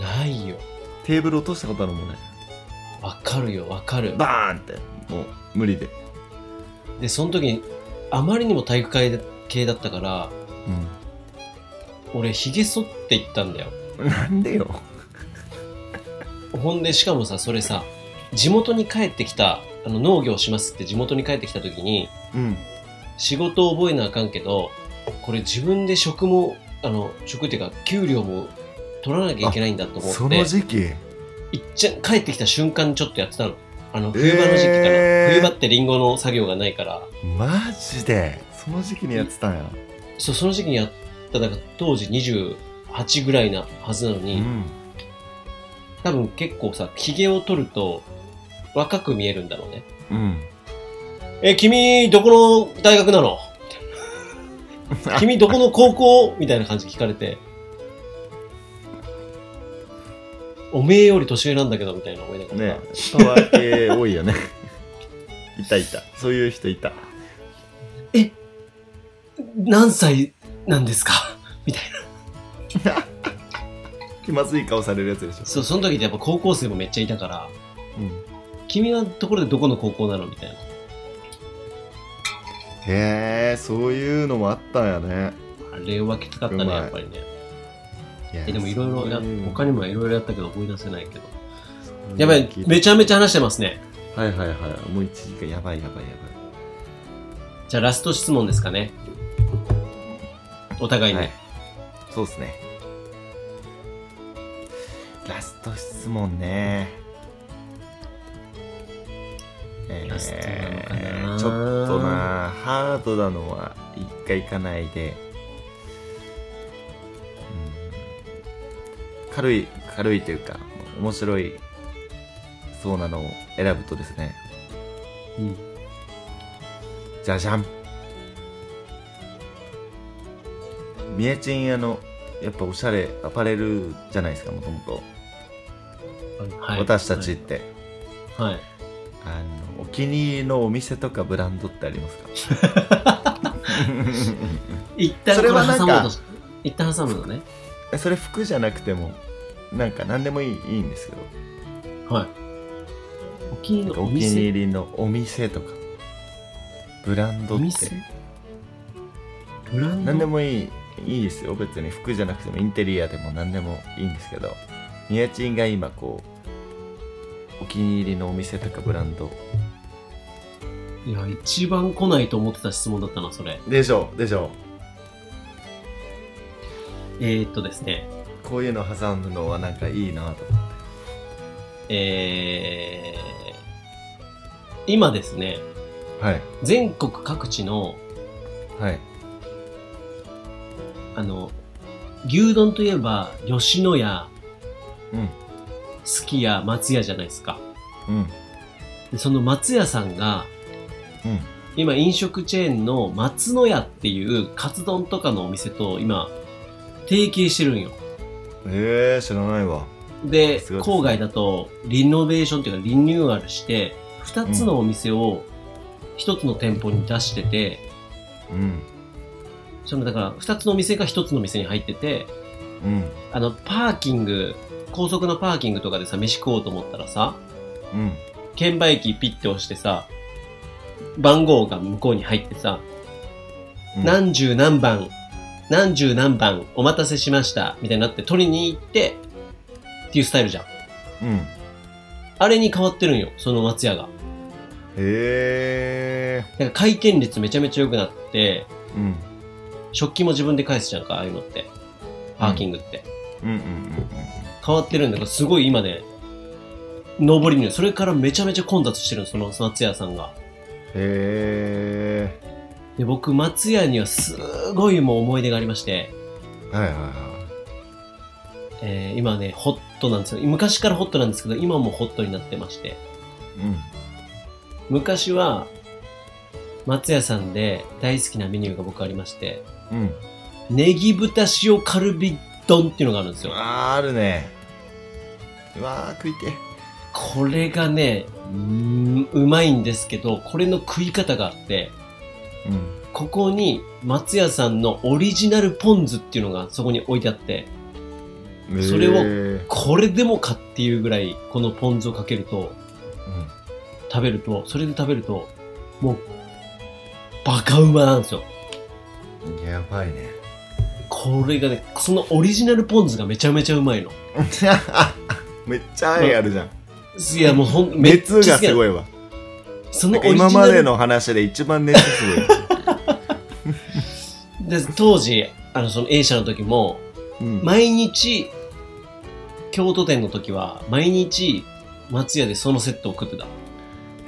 ないよ。
テーブル落としたことあるもんね。
わかるよ、わかる。
バーンって。もう無理で。
でその時にあまりにも体育会系だったから
う
俺ひげ剃っていったんだよ
ん。なんでよ。
ほんでしかもさそれさ地元に帰ってきたあの農業しますって地元に帰ってきた時に
うん。
仕事を覚えなあかんけどこれ自分で職もあの職っていうか給料も取らなきゃいけないんだと思
そ
って
の時期。
いっちゃ帰ってきた瞬間にちょっとやってたのあの冬場の時期から、
えー
冬場ってリンゴの作業がないから
マジで。その時期にやってたんや。
そうその時期にやっただから当時28ぐらいなはずなの
う
に、
ん。
多分結構さ、髭を取ると若く見えるんだろうね。
うん。
え、君、どこの大学なの
[laughs]
君、どこの高校みたいな感じで聞かれて。おめえより年上なんだけどみたいな思いながら、
ねパワー系多い
[laughs]
よねいたいたそういう人いた
何歳なんですかみたいな
気まずい顔されるやつでしょ、
そうその時ってやっぱ高校生もめっちゃいたから
うん、
君はところでどこの高校なのみたいな
へえそういうのもあったんやね
あれはきつかった
う
ね
まい
やっぱりね
や
えでもいろいろや
そういう
他にもいろいろやったけど思い出せないけどやばいめちゃめちゃ話してますね
はいはいはいもう1時間やばいやばいや
じゃあラスト質問ですかねお
ば
互
い
いに、
はいそうですねラスト質問ねえー
ラストなのかな
ちょっとなハードなのは一回行かないで、うん、軽い軽いというか面白いそうなのを選ぶとですね
うん
じゃじゃんミヤチン屋のやっぱおしゃれアパレルじゃないですかもともと
はい
私たちって、
はい、はい
あのお気に入りのお店とかブランドってありますか
[laughs] 一旦
そ
こ
れ
れ挟
はなんか
もうとし一旦挟むのね
それ服じゃなくてもなんか何でもいいいいんですけど
はいお気に入
な
り
んか
の
お
お
気に入り
店
のお店とかブランド
お
って
店ブランド
何でもいいいいですよ別に服じゃなくてもインテリアでも何でもいいんですけどみやちんが今こうお気に入りのお店とかブランド
いや一番来ないと思ってた質問だったなそれ
でしょでしょ
えー、っとですね
こういうの挟むのはなんかいいなと
えー、今ですね
はい
全国各地の
はい
あの牛丼といえば吉野家
うん
すき家松屋じゃないですか
うん
でその松屋さんが
うん
今飲食チェーンの松野屋っていうカツ丼とかのお店と今提携してるんよ
えー、知らないわ
で、
すごいですね
郊外だとリノベーションっていうかリニューアルして2つのお店を1つの店舗に出してて、
うん
そのだから2つのお店が1つのお店に入ってて
うん
あのパーキング高速のパーキングとかでさ飯食おうと思ったらさ
うん
券売機ピッて押してさ番号が向こうに入ってさ、
うん
何十何番何十何番お待たせしましたみたいになって取りに行ってっていうスタイルじゃん
うん
あれに変わってるんよその松屋が
へえ
なんか回転率めちゃめちゃ良くなって、
うん
食器も自分で返すじゃんか、ああいうのって。パーキングって。
うんうんうん
変わってるんだから、すごい今ね、上りに、それからめちゃめちゃ混雑してるの、その松屋さんが。
へえ
で、僕、松屋にはすごいもう思い出がありまして、
はいはいは
えー今ね、ホットなんですよ。昔からホットなんですけど、今もホットになってまして。
いうん
昔は、松屋さんで大好きなメニューが僕ありまして、
うん
ネギ豚塩カルビ丼っていうのがあるんですよ。
あーあるねうわー食いて
これがね、うーんうまいんですけど、これの食い方があって、
うん
ここに松屋さんのオリジナルポン酢っていうのがそこに置いてあって、それを
を
これでもかっていうぐらい、このポン酢をかけると、食べると、それで食べると、もう、バカうまなんですよ。
うん、やばい [laughs] ね
これがね、そのオリジナルポン酢がめちゃめちゃうまいの。
めっちゃ愛あるじゃん
いや、もうほん、めっち
熱
ゃ好き
が
な
すごいわ
そのオリジナ
今
ル
までの話で一番熱す
で当時、あの、その A 社の時も、
ごい、うん、
毎日京都店の時は毎日松屋でそのセットを食ってた
へ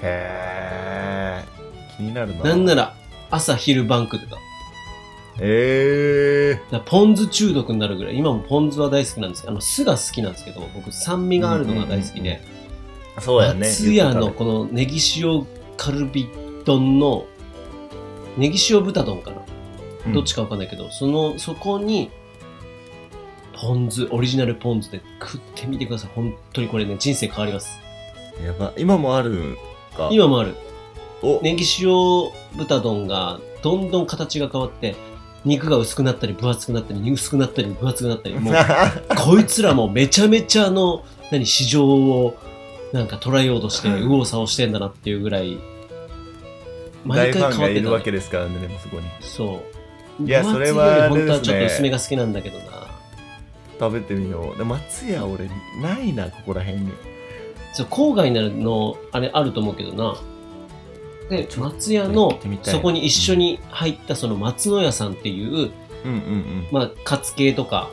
え気になるな
なんなら朝昼晩食ってただか
え
らポン酢中毒になるぐらい今もポン酢は大好きなんですけどあの酢が好きなんですけど僕酸味があるのが大好きで、
ー、そうやね
松屋の
言って
このネギ塩カルビ丼のネギ塩豚丼かな、
たね
どっちかわかんないけどそのそこにポン酢、オリジナルポン酢で食ってみてください。本当にこれね、人生変わります。
やば。今もあるんか。
今もある。
お、
ネギ塩豚丼がどんどん形が変わって、肉が薄くなったり分厚くなったり、薄くなったり分厚くなったり、もう
[laughs]
こいつらもめちゃめちゃあの、何、市場をなんか捉えようとして、
うん
右往左往してんだなっていうぐらい、
大
毎
フ
回
ァン
変
が
わっ
いるわ
てたね。
けですからね、でもそこに。
そう。
いやそれはあ
分厚いより
れですね
本当はちょっと薄めが好きなんだけどな。
食べてみよう。で松屋俺、ないな、ここら辺に。
そう郊外になるの、あれあると思うけどな。で、松屋
行
の
ってみ、たいな
そこに一緒に入ったその松の屋さんっていう、
うんうん
まあ、カツ系とか、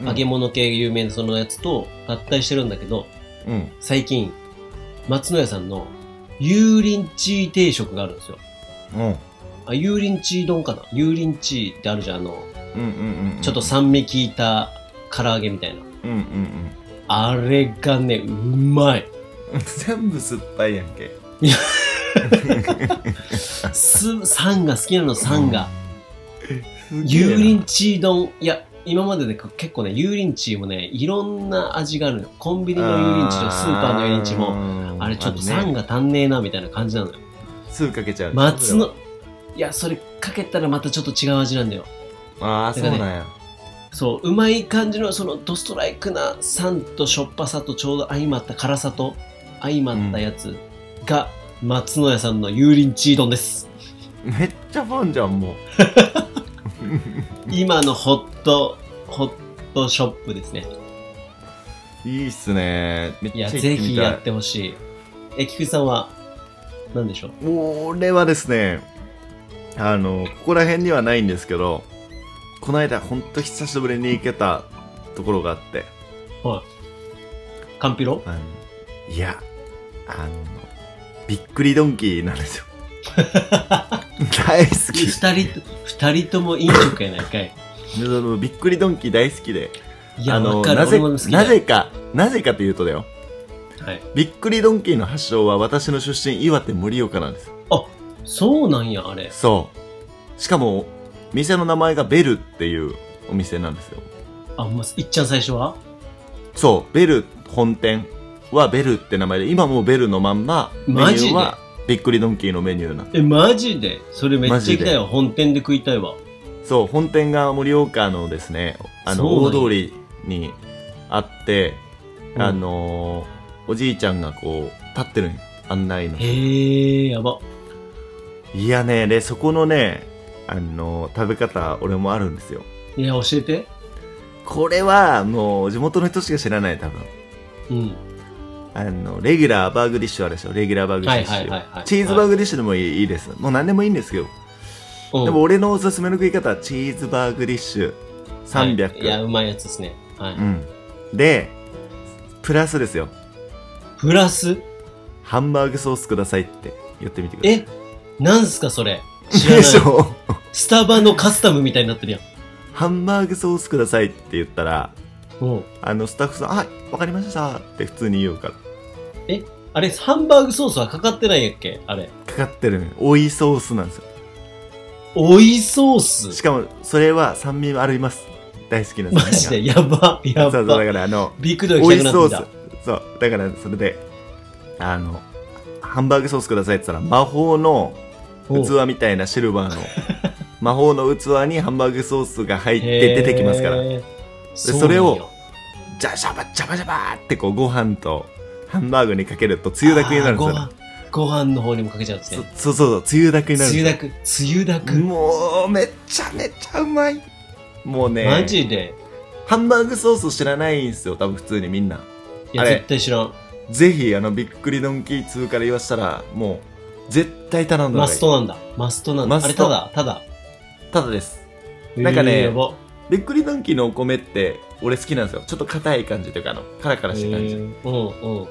うん。
揚げ物系有名なそのやつと合体してるんだけど、
うん。
最近、松野屋さんの油淋鶏定食があるんですよ。
うん。
あ、油淋鶏丼かな油淋鶏ってあるじゃん、あの、
うんうんうん。
ちょっと酸味効いた唐揚げみたいな。
うんうん
あれがね、うまい。
うん。 [laughs] 全部酸っぱいやんけ。
す、酸が好きなの、酸が。
すげえな
油淋鶏丼。いや、今までで結構ね、油淋鶏もね、いろんな味があるの。コンビニの油淋鶏とスーパーの油淋鶏も、
も
あれちょっと酸
酸
が足んねえな、みたいな感じなのよ。
酢かけちゃう
松のいやそれかけたらまたちょっと違う味なんだよ
ああそうなんや
そううまい感じのそのドストライクな酸としょっぱさとちょうど相まった辛さと相まったやつが松野屋さんの油淋鶏丼です
めっちゃファンじゃんもう
今のホットホットショップですね
いいっすねめっ
い
ちゃ
や
行っ
ぜ
て
ひ
みた
やっ
い
てほしいえ菊池さんは何でしょう
俺はですねあのここら辺にはないんですけどこの間ほんと久しぶりに行けたところがあって
カンピロ
あのいやあのびっくりドンキーなんですよ [laughs] 大好き
二人と二人とも飲食やないかい
でそのびっくりドンキー大好きで
いや
あの
わかる
なぜ
俺も好きだ
なぜかなぜかというとだよ
はい、
びっくりドンキーの発祥は私の出身岩手盛岡なんです
そうなんやあれ
そうしかも店の名前がベルっていうお店なんですよ
あもういっちゃん最初は
そうベル本店はベルって名前で今もうベルのまんまメ
マ
ニ
ジ
ュ
で
ーはびっくりドンキーのメニューな
えマジでそれめっちゃ
マジ
行
で
きたいわ本店で食いたいわ
そう本店が盛岡のですねあの
そうな
大
んや
通りにあって、
うん
あのーおじいちゃんがこう立ってるんよ案内の
へえやば
いやねでそこのねあのー食べ方俺もあるんですよ
いや教えて
これはもう地元の人しか知らない多分
うん
あのレギュラーバーグディッシュあるでしょレギュラーバーグディッシュ、
はいはいはいはい
チーズバーグディッシュでもいい,、い、いですもう何でもいいんですよ、
うん
でも俺のおすすめの食い方はチーズバーグディッシュ300、
はいいやうまいやつですねはい、
うんでプラスですよ
プラス
ハンバーグソースくださいって言ってみてください
えなんすかそれ知らな
で
い
しょ
スタバのカスタムみたいになってるやん
ハンバーグソースくださいって言ったら
うん
あのスタッフさん「はいわかりました」って普通に言うから
あれハンバーグソースはかかってないやっけあれ
かかってるのよ追いソースなんですよ
オイソース
しかもそれれは酸味もあります大好きな酸味が
マジでやば
そ
や
うそうだ
ば
からあの
ビッグドン
オ
行
イ
きたくな
ソ
ってきた
ースそうだからそれであのハンバーグソースくださいって言ったら魔法の
おう
器みたいなシル
[laughs]
バーの魔法の器にハンバーグソースが入っ
へ
て
ー
出てきますから
そうなん
それを
よ
ジャジャバジャバジャバーってこうご飯とハンバーグにかけるとつゆだくになるんですよ
あーご飯ご飯の方にもかけちゃうんですね
そそうそうそうつゆだくになる
つ
ん
ゆ
で
だくつゆだ
すよ
く
もうめちゃめちゃうまいもうね
マジで
ハンバーグソース知らないんですよ多分普通にみんない
や
あれ
絶対知らん
ぜひあのびっくりドンキー2から言わしたらもう絶対頼んだ方
マ
がい
ス
い
トなんだマストなんだ
マ
あれ
スト
ただただ
ただですなんかね
えーやば
びっくりドンキーのお米って俺好きなんですよちょっと硬い感じというかあのカラカラした感じ、
えーうんうん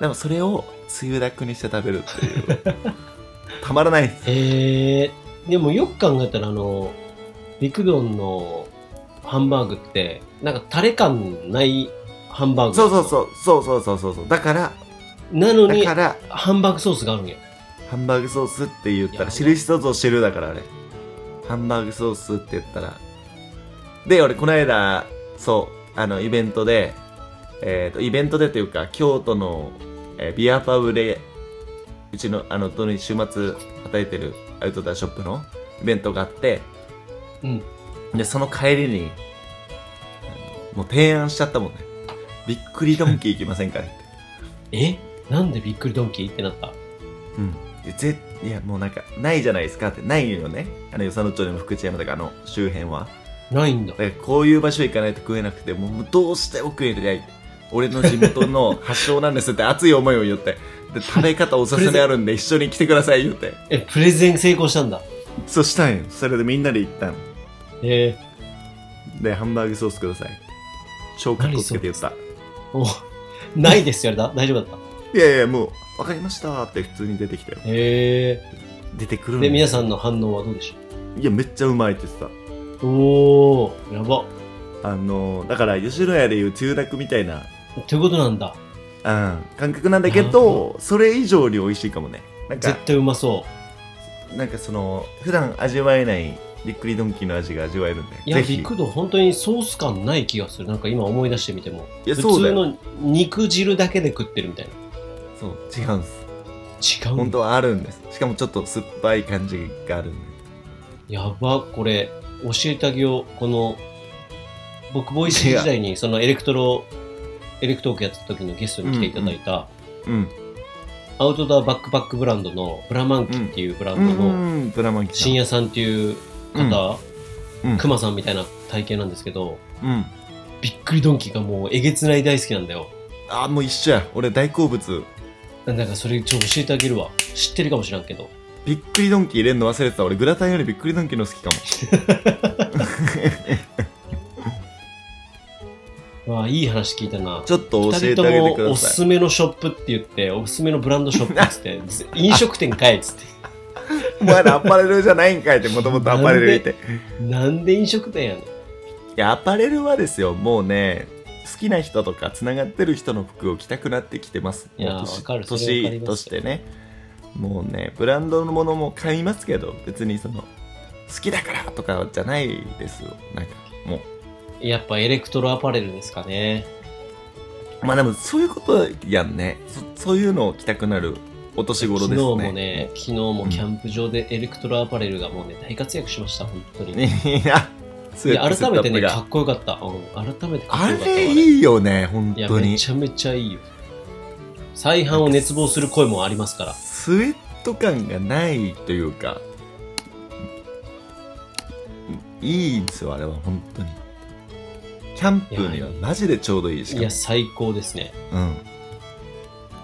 でもそれをつゆだくにして食べるっていう
[laughs]
たまらないです
へえー、でもよく考えたらあの肉丼のハンバーグってなんかタレ感ないハンバーグ
そうそう
う
そうそうそうそうそうそうだから
なの
だ
に
から
ハンバーグソースがあるんや
ハンバーグソースって言った
いや
ら印ソースを汁だからあれハンバーグソースって言ったらで俺この間そうあのイベントで、えー、とイベントでというか京都の、えービアパブでうちのあの土日週末働いてるアウトドアショップのイベントがあって
うん。
でその帰りにあのもう提案しちゃったもんねびっくりドンキー行きませんかねって
えなんでびっくりドンキーってなった
うん、ぜいやもうなんかないじゃないですかってないよねあの与謝野町でも福知山とかの周辺は
ないんだ
だ。からこういう場所行かないと食えなくてもうどうしても食えない俺の地元 [laughs] の発祥なんですって熱い思いを言ってで食べ方おすすめあるんで一緒に来てください言って
え、プレゼン成功したんだ。
そうしたんよそれでみんなで行ったの
え
でハンバーグソースくださいって超かっこつけて言った
ー、おないですよ、あれだ。大 [laughs] 丈夫だっ
いやいやもう分かりましたって普通に出てきたよ
た。え
出てくる
ー。
の
で、皆
ん
さんの反応はどうでし
いやめっちゃうまいって言ってた
ょうおー、やば。
あのだから吉野家でいうつゆだくみたいな
ってことなんだ。
うん、感覚なんだけ
なるほ
どそれ以上に美味しいかもねなんか
絶対うまそ
なんかその普段味わえないびっくりドンキーの味が味わえるん
う。い
で
や、
ぜ
ビ
ひ
ッグドン本当にソース感ない気がする。なんか今思い出してみても。
いや
普
そうだ
通
よ
の肉汁だけで食ってるみたいな。
そう違うんです
違う
本
んだ。
当はあるんですしかもちょっと酸っぱい感じがあるんで
やば、これ、教えてあげよう。この、僕、ボイス時代に、そのエレクトロ、エレクトークやってた時のゲストに来ていただいた、
うん
アウトドアバックパックブランドのブラマンキっていうブラ
う
ンド
ん
の
うんドラマンキ
深夜さんっていう方、
うんうん
クマさんみたいな体型なんですけど、
うん
びっくりドンキーがもうえげつない大好きなんだよ。
あーもう一緒や俺大好物
だからそれちょっと教えてあげるわ。知ってるかもしらんけど。
びっくりドンキー入れるの忘れてた俺グラタンよりびっくりドンキーの好きかも
わあ、いい話聞いたな。
ちょっと教
二
え
人
て
と
あげて
も
くだ
おす
さ
すめのショップって言って、おすすめのブランドショップっつ
[laughs]
って、飲食店かいっつって。
いお前らアパレルじゃないんかいってもともとアパレルいて
なんで飲食店やね
い
ん。
やアパレルはですよもうね好きな人とかつながってる人の服を着たくなってきてます
いや
もう
わかるそれわかり
年
ます
としてねもうねブランドのものも買いますけど別にその好きだからとかじゃないですよなんかも
やっぱエレクトロアパレルですかね。
うまあでもそういうことやんねそそういうのを着たくなるお年頃ですね
昨日もね、昨日もキャンプ場でエレクトロアパレルがもうね、大活躍しました、本当に。
いやス
い
ー
や
ツセット
改め
ア
て
ップ
ね、か
が
っこよかった。うん、改めてかっ
あ
こよかったわ。
れ
い
いいよね本
や、
当
め
に
ちゃめちゃいいよ。再販を熱望する声もありますから。
スウェット感がないというかうんいいんですよあれは本当にキャンプにはマジでちょうどいいし
い
か
や、最高ですね。
も、うん、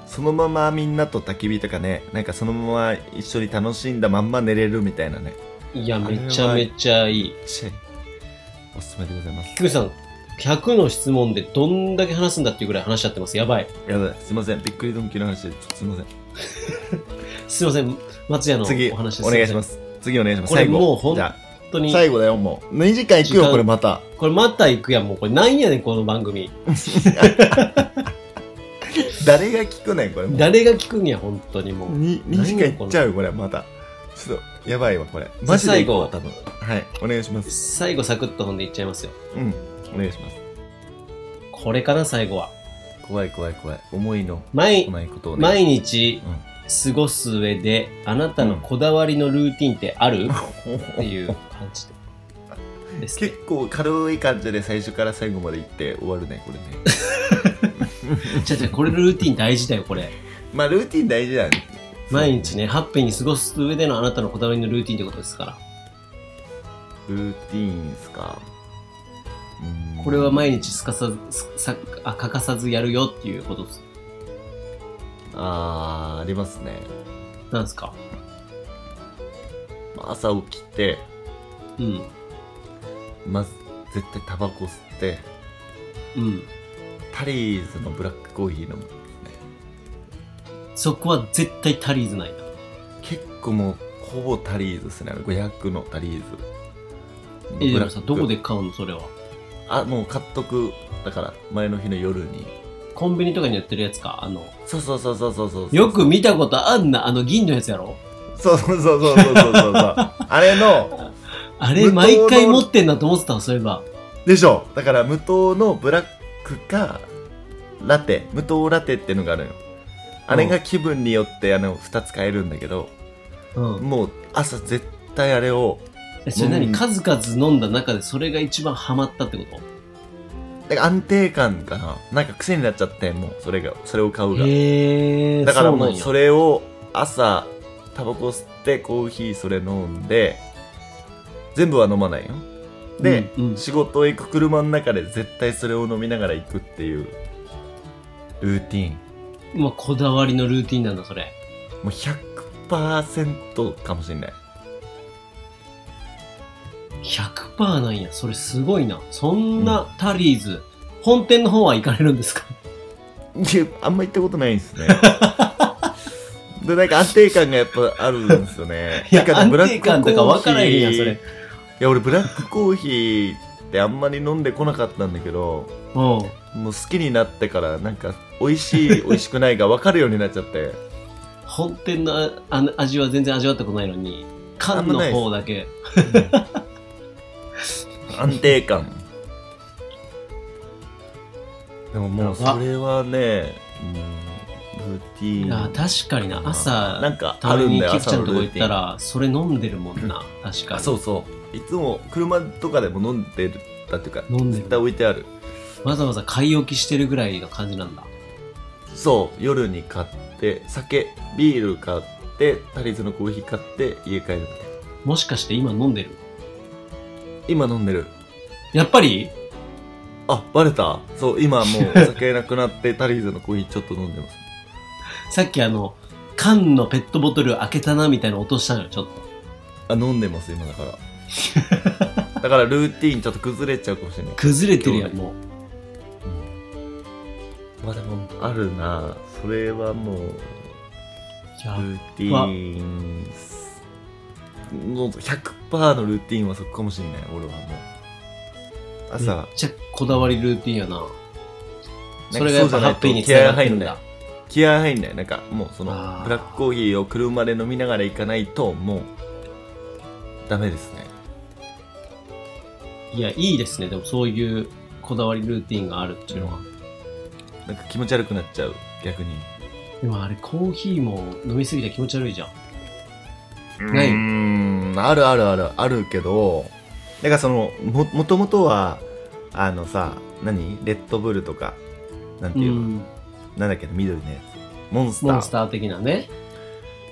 そのままみんなと焚き火とかねなんかそのまま一緒に楽しんだまんま寝れるみたいなね
いや、
あれは
めちゃめちゃいい。
ちおすすめでございます
菊池さん、100の質問でどんだけ話すんだっていうぐらい話しちゃってます。やばい。
やばいすいませんびっくりドンキーの話でちょっとすいません
すいません、松屋の
次
お話です。
お願いします次お願いします
これ
最後
もうほん
じゃ
本当
あ
に。
最後だよもう2時間行く
時
よ
間
これまた
これまた行くやん、もう。これなんやねん、この番組。
誰が聞くねんこれもう
誰が聞くんや、本当にもう。
に2時間いっちゃうよこれまたちょっとやばいわこれマジでいこう
最
多分はいお願いします
最後サクッとほんでいっちゃいますよ。
うんお願いします
これかな、最後は。
怖い怖い怖い思いの
毎、
ないことを
毎日
うん
過ごす上で、あなたのこだわりのルーティンってある、っていう感じで。ですね
[laughs] 結構軽い感じで最初から最後までいって終わるねこれね [laughs]
じゃじゃこれルーティン大事だよ、これ。
まあルーティン大事だよね [laughs]
毎日ね、ハッピーに過ごす上でのあなたのこだわりのルーティンってことですから。
ルーティーンっすかうん
これは毎日すかさず、すさあ欠かさずやるよっていうことです
あーありますね
なんですか
まあ朝起きて
うん。
まず絶対タバコ吸って
うん。
タリーズのブラックコーヒー飲む
そこは絶対足りずないな。
結構もうほぼタリーズですね500のタリーズ
え、で
ブラ
も
ッ
さ、
ク
どこで買うのそれは。
あもう買っとくだから前の日の夜に
コンビニとかに売ってるやつか。あの、
そうそうそうそうそうそう
よく見たことあんな、あの銀のやつやろ
そうそうそう
[laughs]
そうそうそうそうあれの
あれ、
無糖の
毎回持ってんなと思ってたわ、そういえば。
でしょだから無糖のブラックかラテ無糖ラテってのがあるのよあれが気分によってあの2つ買えるんだけど
うん。
もう朝絶対あれを
えそれ何、
うん
数々飲んだ中でそれが一番ハマったってこ
なんか安定感かななんか癖になっちゃってもうそれがそれを買う
と
が
へえ
だからもうそ
れ。
れを朝タバコ吸ってコーヒーそれ飲んで全部は飲まないよで、
うんうん
仕事行く車の中で絶対それを飲みながら行くっていうルーティン
まあ、こだわりのルーティンなんだ、それ。
もう100%かもしれない
100%なんや。それすごいな。そんなタリーズ、本店の方は行かれるんですか
いやあんま行ったことないんです
[laughs]
ねでなんか安定感がやっぱあるんですよね
いや
なんねブラック
安定感とかわからへんやんそれ
コーヒーいや俺ブラックコーヒーってあんまり飲んでこなかったんだけど
うん。
もう好きになってからなんか美味しい美味しくないが分かるようになっちゃ
[laughs]
って
本店のああの味は全然味わったことないのに、缶の方だけ。
安定感でももうそれはねうんルーティ
い
ー
や
ン
確かにな、朝、
なんかあ
たま
るん
に
だよ
キキち
朝
ゃん
の
と
ル
こ
ー
行っ
ティ
た
ン
ら、それ飲んでるもんな。確か
あ
に。
そうそういつも車とかでも飲んでるだっていうか
飲んで
絶対
る。
置いてある
わざわざ買い置きしてるぐらいの感じなんだ。
そう夜に買って酒ビール買ってタリーズのコーヒー買って家帰るみたいな
もしかして今飲んでる
今飲んでる
やっぱり
あバレたそう今もうお酒なくなってタリーズのコーヒーちょっと飲んでます
さっきあの、缶のペットボトル開けたなみたいな音したのよ、ちょっ
あ
と。
飲んでます今だからだか
[laughs]
らルーティーンちょっと崩れちゃうかもしれない
崩れてるやん、もう。
まあでもあるなそれはもう
いや
ルーティーンもう100%のルーティーンはそこかもしれない俺はもう
め
朝
っちゃこだわりルーティンやな。
なんか
それがやっぱ
そうじゃな
ハ
いと
ッピーにつながってるん
気合
だ
入。気合入んないなんかもうその
あー
ブラックコーヒーを車で飲みながら行かないともうダメですね
いや、いいですね。でもそういうこだわりルーティンがあるっていうのは。
なんか気持ち悪くなっちゃう逆に
でもあれ、コーヒーも飲みすぎたら気持ち悪いじゃん。ないう
ーんあるあるあるあるけどだからそのももともとはあのさ何レッドブルとかなんていうの、
ん。
なんだっけな緑のやつモンスター
モンスター的なね。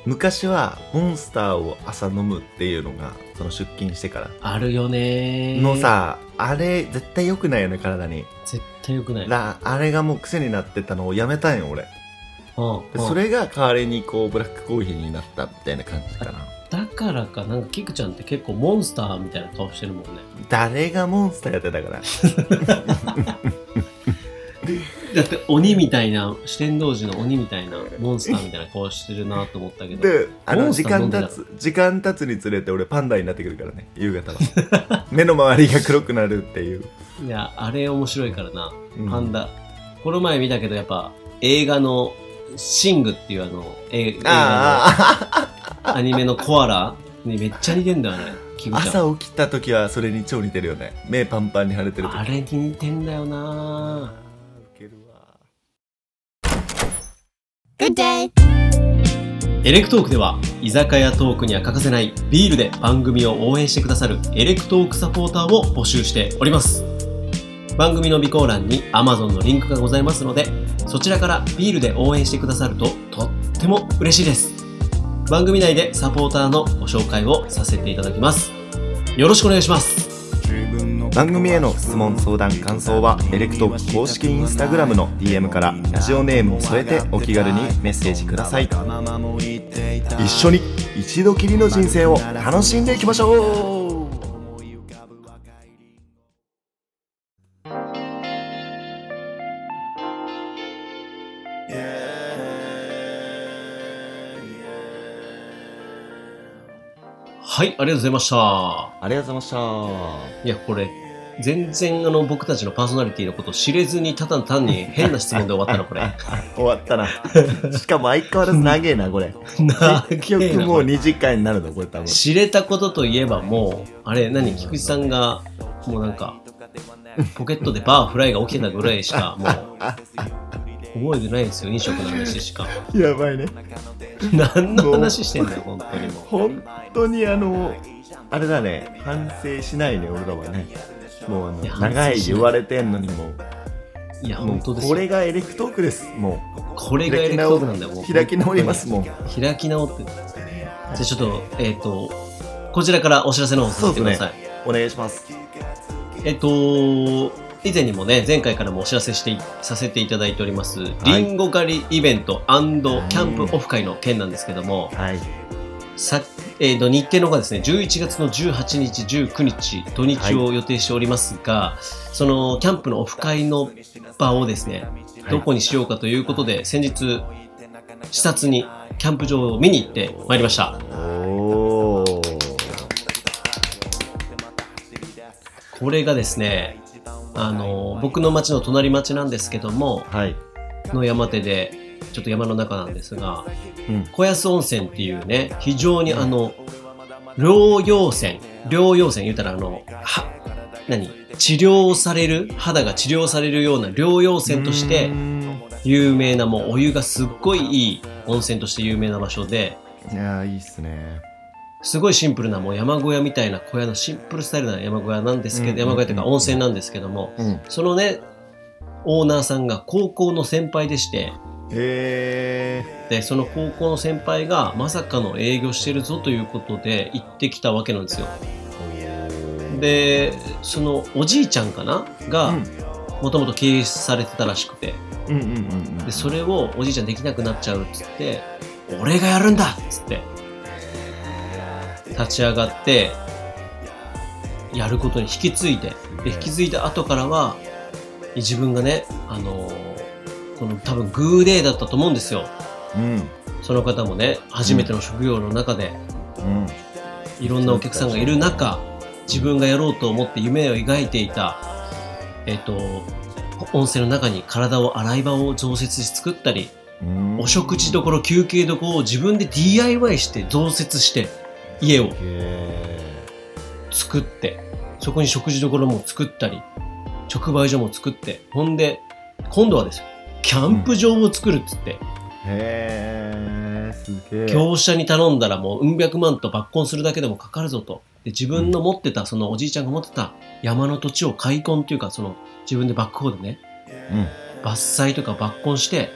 昔はモンスターを朝飲むっていうのがその出勤してから
あるよねー。
の。さ、あれ絶対良くないよね体に
絶対良くない。
らあれがもう癖になってたのをやめたんよ俺
うんうん
でそれが代わりにこうブラックコーヒーになったみたいな感じかな
だからか、なんかキクちゃんって結構モンスターみたいな顔してるもん
[laughs]
ね。
誰がモンスターやってた
[laughs]
から
だって鬼みたいな、四天王寺の鬼みたいな、モンスターみたいな顔してるなと思ったけど。
であ
モ
の
ンス
時
ター飲
間
ん
経
で
つ時間経つにつれて俺パンダになってくるからね夕方は [laughs] 目の周りが黒くなるっていう、
いや、あれ面白いからな。
うん
パンダ。この前見たけど、やっぱ映画のシングっていうあの、え映画 [laughs]
ああ
のアニメのコアラにめっちゃ似てんだ
[laughs]
よね。キムちゃん。
朝起きた時はそれに超似てるよね目パンパンに腫れてる時
あれに似てんだよな
ウケるわ
Good day.
エレクトークでは居酒屋トークには欠かせないビールで番組を応援してくださるエレクトークサポーターを募集しております番組の備考欄に Amazon のリンクがございますのでそちらからビールで応援してくださるととっても嬉しいです番組内でサポーターのご紹介をさせていただきますよろしくお願いします
番組への質問相談感想はエレクトーク公式インスタグラムの DM からラジオネームを添えてお気軽にメッセージください一緒に一度きりの人生を楽しんでいきましょう
はいありがとうございました
ありがとうございまし
いや、これ、全然あの僕たちのパーソナリティのことを知れずに、ただ単に変な質問で終わったの、これ。
た終わった
[laughs]
なしかも相変わらず長えなこれ
な
結局もう2時間になるのこれ多分
知れたことといえばもう、あれ、何、菊池さんが、もうなんか、ポケットでバーフライが起きてたぐらいしか、もう、覚えてないですよ、飲食の話しか。 [laughs]
やばいね
何の話してんだよ、本当にもう。
本当にあのあれだね反省しないね俺らはねもうあの
いや
長
反省
い
しない
言われてんのにも
いや、
うも
本
う
当です
こ
よ。
れがエレクトークですも
こ
う
れがエレクトークなんだよ、もう。
開き直りますもん
開き直ってる。じゃあちょっと、えっ、と、こちらからお知らせの方させてください。
お願いします
えっと、以前にもね、前回からもお知らせしていさせていただいております、
い
リンゴ狩りイベントキャンプオフ会の件なんですけども、
はい
さえーと日程の方がですね、11月の18日、19日、土日を予定しておりますが、そのキャンプのオフ会の場をですね、どこにしようかということで、先日、視察にキャンプ場を見に行ってまいりました。
おお
これがですね、あの、僕の町の隣町なんですけども、
はい
の山手で、ちょっと山の中なんですが、
うん
小安温泉っていうね、非常にあの、療養泉、療養泉言うたらあの、は、何治療される、肌が治療されるような療養泉として
うー、ん
有名な、もうお湯がすっごいいい温泉として有名な場所で、
いやーいいっすね
すごいシンプルな、もう山小屋みたいな小屋のシンプルスタイルな山小屋なんですけど、
うん
山小屋というか温泉なんですけども、
うん
そのね、オーナーさんが高校の先輩でして、
え
で、その高校の先輩がまさかの営業してるぞということで行ってきたわけなんですよ。で、そのおじいちゃんかな
ー
が、
うん
もともと経営されてたらしくて、
うんうんうんうん
で、それをおじいちゃんできなくなっちゃうっつって、俺がやるんだっつって、立ち上がって、やることに引き継いで、で引き継いだ後からは、自分がね、あのーこの多分グーデーだったと思うんですよ。
うん
その方もね、初めての職業の中で、
うん
いろんなお客さんがいる中、自分がやろうと思って夢を描いていた、えっ、と、温泉の中に体を洗い場を増設して作ったり、
うん
お食事どころ休憩どころを自分で DIY して増設して家を
へ
作ってそこに食事どころも作ったり直売所も作ってほんで今度はですよキャンプ場を作るっつって、
ーへーすげえ
業者に頼んだらもううん百万と抜本するだけでもかかるぞとで自分の持ってたそのおじいちゃんが持ってた山の土地を開墾っていうかその自分でバックホーでね
うん
伐採とか抜本して、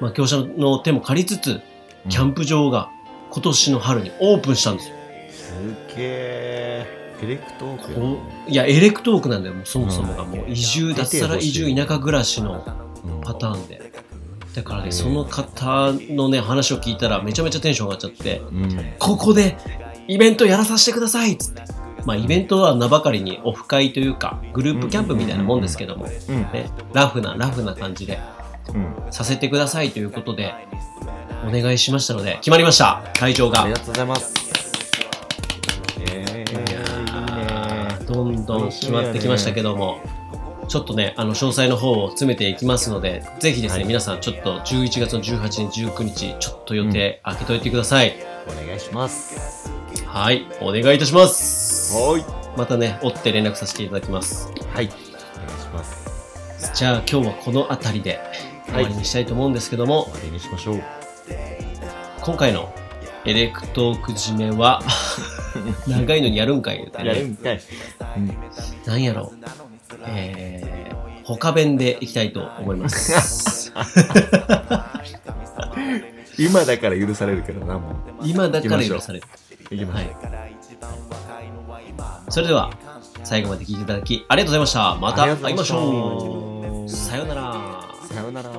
まあ、業者の手も借りつつキャンプ場が今年の春にオープンしたんですよ。
すげえエレクトークや
こういや、エレクトークなんだよ、もうそもそもが。もう移住、
出てほし
脱
い
サラ移住、田舎暮らしの
うん
パターンで。だから
う
ね、
ん
その方のね、話を聞いたらめちゃめちゃテンション上がっちゃって、
うん
ここでイベントやらさせてくださいっつって。まあ、イベントは名ばかりにオフ会というか、グループキャンプみたいなもんですけども、ね、
うん
ラフな、ラフな感じで
うん
させてくださいということで、お願いしましたので、決まりました会場が。
ありがとうございますえー
いや
いい
ー
ね
どんどん決まってきましたけども、ちょっとね、あの詳細の方を詰めていきますので、ぜひですね、
はい
皆さん、ちょっと11月の18日、19日、ちょっと予定、開けといてください。
お願いします
はい、お願いいたします。
はい
またね、追って連絡させていただきます。
はいお願いします
じゃあ、今日はこの辺りで終わりにしたいと思うんですけども、
終わりにしましょう
今回のエレクトーク締めは、 [laughs] 長いのにやるんかい言うてね
やるんかい
なんやろう、えー、他弁でいきたいと思い [laughs] ます。
今だから許されるけどなもう
今だから許される。
いきま
は
しょ
い。それでは、最後まで聞いていただき、ありがとうございました。ま
う
た
ありがとう
会いましょ
ございま
う。
した
さようなら。
さようなら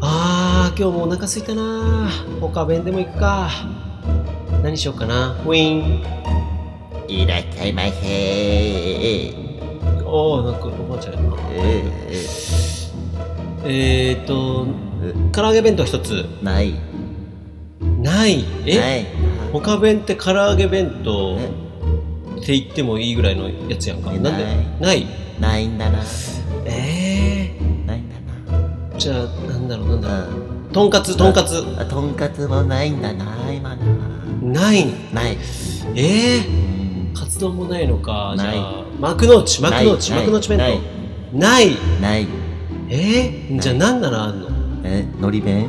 あー、今日もお腹すいたな。他弁でも行くか。何しようかな。ウィーン。
いらっしゃいませー
おー、なんかおばあちゃんやな。
え
えーと、
ー
唐揚げ弁当一つ。
ない
ない。え、
ない
他弁って唐揚げ弁当
え
って言ってもいいぐらいのやつやんか。
え
なんでない
ないんだな
えー。
ないんだな
じゃあ、なんだろう、なん
う
だろう。
ん
とんかつ、とんかつ。
あとんかつもないんだな今な
ないね。
ない
ええ
うん
カツ丼もないのか。じ
ない
ゃあ、幕の内、幕の内、
ない
幕の内弁
ない
当。ない。
ない
ええじゃあ、なんならあんの
えのり弁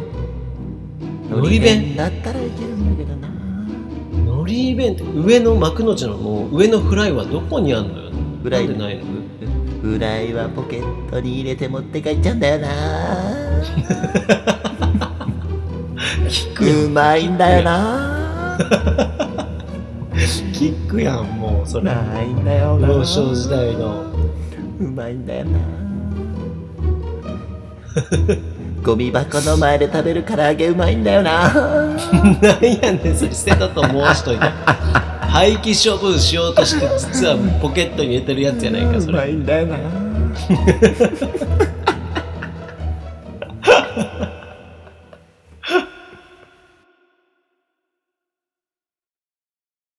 のり弁
だったらいけるんだけどな
海苔弁って、上の幕の内のもう、上のフライはどこにあんのよ。
フライ
なんでないの
フライはポケットに入れて持って帰っちゃうんだよな
[laughs] 聞くやん。
うまいんだよな
聞くやん、もう、そうれ。
まいんだよな
幼少時代の。 [laughs]
うまいんだよなゴミ箱の前で食べる唐揚げうまいんだよな
なんやねん、それ捨てたと申しといて。 [laughs] 廃棄処分しようとして、実はポケットに入れてるやつやないか、そう
ま
れ。
いんだよな